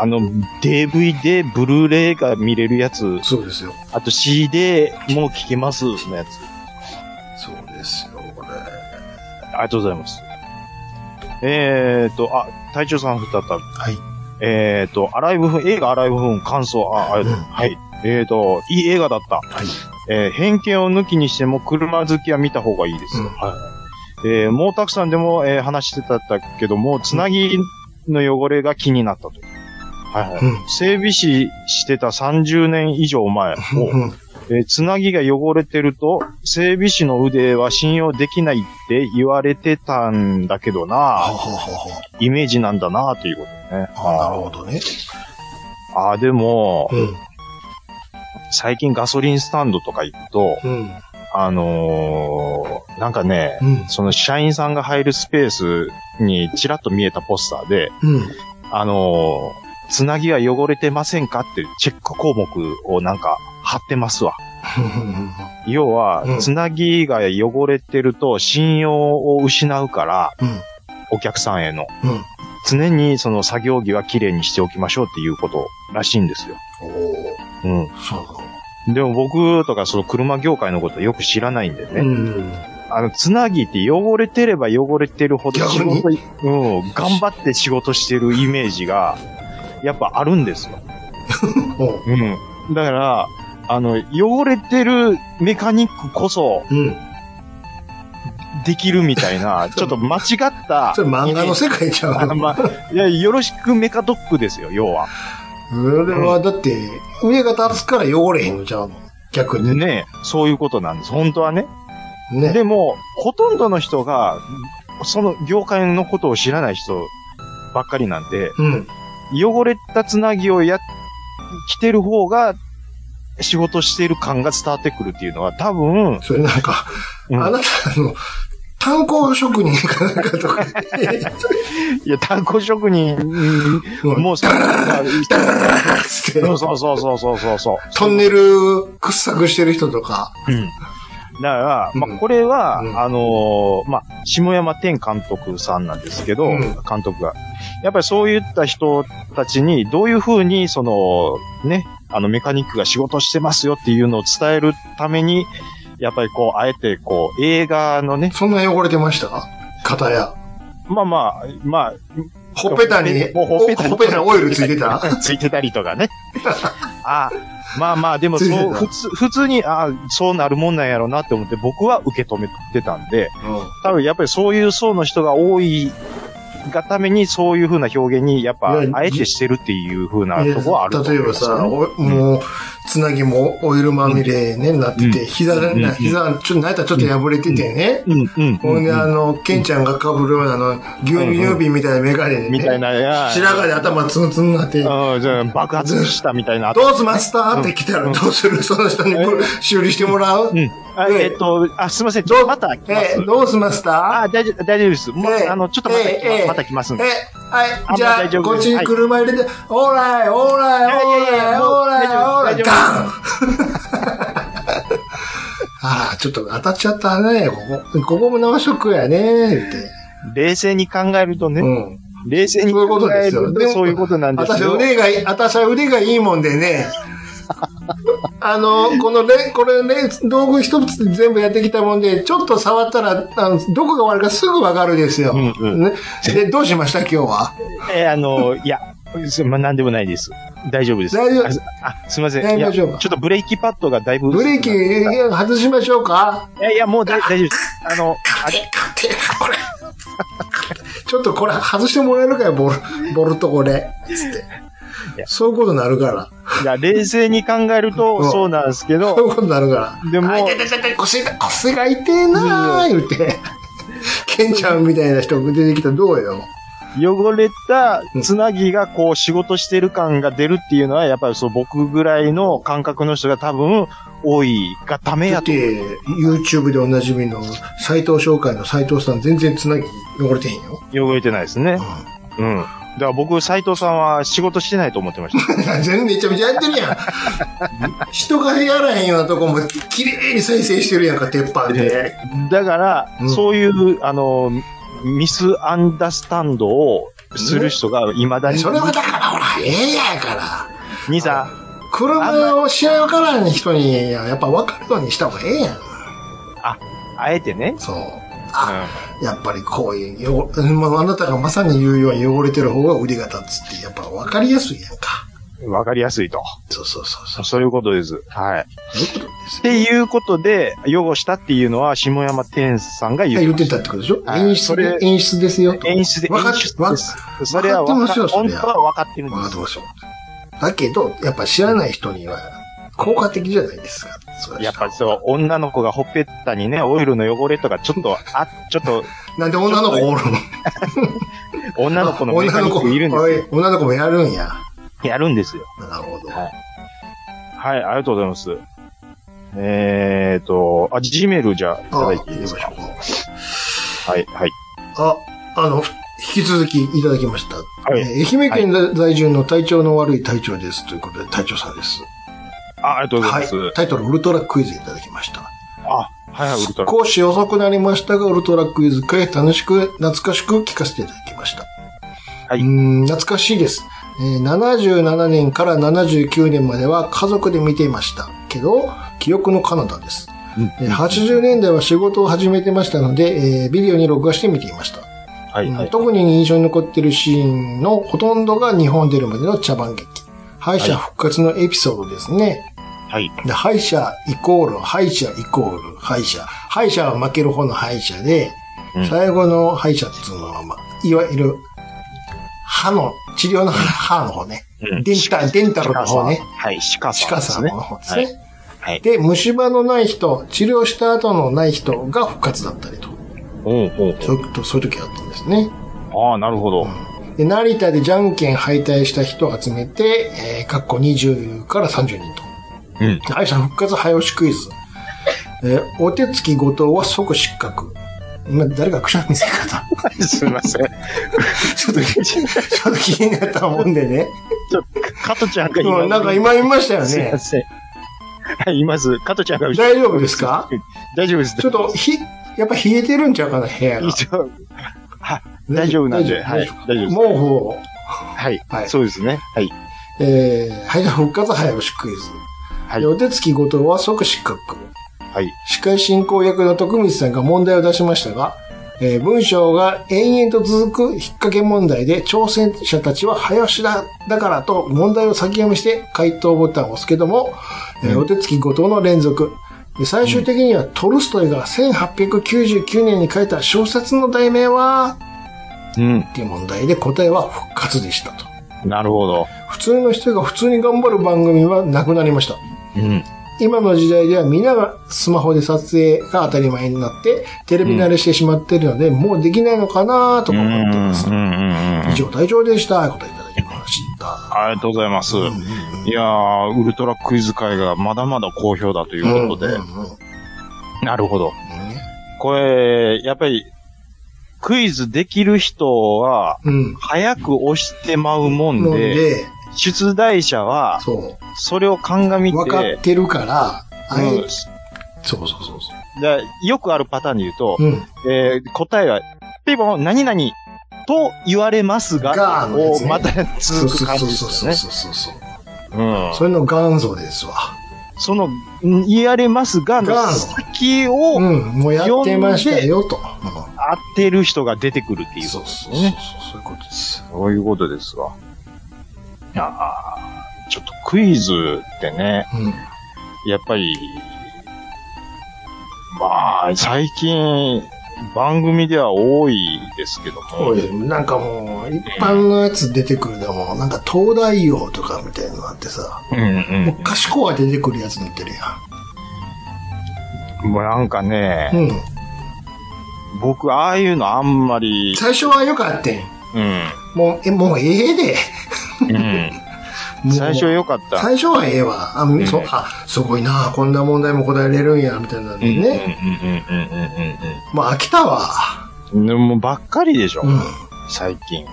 [SPEAKER 2] あの、DVD、ブルーレイが見れるやつ、
[SPEAKER 1] そうですよ。
[SPEAKER 2] あと CD も聴けますのやつ。
[SPEAKER 1] そうですよ、これ。
[SPEAKER 2] ありがとうございます。えーと、あ、隊長さん再び。
[SPEAKER 1] はい。
[SPEAKER 2] えーと、アライブフン、映画アライブフン、感想、あ、ありがとう
[SPEAKER 1] うん
[SPEAKER 2] はい。えーと、いい映画だった。
[SPEAKER 1] はい。
[SPEAKER 2] えー偏見を抜きにしても車好きは見た方がいいです。
[SPEAKER 1] うん
[SPEAKER 2] はい。えー、もうたくさんでも、えー話してたけども、つなぎの汚れが気になったと。はいはい。
[SPEAKER 1] うん
[SPEAKER 2] 整備士してた30年以上前を、
[SPEAKER 1] うん。
[SPEAKER 2] えーつなぎが汚れてると、整備士の腕は信用できないって言われてたんだけど
[SPEAKER 1] あ
[SPEAKER 2] な、
[SPEAKER 1] ほうほうほう。
[SPEAKER 2] イメージなんだな、ということね。
[SPEAKER 1] あなるほどね。
[SPEAKER 2] あー、でも、
[SPEAKER 1] うん。
[SPEAKER 2] 最近ガソリンスタンドとか行くと、
[SPEAKER 1] うん。
[SPEAKER 2] あのーなんかね、
[SPEAKER 1] うん。
[SPEAKER 2] その社員さんが入るスペースにちらっと見えたポスターで、
[SPEAKER 1] うん。
[SPEAKER 2] あのーつなぎは汚れてませんかってチェック項目をなんか貼ってますわ。要は
[SPEAKER 1] うん、
[SPEAKER 2] つなぎが汚れてると信用を失うから、
[SPEAKER 1] うん。
[SPEAKER 2] お客さんへの。
[SPEAKER 1] うん。
[SPEAKER 2] 常にその作業着は綺麗にしておきましょうっていうことらしいんですよ。
[SPEAKER 1] おお
[SPEAKER 2] う
[SPEAKER 1] そうだ。
[SPEAKER 2] ん。でも僕とかその車業界のことよく知らないんでね。
[SPEAKER 1] うん。
[SPEAKER 2] あの、つなぎって汚れてれば汚れてるほど仕事、うん、頑張って仕事してるイメージが、やっぱあるんですよ。
[SPEAKER 1] おう
[SPEAKER 2] うん。だから、あの、汚れてるメカニックこそ、
[SPEAKER 1] うん。
[SPEAKER 2] できるみたい な、ちょっと間違った。
[SPEAKER 1] それ漫画の世界ちゃ
[SPEAKER 2] あの
[SPEAKER 1] うの
[SPEAKER 2] まあ、いや、よろしくメカドックですよ、要は。
[SPEAKER 1] それはだって、上が立つから汚れへんのちゃうの逆に。ね。
[SPEAKER 2] ねえそういうことなんです、本当はね。でも、ほとんどの人が、その業界のことを知らない人ばっかりなんで、
[SPEAKER 1] うん。
[SPEAKER 2] 汚れたつなぎをや、着てる方が、仕事してる感が伝わってくるっていうのは多分、
[SPEAKER 1] それなんか、
[SPEAKER 2] うん
[SPEAKER 1] あなたの、炭鉱職人かなんかとか、
[SPEAKER 2] いや、炭鉱職人、
[SPEAKER 1] も
[SPEAKER 2] もうそ、
[SPEAKER 1] う、つって、
[SPEAKER 2] そうそうそうそうそうそうそう。
[SPEAKER 1] トンネル掘削してる人とか、
[SPEAKER 2] うんだから、ま
[SPEAKER 1] うん
[SPEAKER 2] あ、これは、
[SPEAKER 1] うん
[SPEAKER 2] あのーまあ、下山天監督さんなんですけど、
[SPEAKER 1] うん
[SPEAKER 2] 監督が。やっぱりそういった人たちに、どういうふうに、その、ね、あの、メカニックが仕事してますよっていうのを伝えるために、やっぱりこう、あえて、こう、映画のね、
[SPEAKER 1] そんな汚れてました肩や。
[SPEAKER 2] まあまあ、ま
[SPEAKER 1] ほっぺたに、
[SPEAKER 2] ほっぺたに
[SPEAKER 1] ほっぺたにオイルついてた
[SPEAKER 2] あ、ついてたり とかね。あまあまあ、でも
[SPEAKER 1] ついて
[SPEAKER 2] そう、
[SPEAKER 1] た
[SPEAKER 2] 普通、普通に、あそうなるもんなんやろうなって思って、僕は受け止めてたんで、多分やっぱりそういう層の人が多いがためにそういう風な表現にやっぱ
[SPEAKER 1] いや
[SPEAKER 2] あえてしてるっていう風なとこはあると思
[SPEAKER 1] 例え
[SPEAKER 2] いま
[SPEAKER 1] ば
[SPEAKER 2] すよ
[SPEAKER 1] さ、
[SPEAKER 2] ね。
[SPEAKER 1] おもう、つなぎもオイルまみれね、なってて、
[SPEAKER 2] うん
[SPEAKER 1] 膝で
[SPEAKER 2] うん
[SPEAKER 1] な、膝、ちょっと、なんやったらちょっと破れててね。
[SPEAKER 2] うんうん
[SPEAKER 1] ほんで、あの、ケンちゃんが被るような、あの、牛乳瓶みたいなメガネでね。
[SPEAKER 2] みたいなや。
[SPEAKER 1] 白髪で頭ツンツンになって、ど
[SPEAKER 2] うんじゃあ爆発したみたいな。
[SPEAKER 1] うすマスターって来たらどうするその人にこれ修理してもらう
[SPEAKER 2] うんあ
[SPEAKER 1] ええ
[SPEAKER 2] えっと、あ、すいません。ちょ
[SPEAKER 1] ど
[SPEAKER 2] っと
[SPEAKER 1] う
[SPEAKER 2] また来ま
[SPEAKER 1] え
[SPEAKER 2] す
[SPEAKER 1] ー、。どうすマスタ
[SPEAKER 2] あ、大丈夫、大丈夫です。もう
[SPEAKER 1] ええ
[SPEAKER 2] あの、ちょっとまた来
[SPEAKER 1] ええ
[SPEAKER 2] ますまた来ます
[SPEAKER 1] ー
[SPEAKER 2] んで。
[SPEAKER 1] え、は
[SPEAKER 2] あ
[SPEAKER 1] い、じゃ
[SPEAKER 2] もう
[SPEAKER 1] あ、
[SPEAKER 2] 大丈夫
[SPEAKER 1] こっちに車入れて、オーライ、オーライ、オー
[SPEAKER 2] いやいやい
[SPEAKER 1] ライ、
[SPEAKER 2] や
[SPEAKER 1] オーライ、オーラ
[SPEAKER 2] もう大丈夫大丈
[SPEAKER 1] イ、
[SPEAKER 2] 夫
[SPEAKER 1] ガン あら、ちょっと当たっちゃったね、ここ。ここも直しとくやね、って。
[SPEAKER 2] 冷静に考えると
[SPEAKER 1] う
[SPEAKER 2] ね、
[SPEAKER 1] ん。
[SPEAKER 2] 冷静に
[SPEAKER 1] そういうこと
[SPEAKER 2] 考
[SPEAKER 1] で
[SPEAKER 2] え
[SPEAKER 1] すよ
[SPEAKER 2] る
[SPEAKER 1] で
[SPEAKER 2] と
[SPEAKER 1] も
[SPEAKER 2] そういうことなんです
[SPEAKER 1] 私
[SPEAKER 2] けど。
[SPEAKER 1] 腕がいい、私は腕がいいもんで ね。あの、このレ、これね、道具一つ全部やってきたもんで、ちょっと触ったら、あのどこが悪いかすぐわかるですよ。
[SPEAKER 2] うんうん
[SPEAKER 1] ねで、どうしました今日は。
[SPEAKER 2] えーあの、いや、すまあ、なんでもないです。大丈夫です。
[SPEAKER 1] 大丈夫
[SPEAKER 2] あ、あすいませ
[SPEAKER 1] 大
[SPEAKER 2] ん。いやち
[SPEAKER 1] 丈
[SPEAKER 2] ょ
[SPEAKER 1] 夫
[SPEAKER 2] っとブレーキパッドがだいぶ。
[SPEAKER 1] ブレーキ
[SPEAKER 2] い
[SPEAKER 1] 外しましょうか
[SPEAKER 2] やいや、もうだ大丈夫です。あの、あれ
[SPEAKER 1] てかこれ。ちょっとこれ外してもらえるかよ、ボル、ボルトこれ。つって
[SPEAKER 2] い。や
[SPEAKER 1] そういうことになるから。
[SPEAKER 2] いや、冷静に考える
[SPEAKER 1] うん
[SPEAKER 2] と、そうなんですけ
[SPEAKER 1] そうい
[SPEAKER 2] ど、
[SPEAKER 1] うことになるから。
[SPEAKER 2] でも
[SPEAKER 1] あ痛い痛い痛い腰が、腰が痛えなー、言う て。ケンちゃんみたいな人出てきたらどうよ。
[SPEAKER 2] 汚れたつなぎがこう仕事してる感が出るっていうのは、やっぱりそう僕ぐらいの感覚の人が多分多いがため
[SPEAKER 1] だっ
[SPEAKER 2] やと。
[SPEAKER 1] て、YouTube でおなじみの斎藤紹介の斎藤さん全然つなぎ汚れてへんよ。
[SPEAKER 2] 汚れてないですね。うん。だから僕、斎藤さんは仕事してないと思ってまし た。
[SPEAKER 1] 全然めちゃめちゃやってる やん。人がやらへんようなとこも綺麗に再生してるやんか、鉄板で。
[SPEAKER 2] だから、
[SPEAKER 1] うん
[SPEAKER 2] そういう、あの、ミスアンダースタンドをする人が未だに。
[SPEAKER 1] それはだからほら、ええやんから。
[SPEAKER 2] 兄さん、
[SPEAKER 1] 車を試合わからん人に、やっぱ分かるようにした方がええやん。
[SPEAKER 2] あえてね。
[SPEAKER 1] そう。あ、やっぱりこういうよ、もうあなたがまさに言うように汚れてる方が腕が立つって、やっぱ分かりやすいやんか。
[SPEAKER 2] わ、かりやすいと。
[SPEAKER 1] そうそうそうそう。
[SPEAKER 2] そういうことです。はい。
[SPEAKER 1] そういうことです
[SPEAKER 2] っていうことで、汚したっていうのは、下山天さんが言
[SPEAKER 1] よ。言
[SPEAKER 2] う。
[SPEAKER 1] ってたってことでしょ
[SPEAKER 2] はい
[SPEAKER 1] 演
[SPEAKER 2] そ
[SPEAKER 1] 出で
[SPEAKER 2] れ、
[SPEAKER 1] 演出ですよ。
[SPEAKER 2] 演出で、
[SPEAKER 1] わかっ
[SPEAKER 2] 演出です。それは
[SPEAKER 1] わかって
[SPEAKER 2] わ
[SPEAKER 1] ま
[SPEAKER 2] か
[SPEAKER 1] すよそ
[SPEAKER 2] 本
[SPEAKER 1] れ
[SPEAKER 2] 当
[SPEAKER 1] は
[SPEAKER 2] は分かってるん
[SPEAKER 1] ま
[SPEAKER 2] で
[SPEAKER 1] あ
[SPEAKER 2] す。
[SPEAKER 1] どうしよう。だけど、やっぱ知らない人には効果的じゃないですか。それ
[SPEAKER 2] やっぱりそう、女の子がほっぺったにね、オイルの汚れとか、ちょっと、あ、ちょっと、
[SPEAKER 1] なんで女の子おるの
[SPEAKER 2] 女の子のメ
[SPEAKER 1] 女
[SPEAKER 2] カニ
[SPEAKER 1] の
[SPEAKER 2] ッ
[SPEAKER 1] 子
[SPEAKER 2] クいるんで
[SPEAKER 1] お
[SPEAKER 2] す
[SPEAKER 1] い
[SPEAKER 2] よ。
[SPEAKER 1] 女の子もやるんや。
[SPEAKER 2] やるんですよ。
[SPEAKER 1] なるほど。
[SPEAKER 2] はいはい、ありがとうございます。えーと、あ、G メールじゃあいただ
[SPEAKER 1] あ、
[SPEAKER 2] いてい
[SPEAKER 1] 入
[SPEAKER 2] いで
[SPEAKER 1] れますしょ
[SPEAKER 2] か
[SPEAKER 1] うか。
[SPEAKER 2] はい、はい。
[SPEAKER 1] あ、あの、引き続きいただきました。
[SPEAKER 2] い
[SPEAKER 1] えー愛媛県在住の体調の悪い隊長です。ということで、隊長さんです。
[SPEAKER 2] あ、ありがとうござい
[SPEAKER 1] は
[SPEAKER 2] ます。
[SPEAKER 1] い。タイトル、ウルトラクイズいただきました。
[SPEAKER 2] あ、はいはい、ウルトラ。
[SPEAKER 1] 少し遅くなりましたが、ウルトラクイズ会、楽しく、懐かしく聞かせていただきました。
[SPEAKER 2] はいう
[SPEAKER 1] ーん、懐かしいです。えー77年から79年までは家族で見ていました。けど、記憶の彼方です。えー80年代は仕事を始めてましたので、えービデオに録画して見ていました。
[SPEAKER 2] はい、はい。
[SPEAKER 1] 特に印象に残ってるシーンのほとんどが日本出るまでの茶番劇。敗者復活のエピソードですね。
[SPEAKER 2] はい。
[SPEAKER 1] で敗者イコール、敗者イコール、敗者、敗者は負ける方の敗者で、
[SPEAKER 2] うん
[SPEAKER 1] 最後の敗者っていうのは、まあ、いわゆる、歯の、治療の歯の方ね。
[SPEAKER 2] うん
[SPEAKER 1] デンタデンタルの方ね
[SPEAKER 2] 鹿さんはい、鹿さん。
[SPEAKER 1] 鹿さんの方ですね。
[SPEAKER 2] はい。
[SPEAKER 1] で、虫歯のない人、治療した後のない人が復活だったりと。
[SPEAKER 2] おうおう
[SPEAKER 1] そういうとそういう時があったんですね。
[SPEAKER 2] ああ、なるほど。
[SPEAKER 1] で、成田でじゃんけん敗退した人を集めて、えー、かっこ20から30人と。
[SPEAKER 2] うん。
[SPEAKER 1] 敗者復活早押しクイズ。えー、お手つき後藤は即失格。今、誰が口の見せ方
[SPEAKER 2] すいませ
[SPEAKER 1] ち
[SPEAKER 2] ん。
[SPEAKER 1] ょっと、 ちょっと気になったもんでね。
[SPEAKER 2] ちょっと、加トちゃんが
[SPEAKER 1] う
[SPEAKER 2] 今。
[SPEAKER 1] んなんか今見ましたよ
[SPEAKER 2] すいま
[SPEAKER 1] ね。
[SPEAKER 2] せん。はい、います。加トちゃんが
[SPEAKER 1] 大丈夫ですか
[SPEAKER 2] 大丈夫です。
[SPEAKER 1] ちょっと、ひ、やっぱ冷えてるんちゃうかな、部屋が
[SPEAKER 2] 以。上。はい、大丈夫なんで。はい、大丈夫です。
[SPEAKER 1] 毛布を。
[SPEAKER 2] はい
[SPEAKER 1] は、い
[SPEAKER 2] そうですね。はい。
[SPEAKER 1] えー、敗者復活早押しクイズ。
[SPEAKER 2] はい
[SPEAKER 1] でお手つき後藤は即失格。
[SPEAKER 2] はい。
[SPEAKER 1] 司会進行役の徳光さんが問題を出しましたが、えー文章が延々と続く引っ掛け問題で、挑戦者たちは早押しだだからと問題を先読みして回答ボタンを押すけども、えーお手つき後藤の連続。で最終的にはトルストイが1899年に書いた小説の題名は
[SPEAKER 2] うん。
[SPEAKER 1] っていう問題で答えは復活でしたと。
[SPEAKER 2] なるほど。
[SPEAKER 1] 普通の人が普通に頑張る番組はなくなりました。
[SPEAKER 2] うん。
[SPEAKER 1] 今の時代では皆がスマホで撮影が当たり前になって、テレビ慣れしてしまってるので、もうできないのかなと
[SPEAKER 2] うん
[SPEAKER 1] か
[SPEAKER 2] う
[SPEAKER 1] 思ってます。
[SPEAKER 2] んうんうん
[SPEAKER 1] 以。上、大丈夫でした。お答えいただきました。
[SPEAKER 2] ありがとうございます。
[SPEAKER 1] うんうんうん
[SPEAKER 2] いやー、ウルトラクイズ会がまだまだ好評だということで。
[SPEAKER 1] うんうんうんうん
[SPEAKER 2] なるほど。これ、やっぱり、クイズできる人は、
[SPEAKER 1] うん。
[SPEAKER 2] 早く押してまうもん
[SPEAKER 1] なん
[SPEAKER 2] で、
[SPEAKER 1] で、
[SPEAKER 2] 出題者は、
[SPEAKER 1] そ
[SPEAKER 2] それを鑑み
[SPEAKER 1] う。分か
[SPEAKER 2] て
[SPEAKER 1] っ、てるから、あれ、
[SPEAKER 2] う
[SPEAKER 1] そ
[SPEAKER 2] ん
[SPEAKER 1] うそうそうそ
[SPEAKER 2] だよくあるパターンで言うと
[SPEAKER 1] う。、うん。
[SPEAKER 2] えー答えは、ピボン、何々と言われます
[SPEAKER 1] が
[SPEAKER 2] が、
[SPEAKER 1] のやつ
[SPEAKER 2] を
[SPEAKER 1] ね
[SPEAKER 2] また
[SPEAKER 1] そうそ
[SPEAKER 2] 続く
[SPEAKER 1] うそ
[SPEAKER 2] 感
[SPEAKER 1] う
[SPEAKER 2] じで
[SPEAKER 1] そう
[SPEAKER 2] す
[SPEAKER 1] そう
[SPEAKER 2] よね。
[SPEAKER 1] そうそう。
[SPEAKER 2] うん
[SPEAKER 1] それの元祖ですわ。
[SPEAKER 2] その、ん言われますがの
[SPEAKER 1] が
[SPEAKER 2] 先を
[SPEAKER 1] うん。もうやってましたよ、と。うん
[SPEAKER 2] 当てる人が出てくるっていう。
[SPEAKER 1] そうそうそう。そうそういうことです。
[SPEAKER 2] そういうことですわ。いやーちょっとクイズってね、
[SPEAKER 1] うん。
[SPEAKER 2] やっぱり、まあ、最近、番組では多いですけど
[SPEAKER 1] そ
[SPEAKER 2] も
[SPEAKER 1] う、ですなんかもう、一般のやつ出てくるでも、なんか東大王とかみたいなのあってさ、
[SPEAKER 2] うんうん
[SPEAKER 1] もう賢が出てくるやつになってるや
[SPEAKER 2] もうなんかね、
[SPEAKER 1] ん。うん。
[SPEAKER 2] 僕、ああいうのあんまり、
[SPEAKER 1] 最初は良かったん。
[SPEAKER 2] うん。
[SPEAKER 1] もう、え、もうええで。
[SPEAKER 2] うん。
[SPEAKER 1] もう
[SPEAKER 2] 最初良かった。
[SPEAKER 1] 最初はええわ。あ、
[SPEAKER 2] ん
[SPEAKER 1] そうあすごいなこんな問題も答えれるんや、みたいなんで
[SPEAKER 2] うんうんうん
[SPEAKER 1] ね。もう飽きたわ。
[SPEAKER 2] うんうんうんうん。でもばっかりでしょ、
[SPEAKER 1] うん。うん。
[SPEAKER 2] 最近。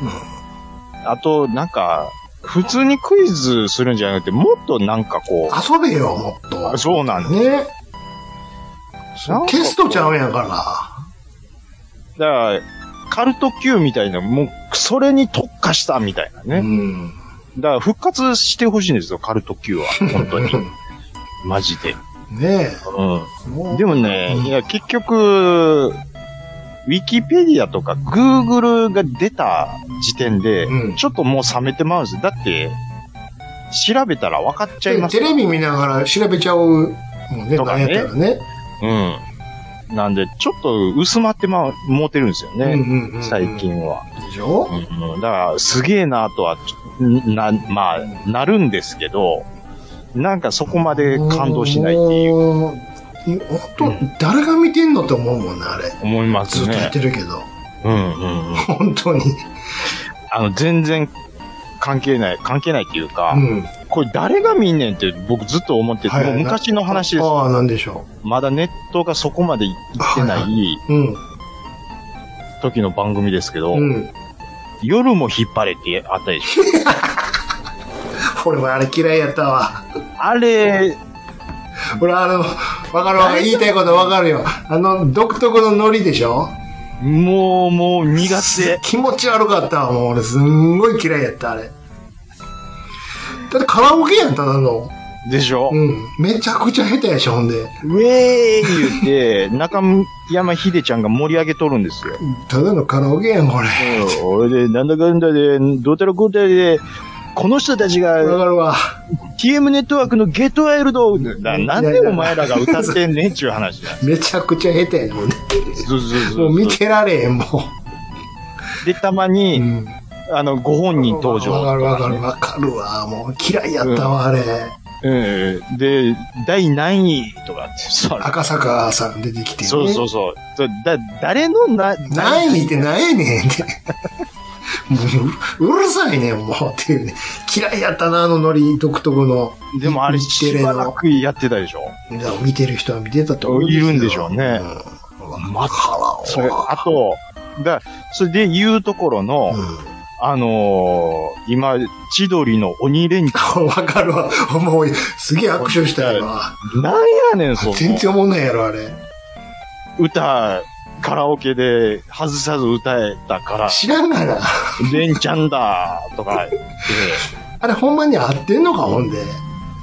[SPEAKER 2] あと、なんか、普通にクイズするんじゃなくて、もっとなんかこ
[SPEAKER 1] 遊べよ、もっと
[SPEAKER 2] う、。そうなんです。
[SPEAKER 1] ね。
[SPEAKER 2] なんかこう
[SPEAKER 1] テストちゃうんやか
[SPEAKER 2] だから、カルト Q みたいな、もう、それに特化したみたいな
[SPEAKER 1] ら。う
[SPEAKER 2] ね。
[SPEAKER 1] ん。
[SPEAKER 2] だから復活してほしいんですよ、カルト Q は。本当に。マジで。
[SPEAKER 1] ね
[SPEAKER 2] うん。
[SPEAKER 1] え。もう
[SPEAKER 2] でもね、
[SPEAKER 1] うん
[SPEAKER 2] いや、結局、ウィキペディアとか Google が出た時点で、
[SPEAKER 1] うん
[SPEAKER 2] ちょっともう冷めてまうんですだって、調べたら分かっちゃいます
[SPEAKER 1] テレビ見ながら調べちゃうもんね、
[SPEAKER 2] とかね
[SPEAKER 1] なんやったらね。
[SPEAKER 2] うん。なんで、ちょっと薄まってまう、持てるんですよ
[SPEAKER 1] うん
[SPEAKER 2] ね、
[SPEAKER 1] うんうんうん
[SPEAKER 2] 最。近は。
[SPEAKER 1] でしょ
[SPEAKER 2] うんうんだから、すげえなとは、ちょな、まあ、なるんですけど、なんかそこまで感動しないっていう、
[SPEAKER 1] もう本当、誰が見てんのと思うもんな、あれ。
[SPEAKER 2] 思います
[SPEAKER 1] ずっとやっ
[SPEAKER 2] ね。
[SPEAKER 1] てるけど。
[SPEAKER 2] うんうんうん。
[SPEAKER 1] 本当に。
[SPEAKER 2] あの、全然関係ない、関係ないっていうか、
[SPEAKER 1] うん。
[SPEAKER 2] これ誰が見んねんって僕ずっと思ってて、
[SPEAKER 1] はいはい
[SPEAKER 2] もう昔の話です。
[SPEAKER 1] ああ、なんでしょ
[SPEAKER 2] まだネットがそこまで行って
[SPEAKER 1] は。
[SPEAKER 2] ないいう
[SPEAKER 1] うん。
[SPEAKER 2] 時の番組ですけど、
[SPEAKER 1] うん。
[SPEAKER 2] 夜も引っ張れってあったでしょ。
[SPEAKER 1] 俺もあれ嫌いやったわ。
[SPEAKER 2] あれ、
[SPEAKER 1] 俺あの、わかるわかる。言いたいことわかるよ。あの、独特のノリでしょ
[SPEAKER 2] もう、もう苦手。
[SPEAKER 1] 気持ち悪かったわ、もう俺。すんごい嫌いやった、あれ。だってカラオケやん、ただの。
[SPEAKER 2] でしょ、
[SPEAKER 1] うん。めちゃくちゃ下手やし、ほんで。
[SPEAKER 2] ウェーイ言って、中山秀ちゃんが盛り上げとるんですよ。
[SPEAKER 1] ただのカラオケやん、これ。
[SPEAKER 2] 俺で、なんだかんだで、どうたらこうたらで、この人たち
[SPEAKER 1] わ
[SPEAKER 2] が
[SPEAKER 1] かるわ。
[SPEAKER 2] TM ネットワークのゲットワイルドななんでお前らが歌ってんねんちゅう話だ。
[SPEAKER 1] めちゃくちゃ下手やもんね。
[SPEAKER 2] そうそうそう
[SPEAKER 1] もう見てられへん、も
[SPEAKER 2] で、たま
[SPEAKER 1] う。
[SPEAKER 2] に、
[SPEAKER 1] うん
[SPEAKER 2] あの、ご本人登場
[SPEAKER 1] わ
[SPEAKER 2] と
[SPEAKER 1] か
[SPEAKER 2] かね、
[SPEAKER 1] るわかるわかるわ。もう嫌いやったわ、あれ。
[SPEAKER 2] ええで、第何位とかって、そう
[SPEAKER 1] 赤坂さん出てきて、ね。
[SPEAKER 2] そうそうそう。だ、誰のな、
[SPEAKER 1] 何位って何やねんって。 もううるさいねん、もう。っていうね。嫌いやったな、あのノリ独特の。
[SPEAKER 2] でもあれ、し
[SPEAKER 1] 日テレ
[SPEAKER 2] ばら
[SPEAKER 1] の。
[SPEAKER 2] くやってたでしょ。
[SPEAKER 1] 見てる人は見てたと思う
[SPEAKER 2] いるんでしょうね
[SPEAKER 1] うんわか
[SPEAKER 2] そ
[SPEAKER 1] ら
[SPEAKER 2] れ
[SPEAKER 1] んわ。
[SPEAKER 2] あと、だ、それで言うところの、
[SPEAKER 1] うん
[SPEAKER 2] あのー今、千鳥の鬼レンチ
[SPEAKER 1] これわかるわ。もう、すげえ握手したよな。
[SPEAKER 2] ャン。なんやねん、その
[SPEAKER 1] 全然思んないやろ、あれ。
[SPEAKER 2] 歌、カラオケで外さず歌えた から、
[SPEAKER 1] 知らんがな。
[SPEAKER 2] レンチャンだ、とか言って。
[SPEAKER 1] あれ、ほんまに合ってんのか、ほんで。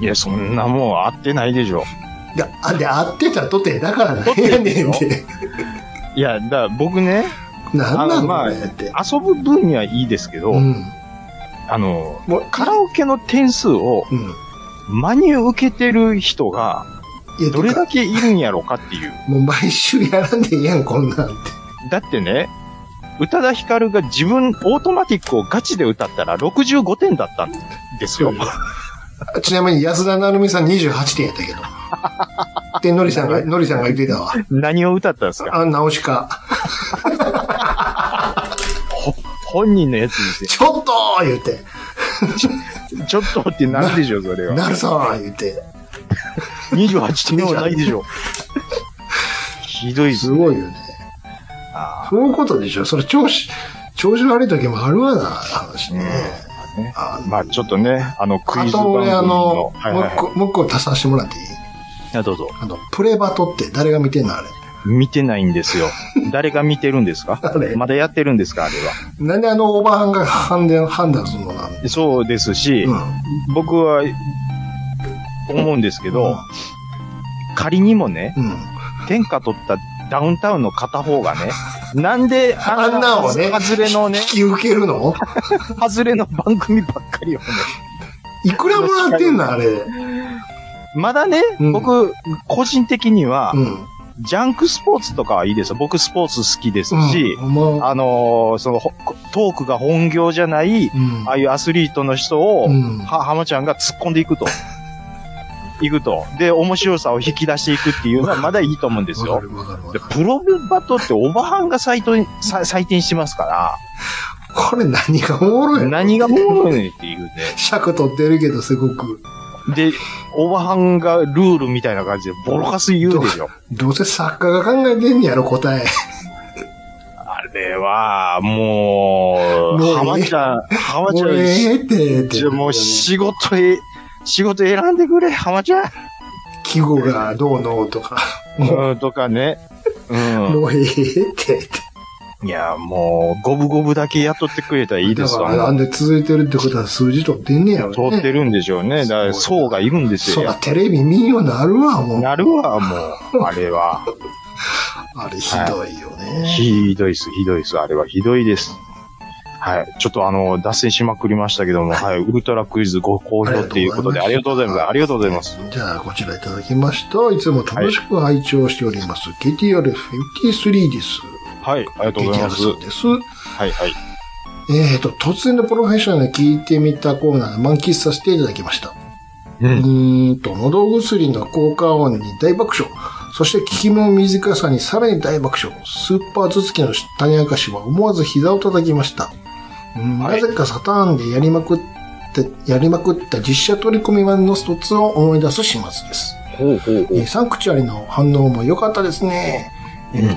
[SPEAKER 2] いや、そんなもん合ってないでしょ。
[SPEAKER 1] で、あで合ってたとて、だからなんやねんって。
[SPEAKER 2] いや、だから僕ね、
[SPEAKER 1] なんな
[SPEAKER 2] あのまあ
[SPEAKER 1] のねって。
[SPEAKER 2] 遊ぶ分にはいいですけど、
[SPEAKER 1] うん。
[SPEAKER 2] あの、
[SPEAKER 1] もう、
[SPEAKER 2] カラオケの点数を
[SPEAKER 1] うん。
[SPEAKER 2] 真に受けてる人が
[SPEAKER 1] いや、
[SPEAKER 2] どれ
[SPEAKER 1] てか
[SPEAKER 2] だけいるんやろかっていう。
[SPEAKER 1] もう毎週やらんでいいやん、こんなんって。
[SPEAKER 2] だってね、宇多田ヒカルが自分、オートマティックをガチで歌ったら65点だったんですよ。
[SPEAKER 1] あちなみに安田成美さん28点やった けど。で、のりさんが、のりさんが言ってたわ。
[SPEAKER 2] 何を歌ったんですか
[SPEAKER 1] あ、直しか。
[SPEAKER 2] ほ本人のやつに
[SPEAKER 1] ちょっとー言うて。
[SPEAKER 2] て、ちょっとってなるでしょ、それは。
[SPEAKER 1] なるさん言うて。
[SPEAKER 2] 28点はないでしょ。ひどいですす。
[SPEAKER 1] ごいよね。
[SPEAKER 2] あ
[SPEAKER 1] そういうことでしょ。それ調子、調子悪い時もあるわな、話ね。
[SPEAKER 2] ーね
[SPEAKER 1] あ
[SPEAKER 2] まあちょっとね、あの、クイ
[SPEAKER 1] あ
[SPEAKER 2] ズ番
[SPEAKER 1] と
[SPEAKER 2] 組
[SPEAKER 1] 俺あ
[SPEAKER 2] の
[SPEAKER 1] の、、
[SPEAKER 2] はいはいはい
[SPEAKER 1] もう一個、もう一個足させてもらっていい
[SPEAKER 2] あどうぞ。
[SPEAKER 1] あの、プレバトって誰が見てんのあれ。
[SPEAKER 2] 見てないんですよ。誰が見てるんですか
[SPEAKER 1] あれ
[SPEAKER 2] まだやってるんですかあれは。
[SPEAKER 1] なんであのおばはんが判断、判断するのなんで。
[SPEAKER 2] そうですし、
[SPEAKER 1] うん。
[SPEAKER 2] 僕は思うんですけど、仮にもね、
[SPEAKER 1] うん。
[SPEAKER 2] 天下取ったダウンタウンの片方がね、なんで
[SPEAKER 1] あんなんをね、
[SPEAKER 2] 外れのね
[SPEAKER 1] 引、き受けるの
[SPEAKER 2] 外れの番組ばっかりをね、
[SPEAKER 1] いくらもらってんのあれ。
[SPEAKER 2] まだね、
[SPEAKER 1] うん
[SPEAKER 2] 僕、個人的には、
[SPEAKER 1] うん。
[SPEAKER 2] ジャンクスポーツとかはいいですよ。僕スポーツ好きですし
[SPEAKER 1] う、ん、もう
[SPEAKER 2] あのーその、ほトークが本業じゃない、
[SPEAKER 1] うん
[SPEAKER 2] ああいうアスリートの人を、
[SPEAKER 1] うん
[SPEAKER 2] は、浜ちゃんが突っ込んでいくと。いくと。で、面白さを引き出していくっていうのはまだいいと思うんです
[SPEAKER 1] わ
[SPEAKER 2] よ
[SPEAKER 1] か。るわかるわ
[SPEAKER 2] で
[SPEAKER 1] かる
[SPEAKER 2] プロバトってオバハンが採点、さ採点してますか
[SPEAKER 1] これ何がおもろい
[SPEAKER 2] ら、
[SPEAKER 1] の
[SPEAKER 2] 何がおもろいねんっていう
[SPEAKER 1] 尺取ってるけど、すごく。
[SPEAKER 2] ね。で、オバハンがルールみたいな感じでボロカス言うでしょ。
[SPEAKER 1] どうせ作家が考えてんねやろ、答え。
[SPEAKER 2] あれは、もう、
[SPEAKER 1] もう
[SPEAKER 2] 浜ちゃん、浜ち
[SPEAKER 1] も
[SPEAKER 2] ゃ
[SPEAKER 1] うええ
[SPEAKER 2] ん、
[SPEAKER 1] って、って。
[SPEAKER 2] もう仕事へ、仕事選んでくれ、浜ちゃん。
[SPEAKER 1] 季語がどうのとか。
[SPEAKER 2] うん、とかね。うん。
[SPEAKER 1] もうええって、って。
[SPEAKER 2] いや、もう、五分五分だけ雇ってくれたらいいで
[SPEAKER 1] だ
[SPEAKER 2] す
[SPEAKER 1] か
[SPEAKER 2] わ。
[SPEAKER 1] ら、なんで続いてるってことは数字取ってんねやろ、ね。
[SPEAKER 2] 通ってるんでしょうね。だから、
[SPEAKER 1] すごい
[SPEAKER 2] 層がいるんです
[SPEAKER 1] そうだ、
[SPEAKER 2] よ。
[SPEAKER 1] テレビ見んようになるわ、もう。
[SPEAKER 2] なるわ、もう。あれは。
[SPEAKER 1] あれ、ひどいよね。
[SPEAKER 2] ひどいです、ひどいです。あれはひどいです。はい。ちょっとあの、脱線しまくりましたけども、はい。ウルトラクイズご好評っていうことで、あ
[SPEAKER 1] あ
[SPEAKER 2] り
[SPEAKER 1] り
[SPEAKER 2] が
[SPEAKER 1] がと
[SPEAKER 2] とう
[SPEAKER 1] う
[SPEAKER 2] ご
[SPEAKER 1] ござ
[SPEAKER 2] ざ
[SPEAKER 1] いま
[SPEAKER 2] いま
[SPEAKER 1] す
[SPEAKER 2] す。ありがとうございます。
[SPEAKER 1] じゃあ、こちらいただきました。いつも楽しく拝聴しております。KTR53 です。
[SPEAKER 2] はい。ありがとうございます。
[SPEAKER 1] KTR さんです。
[SPEAKER 2] はい、はい。
[SPEAKER 1] えーと、突然のプロフェッショナルに聞いてみたコーナー、満喫させていただきました。
[SPEAKER 2] う。
[SPEAKER 1] うんーんと、喉薬の効果音に大爆笑。そして、効き目短さにさらに大爆笑。スーパー頭突きの種明かしは思わず膝を叩きました。うん
[SPEAKER 2] はい
[SPEAKER 1] なぜかサターンでやりまくって、やりまくった実写取り込み版の卒を思い出す始末です。
[SPEAKER 2] ほうほうほ
[SPEAKER 1] えーサンクチュアリの反応も良かったですね。えー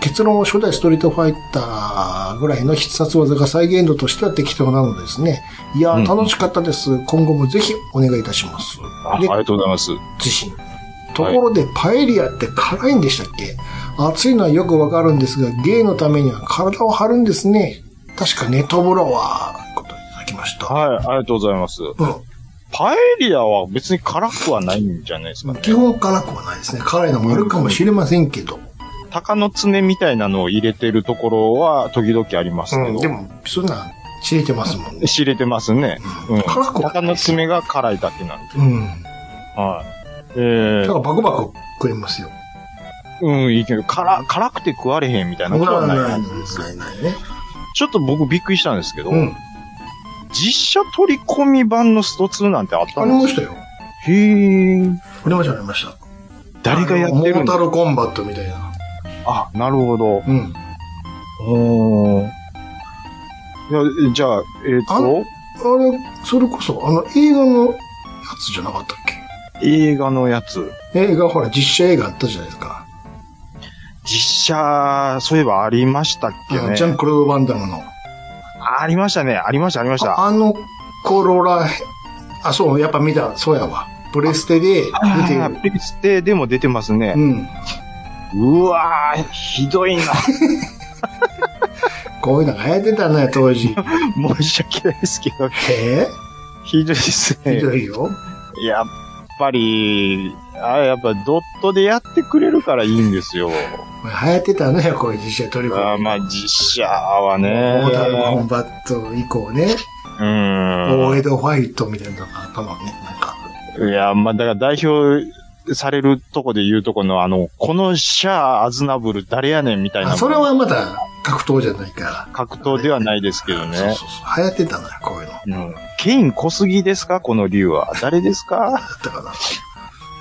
[SPEAKER 1] 結論は初代ストリートファイターぐらいの必殺技が再現度としては適当なのですね。いや
[SPEAKER 2] うん
[SPEAKER 1] ー、楽しかったです。今後もぜひお願いいたします。
[SPEAKER 2] ああり
[SPEAKER 1] で、
[SPEAKER 2] がとうございます。
[SPEAKER 1] 自信。ところで、パエリアって辛いんでしたっけ熱いのはよくわかるんですが、芸のためには体を張るんですね。確かネトブロは、ということでいただきました。
[SPEAKER 2] はい。ありがとうございます。パエリアは別に辛くはないんじゃないです
[SPEAKER 1] う
[SPEAKER 2] か
[SPEAKER 1] ん。
[SPEAKER 2] ね。
[SPEAKER 1] 基本辛くはないですね。辛いのもあるかもしれませんけど。
[SPEAKER 2] 鷹の爪みたいなのを入れてるところは時々ありますけど。
[SPEAKER 1] うん、でも、そんな、知れてますもんね。
[SPEAKER 2] 知れてますね。うん。
[SPEAKER 1] 辛くは
[SPEAKER 2] 鷹の爪が辛いだけなんで。
[SPEAKER 1] うん。
[SPEAKER 2] はい。え
[SPEAKER 1] だ
[SPEAKER 2] ー
[SPEAKER 1] からバクバク食えますよ。
[SPEAKER 2] うん、いいけど、辛、辛くて食われへんみたいなことはない。
[SPEAKER 1] ないないね。
[SPEAKER 2] ちょっと僕びっくりしたんですけど、
[SPEAKER 1] うん。
[SPEAKER 2] 実写取り込み版のスト2なんてあった
[SPEAKER 1] あ
[SPEAKER 2] ん
[SPEAKER 1] り
[SPEAKER 2] で
[SPEAKER 1] ますしたよ。
[SPEAKER 2] かへー。
[SPEAKER 1] ありました、ありました。
[SPEAKER 2] 誰がやっ
[SPEAKER 1] モ
[SPEAKER 2] てるん
[SPEAKER 1] ー
[SPEAKER 2] だ
[SPEAKER 1] タルコンバットみたいな。
[SPEAKER 2] あ、なるほど。
[SPEAKER 1] うん。
[SPEAKER 2] おーいやじゃあ、えっ、
[SPEAKER 1] ああ
[SPEAKER 2] と、
[SPEAKER 1] れ、それこそ、あの、映画のやつじゃなかったっ
[SPEAKER 2] 映画のやつ。
[SPEAKER 1] け映画、ほら、実写映画あったじゃないですか。
[SPEAKER 2] 実写、そういえばありましたっ
[SPEAKER 1] あ
[SPEAKER 2] け
[SPEAKER 1] のジャ
[SPEAKER 2] ね。
[SPEAKER 1] ン・クロード・バンダムの。
[SPEAKER 2] ありましたね。ありました、ありました。
[SPEAKER 1] ああの頃らへん、あ、そう、やっぱ見た、そうやわ。プレステで出て
[SPEAKER 2] あ
[SPEAKER 1] る
[SPEAKER 2] ー。プレステでも出てますね。
[SPEAKER 1] うん。
[SPEAKER 2] うわー、ひ どいな。
[SPEAKER 1] こういうのが流行ってたね、当 時。
[SPEAKER 2] 申し訳ないですけど、
[SPEAKER 1] へ
[SPEAKER 2] ひどいです
[SPEAKER 1] えひ
[SPEAKER 2] ね。
[SPEAKER 1] どいよ。
[SPEAKER 2] やっぱり、あやっぱドットでやってくれるからいいんですよ。
[SPEAKER 1] 流行ってたね、こういう実写トリコ。
[SPEAKER 2] あーまあ実写はね。
[SPEAKER 1] モータルコンバット以降ね、
[SPEAKER 2] う
[SPEAKER 1] 大
[SPEAKER 2] ん。
[SPEAKER 1] 江戸ファイトみたいなのがあったもんね、なんか。
[SPEAKER 2] いや、まあだから代表されるとこで言うとこのあの、このシャア・アズナブル誰やねんみたいな。
[SPEAKER 1] あそれはまだ格闘じゃないから。
[SPEAKER 2] 格闘ではないですけど
[SPEAKER 1] そうそう
[SPEAKER 2] ね。
[SPEAKER 1] そう。流行ってたのよ、こういうの。
[SPEAKER 2] うん、ケイン小杉ですかこの竜は。誰ですか
[SPEAKER 1] だったから。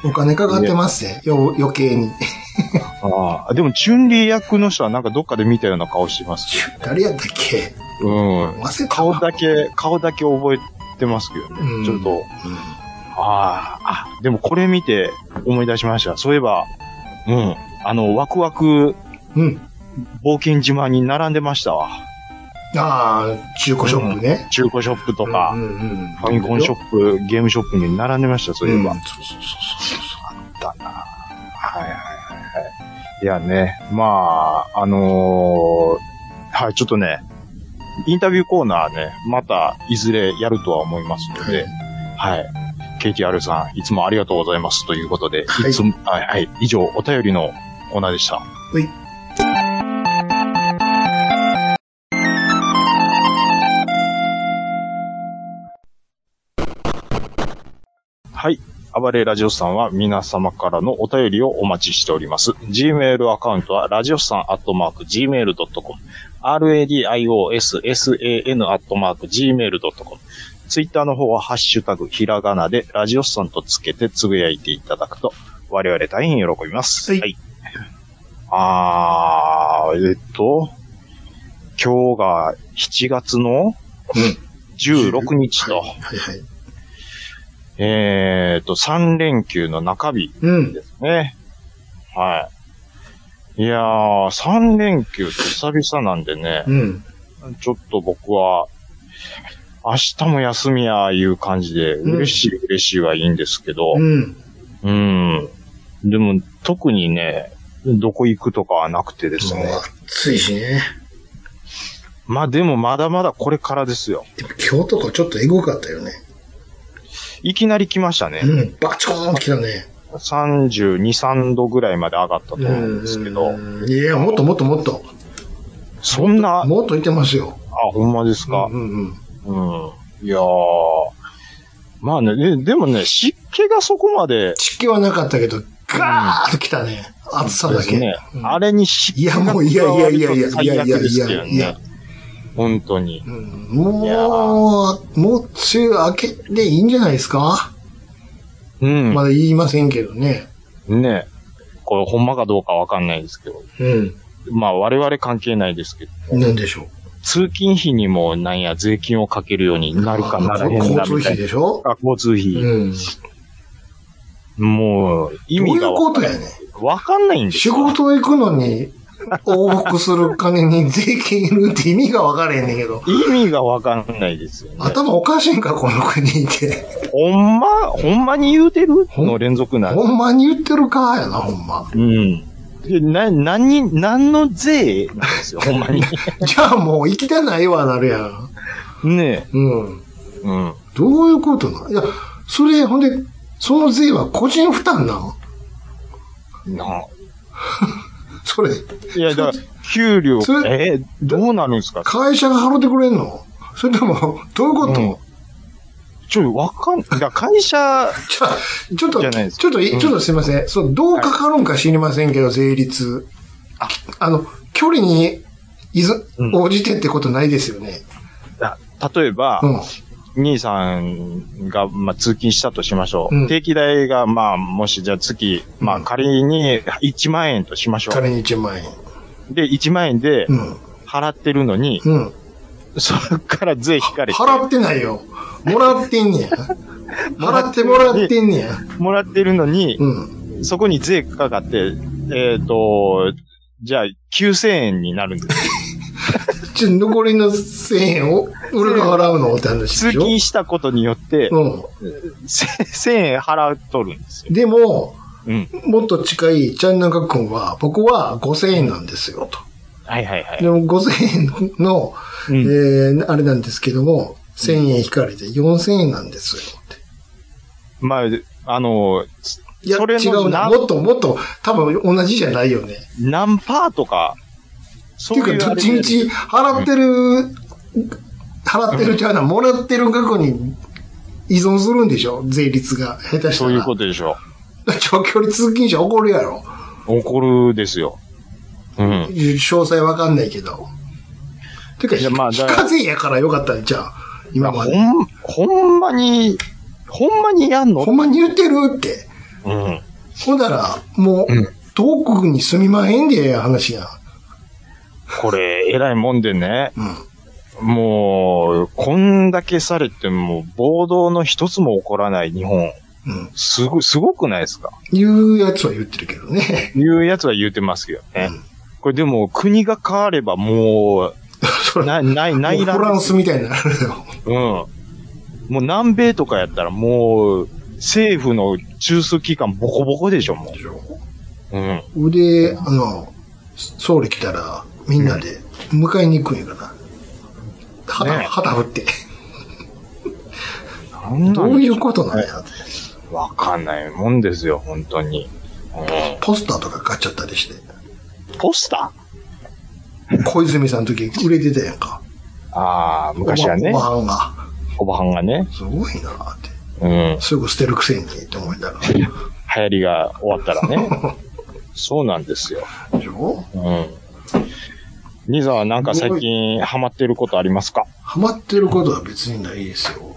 [SPEAKER 1] お金かかってますね、よ余計に。
[SPEAKER 2] ああ。でも、チュンリー役の人はなんかどっかで見たような顔してます。
[SPEAKER 1] 誰やったっけ
[SPEAKER 2] うん。
[SPEAKER 1] 忘れた
[SPEAKER 2] 顔
[SPEAKER 1] わ
[SPEAKER 2] だけ、顔だけ覚えてますけどね。
[SPEAKER 1] うん
[SPEAKER 2] ちょっと、
[SPEAKER 1] うん
[SPEAKER 2] ああ、あ、でもこれ見て思い出しました。そういえば、うん、あの、ワクワク
[SPEAKER 1] うん。
[SPEAKER 2] 冒険島に並んでましたわ。
[SPEAKER 1] ああ、中古ショップね。
[SPEAKER 2] 中古ショップとか、
[SPEAKER 1] うんうんうん
[SPEAKER 2] ファミコンショップ、ゲームショップに並んでました、そういえば。
[SPEAKER 1] うんそうそうそうそ
[SPEAKER 2] だなはいはいはいはい。いやね、まあ、あのーはい、ちょっとね、インタビューコーナーね、またいずれやるとは思いますので、はい。KTR さん、いつもありがとうございますということで、
[SPEAKER 1] はい
[SPEAKER 2] いつも、はい、はい、以上、お便りのコーナーでした。
[SPEAKER 1] う。はい。
[SPEAKER 2] はい。暴れラジオスさんは皆様からのお便りをお待ちしております。Gmail アカウントは、ラジオスさんアットマーク Gmail.com、radiossan アットマーク Gmail.com、ツイッターの方は、ハッシュタグ、ひらがなで、ラジオスさんとつけてつぶやいていただくと、我々大変喜びます。
[SPEAKER 1] はい
[SPEAKER 2] あー、えっと、今日が7月の16日と、
[SPEAKER 1] はいはい。
[SPEAKER 2] えっと、3連休の中日
[SPEAKER 1] うん。
[SPEAKER 2] ですね。はい。いやー、3連休って久々なんでね、
[SPEAKER 1] うん。
[SPEAKER 2] ちょっと僕は、明日も休みや、いう感じで、
[SPEAKER 1] うん
[SPEAKER 2] 嬉しい嬉しいはいいんですけど
[SPEAKER 1] う、ん。
[SPEAKER 2] うん。でも、特にね、どこ行くとかはなくてです
[SPEAKER 1] もう
[SPEAKER 2] ね。
[SPEAKER 1] 暑いしね。
[SPEAKER 2] まあでも、まだまだこれからですよ。
[SPEAKER 1] でも今日とかちょっとエゴかったよね。
[SPEAKER 2] いきなり来ましたね。
[SPEAKER 1] うん。バチコーンってきたね。
[SPEAKER 2] 32、3度ぐらいまで上がったと思うんですけど、
[SPEAKER 1] うんいや、もっともっともっと。
[SPEAKER 2] そんな、あ、
[SPEAKER 1] もっといてますよ。
[SPEAKER 2] ほんまですか。
[SPEAKER 1] うんうんうん。
[SPEAKER 2] うん。いやー。まあね、ででもね、湿気がそこまで、
[SPEAKER 1] 湿気はなかったけど、ガーッときたね。暑さだけ。
[SPEAKER 2] ね
[SPEAKER 1] う、ん
[SPEAKER 2] あれに湿
[SPEAKER 1] い
[SPEAKER 2] 気が
[SPEAKER 1] や、
[SPEAKER 2] 加
[SPEAKER 1] も
[SPEAKER 2] わ
[SPEAKER 1] う
[SPEAKER 2] る
[SPEAKER 1] いやいやいやいや
[SPEAKER 2] と
[SPEAKER 1] い
[SPEAKER 2] 最
[SPEAKER 1] や
[SPEAKER 2] 悪
[SPEAKER 1] いや
[SPEAKER 2] で
[SPEAKER 1] い
[SPEAKER 2] すけ
[SPEAKER 1] や
[SPEAKER 2] ど
[SPEAKER 1] いや
[SPEAKER 2] ね。。本当に。
[SPEAKER 1] うん
[SPEAKER 2] いや
[SPEAKER 1] もう、もう梅雨明けでいいんじゃないですか、
[SPEAKER 2] うん。
[SPEAKER 1] まだ言いませんけどね。
[SPEAKER 2] ね。これ、ほんまかどうかわかんないですけど。
[SPEAKER 1] うん。
[SPEAKER 2] まあ、我々関係ないですけど。
[SPEAKER 1] なんでしょう。
[SPEAKER 2] 通勤費にもなんや、税金をかけるようになるかならへんな
[SPEAKER 1] 交
[SPEAKER 2] み
[SPEAKER 1] 通
[SPEAKER 2] た
[SPEAKER 1] 費
[SPEAKER 2] いな。
[SPEAKER 1] でしょ
[SPEAKER 2] あ交通費。
[SPEAKER 1] うん。
[SPEAKER 2] もう、意味
[SPEAKER 1] ど
[SPEAKER 2] が
[SPEAKER 1] ういうことやねん
[SPEAKER 2] わかんないんです
[SPEAKER 1] 仕
[SPEAKER 2] よ。
[SPEAKER 1] 事行くのに、往復する金に税金いるって意味が分からへんねんけど。
[SPEAKER 2] 意味がわかんないですよね。
[SPEAKER 1] 頭おかしいんか、この国って。
[SPEAKER 2] ほんま、ほんまに言うてるの連続なんで
[SPEAKER 1] ほんまに言ってるかやな、ほんま。
[SPEAKER 2] うん。でな、何、何の税なんで すよ、ほんまに。
[SPEAKER 1] じゃあもう行きたないわ、なるやん。
[SPEAKER 2] ね
[SPEAKER 1] うん。
[SPEAKER 2] え。うん。
[SPEAKER 1] どういうことなのいや、それ、ほんで、その税は個人負担なの
[SPEAKER 2] な
[SPEAKER 1] それ、
[SPEAKER 2] いや、だから、給料
[SPEAKER 1] そ、れ
[SPEAKER 2] えーどうなるんですか
[SPEAKER 1] 会社が払ってくれんのそれとも、 どういうこと、
[SPEAKER 2] うんちょ、わかん、だから会社、
[SPEAKER 1] ちょちょっと、ち
[SPEAKER 2] じゃないです
[SPEAKER 1] ょっとい、
[SPEAKER 2] うん
[SPEAKER 1] ちょっとすいません。そう、どうかかるんか知りませんけど、税率。あの、距離に、いず
[SPEAKER 2] うん、
[SPEAKER 1] 応じてってことないですよね。
[SPEAKER 2] だ例えば、
[SPEAKER 1] うん。
[SPEAKER 2] 兄さんが、まあ、通勤したとしましょう。
[SPEAKER 1] うん
[SPEAKER 2] 定期代が、まあ、もしじゃあ月、まあ、仮に1万円としましょ
[SPEAKER 1] 彼に1万円。
[SPEAKER 2] う。で、1万円で
[SPEAKER 1] うん。
[SPEAKER 2] 払ってるのに、
[SPEAKER 1] うん。
[SPEAKER 2] それから税引かれて、
[SPEAKER 1] 払ってないよ。もらってんね や。もらってもらってんねや。
[SPEAKER 2] もらってるのに、
[SPEAKER 1] うん。
[SPEAKER 2] そこに税かかって、えっ、と、じゃあ、9000円になるんですよ。
[SPEAKER 1] ちょ、残りの1000円を、俺が払うのって話
[SPEAKER 2] 通
[SPEAKER 1] でしょ。
[SPEAKER 2] 勤したことによって、
[SPEAKER 1] うん。
[SPEAKER 2] 1000円払っとるんですよ。
[SPEAKER 1] でも、
[SPEAKER 2] うん。
[SPEAKER 1] もっと近いチャンナカ君は、僕は5000円なんですよ、と。
[SPEAKER 2] はいはいはい。
[SPEAKER 1] でも5000円の、
[SPEAKER 2] うん
[SPEAKER 1] えーあれなんですけども、1000円引かれて4000円なんですよ。
[SPEAKER 2] まあ、あの、
[SPEAKER 1] いや、
[SPEAKER 2] それの
[SPEAKER 1] 違うな。
[SPEAKER 2] な
[SPEAKER 1] もっともっと、多分同じじゃないよね。
[SPEAKER 2] 何パーとか、
[SPEAKER 1] っ
[SPEAKER 2] そ
[SPEAKER 1] ていう
[SPEAKER 2] いうう
[SPEAKER 1] か、
[SPEAKER 2] あ
[SPEAKER 1] どっ
[SPEAKER 2] れ
[SPEAKER 1] ちみち払ってる、払ってるじゃうな、もらってる額に依存するんでしょ税率が。下手した
[SPEAKER 2] そ
[SPEAKER 1] ら。
[SPEAKER 2] ういうことでしょ
[SPEAKER 1] 長距離通勤者怒るやろ。
[SPEAKER 2] う。怒るですよ。うん。
[SPEAKER 1] 詳細わかんないけど。てか、
[SPEAKER 2] いやまあだ
[SPEAKER 1] 非課税やからよかったんじゃあ、今ま
[SPEAKER 2] ほ
[SPEAKER 1] で。
[SPEAKER 2] ん、ほんまに、ほんまにやんの
[SPEAKER 1] ほんまに言ってるって。
[SPEAKER 2] うん。
[SPEAKER 1] ほんだら、もう、
[SPEAKER 2] うん
[SPEAKER 1] 遠くに住みまへんでええ話や。
[SPEAKER 2] これ、偉いもんでね。
[SPEAKER 1] うん。
[SPEAKER 2] もう、こんだけされても、暴動の一つも起こらない日本。
[SPEAKER 1] うん。
[SPEAKER 2] すご、すごくないですか
[SPEAKER 1] 言うやつは言ってるけどね。
[SPEAKER 2] いうやつは言うてますけどね。
[SPEAKER 1] うん
[SPEAKER 2] これでも、国が変わればも、
[SPEAKER 1] そうれ
[SPEAKER 2] ない、ない、ない
[SPEAKER 1] フ
[SPEAKER 2] ら
[SPEAKER 1] ランスみたいになるよ。
[SPEAKER 2] うん。もう南米とかやったらもう、政府の中枢機関ボコボコでしょ、も う。うん。
[SPEAKER 1] で、あの、総理来たら、みんなで迎えに行くんやから。旗、
[SPEAKER 2] ね
[SPEAKER 1] 旗振って。
[SPEAKER 2] なん
[SPEAKER 1] どういうことなんやって。
[SPEAKER 2] わかんないもんですよ、本当に。うん
[SPEAKER 1] ポスターとか買っちゃったり して。
[SPEAKER 2] ポスタ
[SPEAKER 1] 小泉さんの時売れてたやんか。
[SPEAKER 2] ーああ、昔はね
[SPEAKER 1] お、ばおばはんが。
[SPEAKER 2] おばはんがね、
[SPEAKER 1] すごいなって。
[SPEAKER 2] うん、
[SPEAKER 1] すぐ捨てるくせにって思いながら。
[SPEAKER 2] 流行りが終わったらね。 そうなんですよ。
[SPEAKER 1] でしょ
[SPEAKER 2] うん。兄さんはなんか最近ハマってることありますか
[SPEAKER 1] ハマってることは別にないですよ。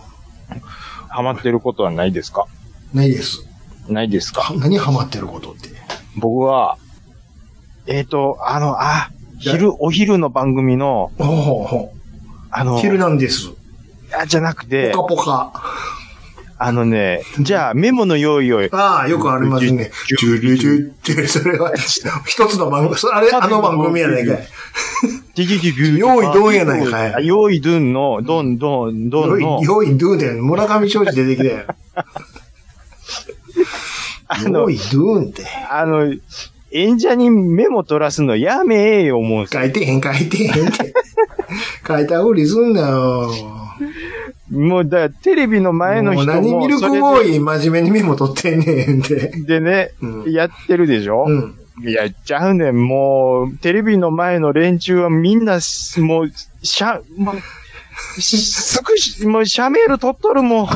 [SPEAKER 2] ハマってることはないですか
[SPEAKER 1] ないです。
[SPEAKER 2] ないですか
[SPEAKER 1] は何ハマってることって。
[SPEAKER 2] 僕は、えっ、と、あの、あ、昼、お昼の番組の、
[SPEAKER 1] ほうほうほ
[SPEAKER 2] あ
[SPEAKER 1] う。
[SPEAKER 2] の、
[SPEAKER 1] 昼なんです。ポ
[SPEAKER 2] あじゃなくて、
[SPEAKER 1] カポカ。
[SPEAKER 2] あのね、じゃあメモの用意を、
[SPEAKER 1] ああ、よくありますね。ジュルジュって、それは、一つの番組、それあれ、あの番組やないかい。
[SPEAKER 2] ディギギギ
[SPEAKER 1] 用意どんやないかい
[SPEAKER 2] あ用意どんの、どんどんどんの、
[SPEAKER 1] 用意ドゥーンだよね。村上正治出てきたよ。
[SPEAKER 2] あの
[SPEAKER 1] 用、意ドゥーンって。
[SPEAKER 2] あの、演者にメモ取らすのやめえよ、思うんですよ
[SPEAKER 1] 書いてへん、書いてへんって。書いたふりすんなよ。
[SPEAKER 2] もう、だからテレビの前の
[SPEAKER 1] も
[SPEAKER 2] 人
[SPEAKER 1] う
[SPEAKER 2] も、
[SPEAKER 1] 何ミルクボーイ真面目にメモ取ってんねんって。
[SPEAKER 2] イでね、
[SPEAKER 1] うん
[SPEAKER 2] やってるでしょ、
[SPEAKER 1] うん。
[SPEAKER 2] やっちゃうねん。もう、テレビの前の連中はみんな、もう、しゃ、もう、しすぐし、もう、シャメール取っとるもん。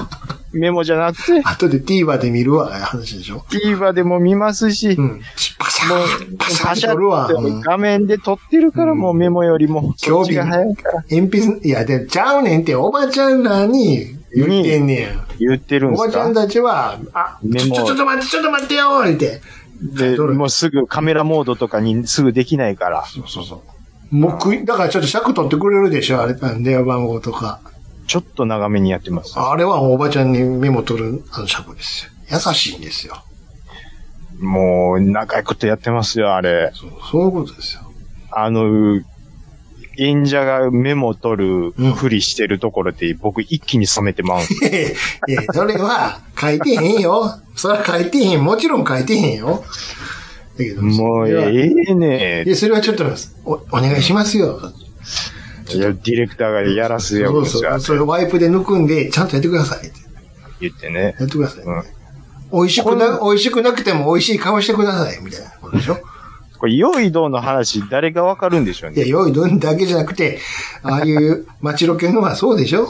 [SPEAKER 2] メモじゃなくて、
[SPEAKER 1] 後で TVer で見るわ、話でしょ。
[SPEAKER 2] TVer でも見ますし、
[SPEAKER 1] う
[SPEAKER 2] も
[SPEAKER 1] ん。パシ
[SPEAKER 2] う
[SPEAKER 1] ャー、パシャー
[SPEAKER 2] パ
[SPEAKER 1] って
[SPEAKER 2] シャ
[SPEAKER 1] 撮るわ。
[SPEAKER 2] って
[SPEAKER 1] うん
[SPEAKER 2] 画面で撮ってるから、
[SPEAKER 1] うん
[SPEAKER 2] もうメモよりも、そ
[SPEAKER 1] 興味
[SPEAKER 2] っちが早いから
[SPEAKER 1] 鉛筆、いや、で、ちゃうねんって、おばちゃんらに言ってんねや。
[SPEAKER 2] 言ってるん
[SPEAKER 1] お
[SPEAKER 2] で
[SPEAKER 1] ば
[SPEAKER 2] す
[SPEAKER 1] ちゃ
[SPEAKER 2] か
[SPEAKER 1] んたちは、あ、
[SPEAKER 2] メ
[SPEAKER 1] ちょ、
[SPEAKER 2] モ
[SPEAKER 1] ちょ、ちょっと待って、ちょっと待ってよーって。
[SPEAKER 2] で、
[SPEAKER 1] どれ
[SPEAKER 2] もうすぐカメラモードとかにすぐできないから、
[SPEAKER 1] そうそうそう。もう食い、だからちょっと尺取ってくれるでしょ、あれ、あの電話番号とか。
[SPEAKER 2] ちょっと長めにやってます。
[SPEAKER 1] あれはおばちゃんにメモ取る、あの尺ですよ。優しいんですよ。
[SPEAKER 2] もう、長いことやってますよ、あれ。
[SPEAKER 1] そう、そういうことですよ。
[SPEAKER 2] あの、演者がメモ取るふりしてるところで、僕一気に染めて まうんですよ。
[SPEAKER 1] ええ、ええ、それは書いてへんよ。それは書いてへん。もちろん書いてへんよ。だけど、
[SPEAKER 2] もう、
[SPEAKER 1] それは
[SPEAKER 2] ええね
[SPEAKER 1] いや、それはちょっとお、お願いしますよ。
[SPEAKER 2] いや、ディレクターがやらすよ、
[SPEAKER 1] そう
[SPEAKER 2] こっち
[SPEAKER 1] そ
[SPEAKER 2] は
[SPEAKER 1] う。それワイプで抜くんで、ちゃんとやってくださいって。
[SPEAKER 2] 言ってね。
[SPEAKER 1] やってください、ね
[SPEAKER 2] うん
[SPEAKER 1] 美味しくな、美味しくなくても美味しい顔してください、みたいなことでしょ
[SPEAKER 2] ここれ、良い道の話、誰がわかるんでしょう
[SPEAKER 1] いや、
[SPEAKER 2] ね。
[SPEAKER 1] 良いどんだけじゃなくて、ああいう街ロケのはそうでしょ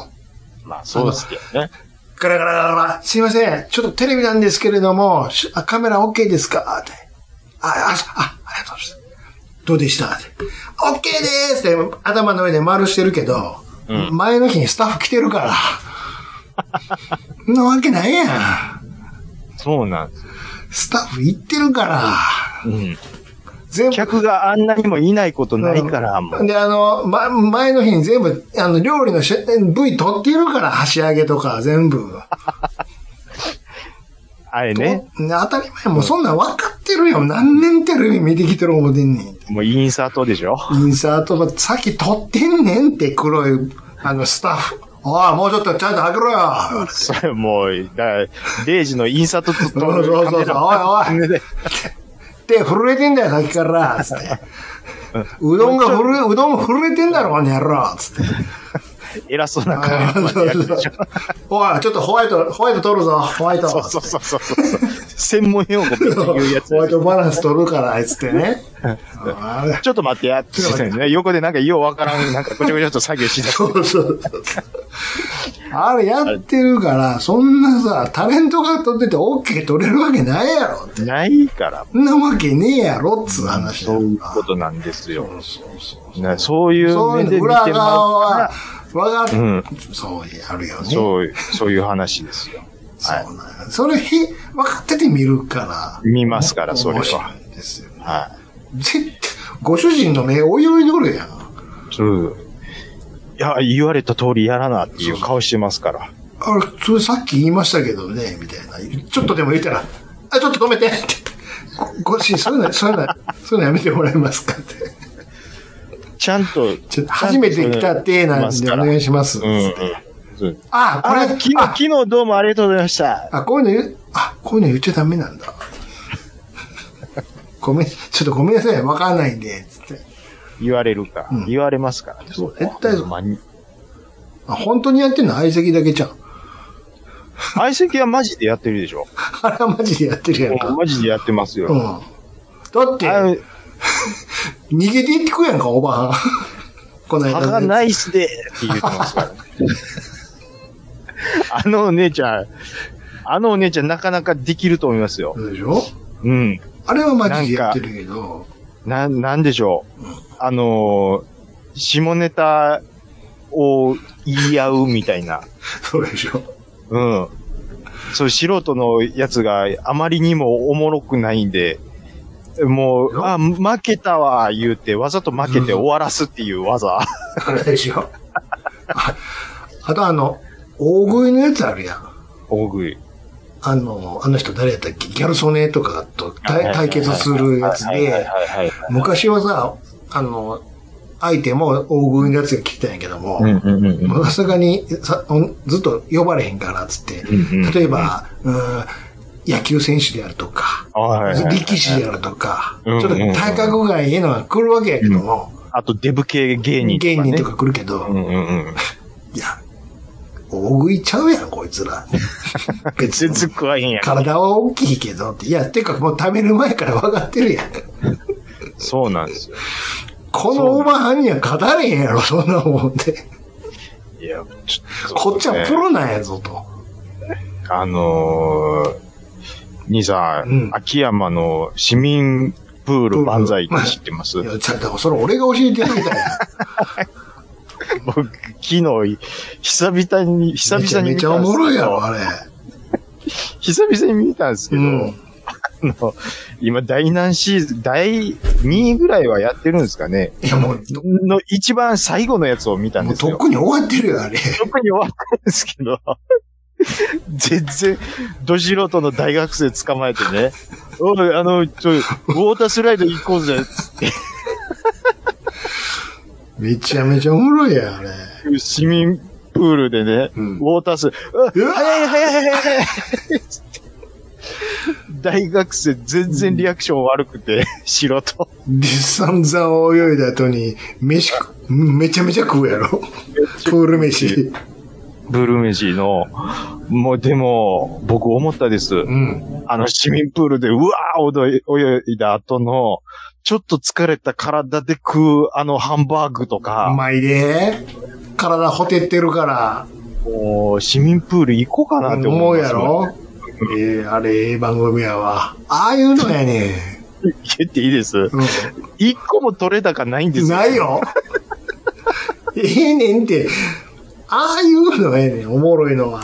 [SPEAKER 2] まあ、そうですけどね。
[SPEAKER 1] ガラガラガラガラ、すいません。ちょっとテレビなんですけれども、しあカメラ OK ですかって。あ、あ、あ、ありがとうございます。どうでしたって ?OK ですって頭の上で丸してるけど、
[SPEAKER 2] うん
[SPEAKER 1] 前の日にスタッフ来てる から。そんなわけないやん。
[SPEAKER 2] そうなんです。
[SPEAKER 1] スタッフ行ってるから。
[SPEAKER 2] うん。
[SPEAKER 1] 全部。
[SPEAKER 2] 客があんなにもいないことないから、もう。
[SPEAKER 1] で、あの、ま、前の日に全部、あの、料理のし部位取っているから、箸揚げとか全部。
[SPEAKER 2] あれね。
[SPEAKER 1] と当たり前、もうそんなん分かってるよ。何年テレビ見てきてる思てんねん。
[SPEAKER 2] もうインサートでしょ。
[SPEAKER 1] インサートば、さっき撮ってんねんって黒い、あの、スタッフ。おい、もうちょっとちゃんと開けろよ。
[SPEAKER 2] それもう、だから、レイジのインサートと、
[SPEAKER 1] そうそうそうそう、おいおい。手震えてんだよ、さっきから。つって。うどんが震え、うどんも震えてんだろ、この野郎。つって。
[SPEAKER 2] 偉そうな感じでやるでしょ。
[SPEAKER 1] おい、ちょっとホワイト、ホワイト取るぞ、ホワイト。
[SPEAKER 2] そうそうそうそうそう。専門用語っていうやつ
[SPEAKER 1] ホ。ワイトバランス取るから、あいつってね。あー
[SPEAKER 2] ちょっと待ってや、って言ってたよね横でなんかようわからん、なんかごちゃごちゃっと作業しだす。
[SPEAKER 1] そうそうそう。あれやってるから、そんなさ、タレントが撮ってて OK 取れるわけないやろ。
[SPEAKER 2] ないから、
[SPEAKER 1] そんなわけねえやろっつう話だ
[SPEAKER 2] そういうこ
[SPEAKER 1] そ
[SPEAKER 2] となんですよ。
[SPEAKER 1] うそうそう。
[SPEAKER 2] ねそういう
[SPEAKER 1] そう
[SPEAKER 2] 目
[SPEAKER 1] いう
[SPEAKER 2] で見てもら
[SPEAKER 1] 裏
[SPEAKER 2] う
[SPEAKER 1] 側は、
[SPEAKER 2] か
[SPEAKER 1] わ
[SPEAKER 2] ら、
[SPEAKER 1] が、
[SPEAKER 2] うん。
[SPEAKER 1] そうやるよね。そう
[SPEAKER 2] そういう、そういう話ですよ。はい。
[SPEAKER 1] なんやそれ、へ、分かってて見るから。
[SPEAKER 2] 見ますから、それ
[SPEAKER 1] 面
[SPEAKER 2] は
[SPEAKER 1] 白。いんですよね。
[SPEAKER 2] は
[SPEAKER 1] 絶対、ご主人の目、おいおいどるやん。
[SPEAKER 2] い。そう。いや、言われた通りやらなっていう顔してますから。
[SPEAKER 1] あれ、それさっき言いましたけどね、みたいな。ちょっとでも言ったら、あ、ちょっと止めてってごご主人、そういうの、そういうの、そういうのやめてもらえますかって。
[SPEAKER 2] ちゃんと、
[SPEAKER 1] ちょっと初めて来たてなんでお願いします。
[SPEAKER 2] うんうん。そう
[SPEAKER 1] あ、これ、
[SPEAKER 2] あ、昨日、
[SPEAKER 1] あ
[SPEAKER 2] 昨日どうもありがとうございました。
[SPEAKER 1] あ、こういうの言う、あ、こういうの言っちゃダメなんだ。ごめん、ちょっとごめんなさい、わかんないんで、つって。
[SPEAKER 2] 言われるから。
[SPEAKER 1] うん
[SPEAKER 2] 言われますからね。
[SPEAKER 1] そう絶対そう
[SPEAKER 2] ほんまに
[SPEAKER 1] あ本当にやってんの相席だけじゃん。
[SPEAKER 2] 相席はマジでやってるでしょ。
[SPEAKER 1] あれはマジでやってるやんか。うん。
[SPEAKER 2] マジでやってますよ。
[SPEAKER 1] だって、
[SPEAKER 2] あ
[SPEAKER 1] 逃げていってくやん か、おばはん。この間の
[SPEAKER 2] 歯
[SPEAKER 1] やつ。
[SPEAKER 2] がナイスでって言ってますからね。あのお姉ちゃん、あのお姉ちゃんなかなかできると思いますよ。
[SPEAKER 1] そうでしょ
[SPEAKER 2] うん。
[SPEAKER 1] あれはマジでやってるけど、
[SPEAKER 2] な、なんでしょう。あのー下ネタを言い合うみたいな。
[SPEAKER 1] そうでしょ
[SPEAKER 2] うん。そう、素人のやつがあまりにもおもろくないんで、もう、あ、負けたわ、言うて、わざと負けて終わらすっていう技。
[SPEAKER 1] あれでしょ ああとあの、大食いのやつあるやん。
[SPEAKER 2] 大食い。
[SPEAKER 1] あの、あの人誰やったっけギャルソネとかと対対決するやつ
[SPEAKER 2] はいはい
[SPEAKER 1] で、
[SPEAKER 2] はいはいはい
[SPEAKER 1] 昔はさ、あの、相手も大食いのやつが来てたんやけども、
[SPEAKER 2] うんうんうんうん
[SPEAKER 1] もうさすがにさおんずっと呼ばれへんからっつって、
[SPEAKER 2] うんうん
[SPEAKER 1] 例えば、うん野球選手であるとか、
[SPEAKER 2] あはいはいはい
[SPEAKER 1] 力士であるとか、ち
[SPEAKER 2] う
[SPEAKER 1] ょ
[SPEAKER 2] んう
[SPEAKER 1] っ
[SPEAKER 2] ん
[SPEAKER 1] と体格がいいのが来るわけやけども、
[SPEAKER 2] あと、デブ系芸人とか、ね。
[SPEAKER 1] 芸人とか来るけど、
[SPEAKER 2] うんうんうん。
[SPEAKER 1] いや、大食いちゃうやん、こいつ ら。別
[SPEAKER 2] 全
[SPEAKER 1] に。
[SPEAKER 2] 然怖いんや。
[SPEAKER 1] 体は大きいけどって。いや、てかもう食べる前から分かってるやん。
[SPEAKER 2] そうなんですよ。
[SPEAKER 1] このオーバーハンには勝たれへんやろ、そんなもんで。
[SPEAKER 2] いや、ちょっと、
[SPEAKER 1] こっちはプロなんやぞと。
[SPEAKER 2] あのー、兄さん、
[SPEAKER 1] うん
[SPEAKER 2] 秋山の市民プール万歳って知ってます、
[SPEAKER 1] いや、ちゃんと、それ俺が教えてやるみたいな。
[SPEAKER 2] 僕、昨日、久々に、久
[SPEAKER 1] めちゃ
[SPEAKER 2] 々に
[SPEAKER 1] め
[SPEAKER 2] 見
[SPEAKER 1] ちゃ
[SPEAKER 2] た
[SPEAKER 1] お
[SPEAKER 2] んです
[SPEAKER 1] も
[SPEAKER 2] け
[SPEAKER 1] ろいやろ、
[SPEAKER 2] ど、
[SPEAKER 1] あれ。
[SPEAKER 2] 久々に見たんですけ
[SPEAKER 1] う
[SPEAKER 2] ど、
[SPEAKER 1] ん。
[SPEAKER 2] あの、今、第何シーズン、第2位ぐらいはやってるんですかね
[SPEAKER 1] いや、もう、ど
[SPEAKER 2] の一番最後のやつを見たん
[SPEAKER 1] も
[SPEAKER 2] で
[SPEAKER 1] う
[SPEAKER 2] す
[SPEAKER 1] とっ
[SPEAKER 2] よ。
[SPEAKER 1] くに終わってるよ、あれ。
[SPEAKER 2] 特に終わったんですけど、 全然、ど素人の大学生捕まえてね、おい、あの、ちょ、ウォータースライド行こうぜ、
[SPEAKER 1] めちゃめちゃおもろいやん、あれ。
[SPEAKER 2] 市民プールでね、
[SPEAKER 1] うん
[SPEAKER 2] ウォータース、
[SPEAKER 1] う
[SPEAKER 2] う
[SPEAKER 1] わ
[SPEAKER 2] わ早い早い早い早いつって大学生全然リアクション悪くて、 素人。
[SPEAKER 1] で、散々泳いだ後に、飯食、めちゃめちゃ食うやろ。プール飯。
[SPEAKER 2] ブルーメジーの、もうでも、僕思ったです。
[SPEAKER 1] うん。
[SPEAKER 2] あの市民プールでうわー泳い泳いだ後の、ちょっと疲れた体で食うあのハンバーグと
[SPEAKER 1] う
[SPEAKER 2] か、
[SPEAKER 1] まいで。体ほてってるから、
[SPEAKER 2] もう市民プール行こうかなって
[SPEAKER 1] 思
[SPEAKER 2] 思
[SPEAKER 1] う
[SPEAKER 2] い
[SPEAKER 1] や
[SPEAKER 2] ます
[SPEAKER 1] ろええあれ、ええ番組やわ。ああいうのやね。
[SPEAKER 2] 言っていいです。
[SPEAKER 1] う
[SPEAKER 2] 一個も取れ高ないんです
[SPEAKER 1] ん、ない。よ。ええねんって。ああいうのやねん、おもろいのは。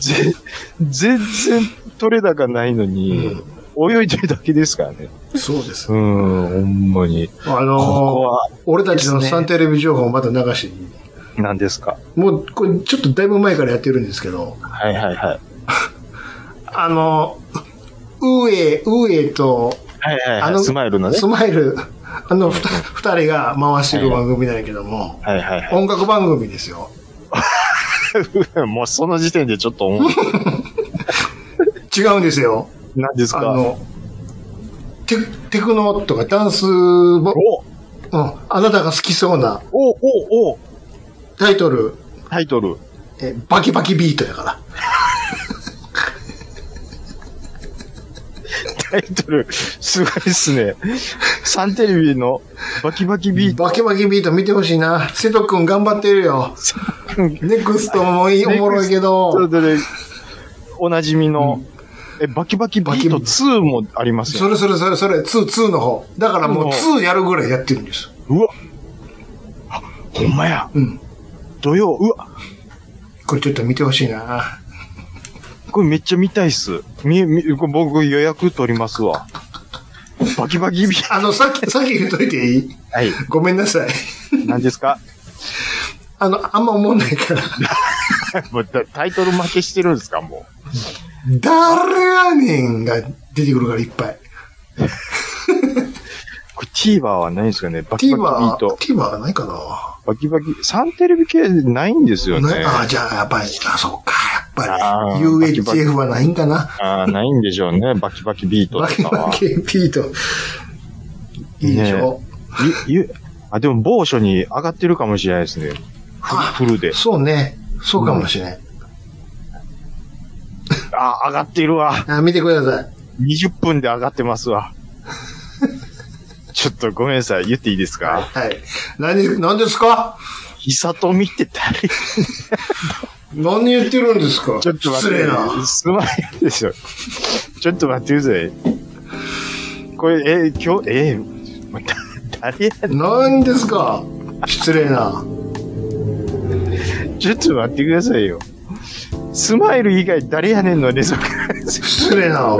[SPEAKER 2] ぜ全然取れ高ないのに、泳いでるだけですからね。
[SPEAKER 1] そうです。
[SPEAKER 2] うん、ほんまに。
[SPEAKER 1] あ
[SPEAKER 2] こ
[SPEAKER 1] のー
[SPEAKER 2] こは、
[SPEAKER 1] 俺たちのサンテレビ情報をまた流していい
[SPEAKER 2] 何ですか
[SPEAKER 1] もう、これちょっとだいぶ前からやってるんですけど、
[SPEAKER 2] はいはいはい。
[SPEAKER 1] あの、ウーエ、ウーエと、
[SPEAKER 2] はいはい
[SPEAKER 1] あ
[SPEAKER 2] は
[SPEAKER 1] の
[SPEAKER 2] い。スマイルのね
[SPEAKER 1] ス。マイル、あの二、二人が回してる番組なんやけども、
[SPEAKER 2] はいはいは
[SPEAKER 1] 音楽番組ですよ。
[SPEAKER 2] い。 もうその時点でちょっと思う。
[SPEAKER 1] 違うんですよ。
[SPEAKER 2] 何です
[SPEAKER 1] あ
[SPEAKER 2] か
[SPEAKER 1] の、テテクノとかダンスボ、
[SPEAKER 2] おお
[SPEAKER 1] うん、あなたが好きそうな
[SPEAKER 2] おお
[SPEAKER 1] タイトル、
[SPEAKER 2] タイトル。
[SPEAKER 1] えバキバキビートやから。
[SPEAKER 2] タイトル、すごいっすね。サンテレビのバキバキビート。
[SPEAKER 1] バキバキビート見てほしいな。瀬戸くん頑張ってるよ。ネクストもいい、おもろいけ
[SPEAKER 2] それ
[SPEAKER 1] ど、
[SPEAKER 2] で、おなじみの、え、バキバキビート2もあります
[SPEAKER 1] そ
[SPEAKER 2] よ。
[SPEAKER 1] れそれそれそれ、2、2の方。だからもう2やるぐらいやってるんです。
[SPEAKER 2] うわあ、ほんまや。
[SPEAKER 1] うん。
[SPEAKER 2] 土曜、うわ
[SPEAKER 1] これちょっと見てほしいな。
[SPEAKER 2] これめっちゃ見たいっす。み、み、これ僕予約取りますわ。バキバキビート。
[SPEAKER 1] あの、さっき、さっき言っといていい
[SPEAKER 2] はい。
[SPEAKER 1] ごめんなさい。
[SPEAKER 2] 何ですか
[SPEAKER 1] あの、あんま思わないから。
[SPEAKER 2] もうタタイトル負けしてるんですかも
[SPEAKER 1] 誰やねんが出てくるからいっぱい。
[SPEAKER 2] う。これ TVer はないんですかねバキバキビ
[SPEAKER 1] TVer、
[SPEAKER 2] ート。
[SPEAKER 1] TVer はないかな
[SPEAKER 2] バキバキ。サンテレビ系ないんですよね。
[SPEAKER 1] ないあ、じゃあ、やっぱり、あ、そうか、や
[SPEAKER 2] あ
[SPEAKER 1] っぱ
[SPEAKER 2] ー
[SPEAKER 1] り。UHF はないんかな。
[SPEAKER 2] ああ、ないんでしょうね。バキバキビート
[SPEAKER 1] バキ
[SPEAKER 2] とか
[SPEAKER 1] バ
[SPEAKER 2] は。
[SPEAKER 1] キビート。いいでしょ、
[SPEAKER 2] ゆゆあ、でも某所に上がってるかもしれないですね。
[SPEAKER 1] あ
[SPEAKER 2] フルで。
[SPEAKER 1] そうね。そうかもしれない。
[SPEAKER 2] あ、上がってるわ。
[SPEAKER 1] あ、見てください。
[SPEAKER 2] 20分で上がってますわ。ちょっとごめんなさい。言っていいですか
[SPEAKER 1] はい。何、何ですか
[SPEAKER 2] 久富って誰
[SPEAKER 1] 何言ってるんですか
[SPEAKER 2] ちょっと待
[SPEAKER 1] 失
[SPEAKER 2] って。
[SPEAKER 1] 礼な。
[SPEAKER 2] すまないでしょ。ちょっと待ってください。これ、えー、今日、えー、 また誰や
[SPEAKER 1] 何ですか失礼な。
[SPEAKER 2] ちょっと待ってくださいよ。スマイル以外誰やねんの連続
[SPEAKER 1] 失礼な。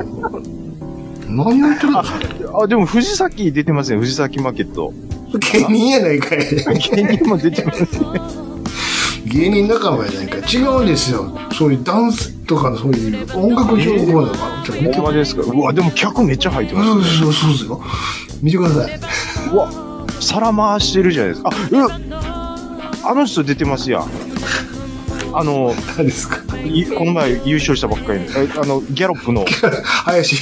[SPEAKER 1] 何言ってるんですか
[SPEAKER 2] あ、でも藤崎出てますね。藤崎マーケット。
[SPEAKER 1] 芸人やないかい。
[SPEAKER 2] 芸人も出てます。
[SPEAKER 1] 芸人仲間やないかい。違うんですよ。そういうダンスとかのそういう音楽情報だから。ちょっと見て
[SPEAKER 2] ほんまですかうわ、でも客めっちゃ入って
[SPEAKER 1] そう
[SPEAKER 2] ま
[SPEAKER 1] そうそうですよ。見てください。
[SPEAKER 2] す。うわ、皿回してるじゃないですか。あ、うあの人出てますやん。あの、
[SPEAKER 1] 何ですか
[SPEAKER 2] いこの前優勝したばっかりの、えあの、ギャロッ プの、
[SPEAKER 1] 林、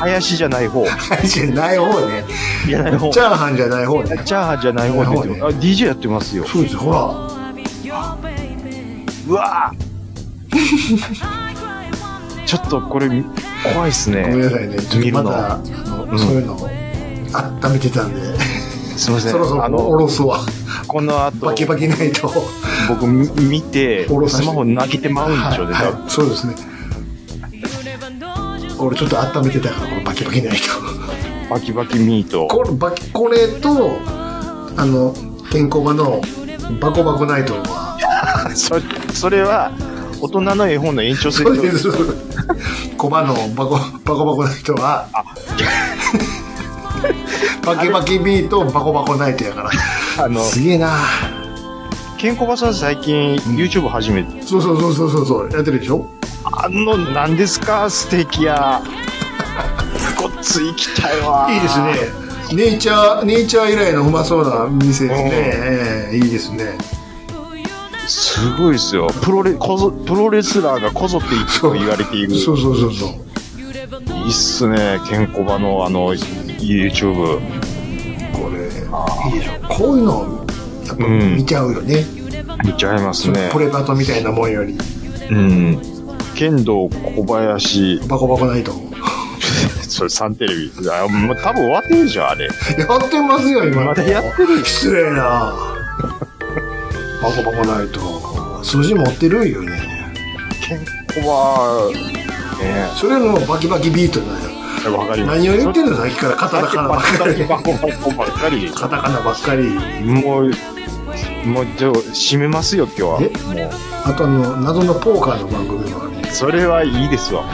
[SPEAKER 2] 林じゃない方。
[SPEAKER 1] 林じゃない方ね。
[SPEAKER 2] じゃない方。
[SPEAKER 1] チ
[SPEAKER 2] チャ
[SPEAKER 1] ャーハンじゃない方ね。
[SPEAKER 2] ーハンじゃない方出てます。あ、DJ やってますよ。
[SPEAKER 1] そうですよ。ほら。
[SPEAKER 2] うわぁちょっとこれ、怖いっす
[SPEAKER 1] ごめん
[SPEAKER 2] ね。
[SPEAKER 1] なさいね。ちょっとまだ、あの
[SPEAKER 2] うん
[SPEAKER 1] そういうのを温めてたんで、
[SPEAKER 2] すいません。
[SPEAKER 1] そろそ
[SPEAKER 2] あ
[SPEAKER 1] ろお
[SPEAKER 2] の、
[SPEAKER 1] ろすわ。
[SPEAKER 2] この後、
[SPEAKER 1] バキバキないと。
[SPEAKER 2] 僕み見て
[SPEAKER 1] おろ、させ
[SPEAKER 2] ス
[SPEAKER 1] て
[SPEAKER 2] マホ投げてまうんでしょうね、
[SPEAKER 1] はいは
[SPEAKER 2] 多
[SPEAKER 1] いそうですね。俺ちょっと温めてたから、このバキバキないと。
[SPEAKER 2] 分バキバキミート。
[SPEAKER 1] これ、バキ、これと、あの、健康場のバコバコナイトは、
[SPEAKER 2] そそれは大人の絵本の延長線
[SPEAKER 1] そう
[SPEAKER 2] 上
[SPEAKER 1] です。コバのバコ、バコバコナイトは、バキバキビートバコバコナイトやから。
[SPEAKER 2] あの
[SPEAKER 1] すげえな
[SPEAKER 2] ケンコバさん最近 YouTube 始めて、
[SPEAKER 1] そうそうそうそうそうそう、やってるでしょ
[SPEAKER 2] あの何ですかステーキ屋ごっついきたいわ
[SPEAKER 1] いいですね。ネイチャー、ネイチャー以来のうまそうな店ですね。ええいいですね。
[SPEAKER 2] すごいですよプロレこぞプロレスラーがこぞっていくと言われている
[SPEAKER 1] そうそうそうそう。
[SPEAKER 2] いいっすねケンコバのあの YouTube
[SPEAKER 1] これ、いいでしょ。こういうの、やっぱ見ちゃうよね。
[SPEAKER 2] 見ちゃいますね
[SPEAKER 1] プレバトみたいなもんより、
[SPEAKER 2] うん剣道小林
[SPEAKER 1] バコバコないと。
[SPEAKER 2] それ3テレビ。あもう多分終わってるじゃん、あ れ。
[SPEAKER 1] やってますよ、今。
[SPEAKER 2] まだやって る
[SPEAKER 1] 失礼なバカバカないと。数字持ってるよね。
[SPEAKER 2] 健康は、ね
[SPEAKER 1] それのバキバキビートだよ。
[SPEAKER 2] え、わかります。
[SPEAKER 1] 何を言ってん
[SPEAKER 2] の
[SPEAKER 1] のさっきからカタ
[SPEAKER 2] バ
[SPEAKER 1] カナばっ
[SPEAKER 2] カ
[SPEAKER 1] か り。
[SPEAKER 2] バカバカばっかり。
[SPEAKER 1] カタカナばっかり。
[SPEAKER 2] もう、もう、じゃあ閉めますよ、今日は。もう、
[SPEAKER 1] あとあの、謎のポーカーの番組もあるね。
[SPEAKER 2] それはいいですわ。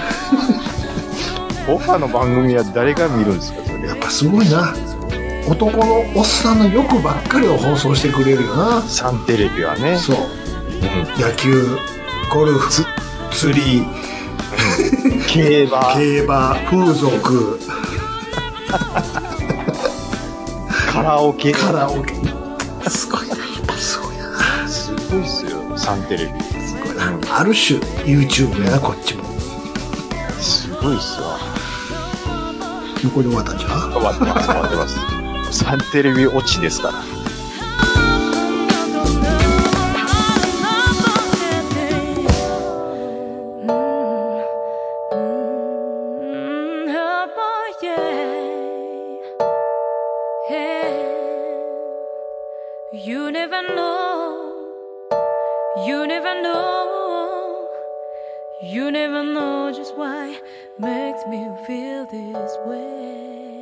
[SPEAKER 2] オファーの番組は誰が見るんですか、それ
[SPEAKER 1] や。っぱすごいな。男のおっさんの欲ばっかりを放送してくれるよな。
[SPEAKER 2] サンテレビはね。
[SPEAKER 1] そう。
[SPEAKER 2] う
[SPEAKER 1] 野球、ゴルフ、釣り、
[SPEAKER 2] ん。競馬、
[SPEAKER 1] 競馬、風俗、
[SPEAKER 2] カラオケ。
[SPEAKER 1] カラオケ。すごいな、やっぱすごいな。
[SPEAKER 2] すごいっすよ、サンテレビ。
[SPEAKER 1] すごいな。ある種、YouTube やな、こっちも。
[SPEAKER 2] すごいっすわ。
[SPEAKER 1] 横で終わったんじゃん
[SPEAKER 2] 終わってます、終わってます。サンテレビ落ちですから。
[SPEAKER 4] You never know, you never know, you never know just why makes me feel this way.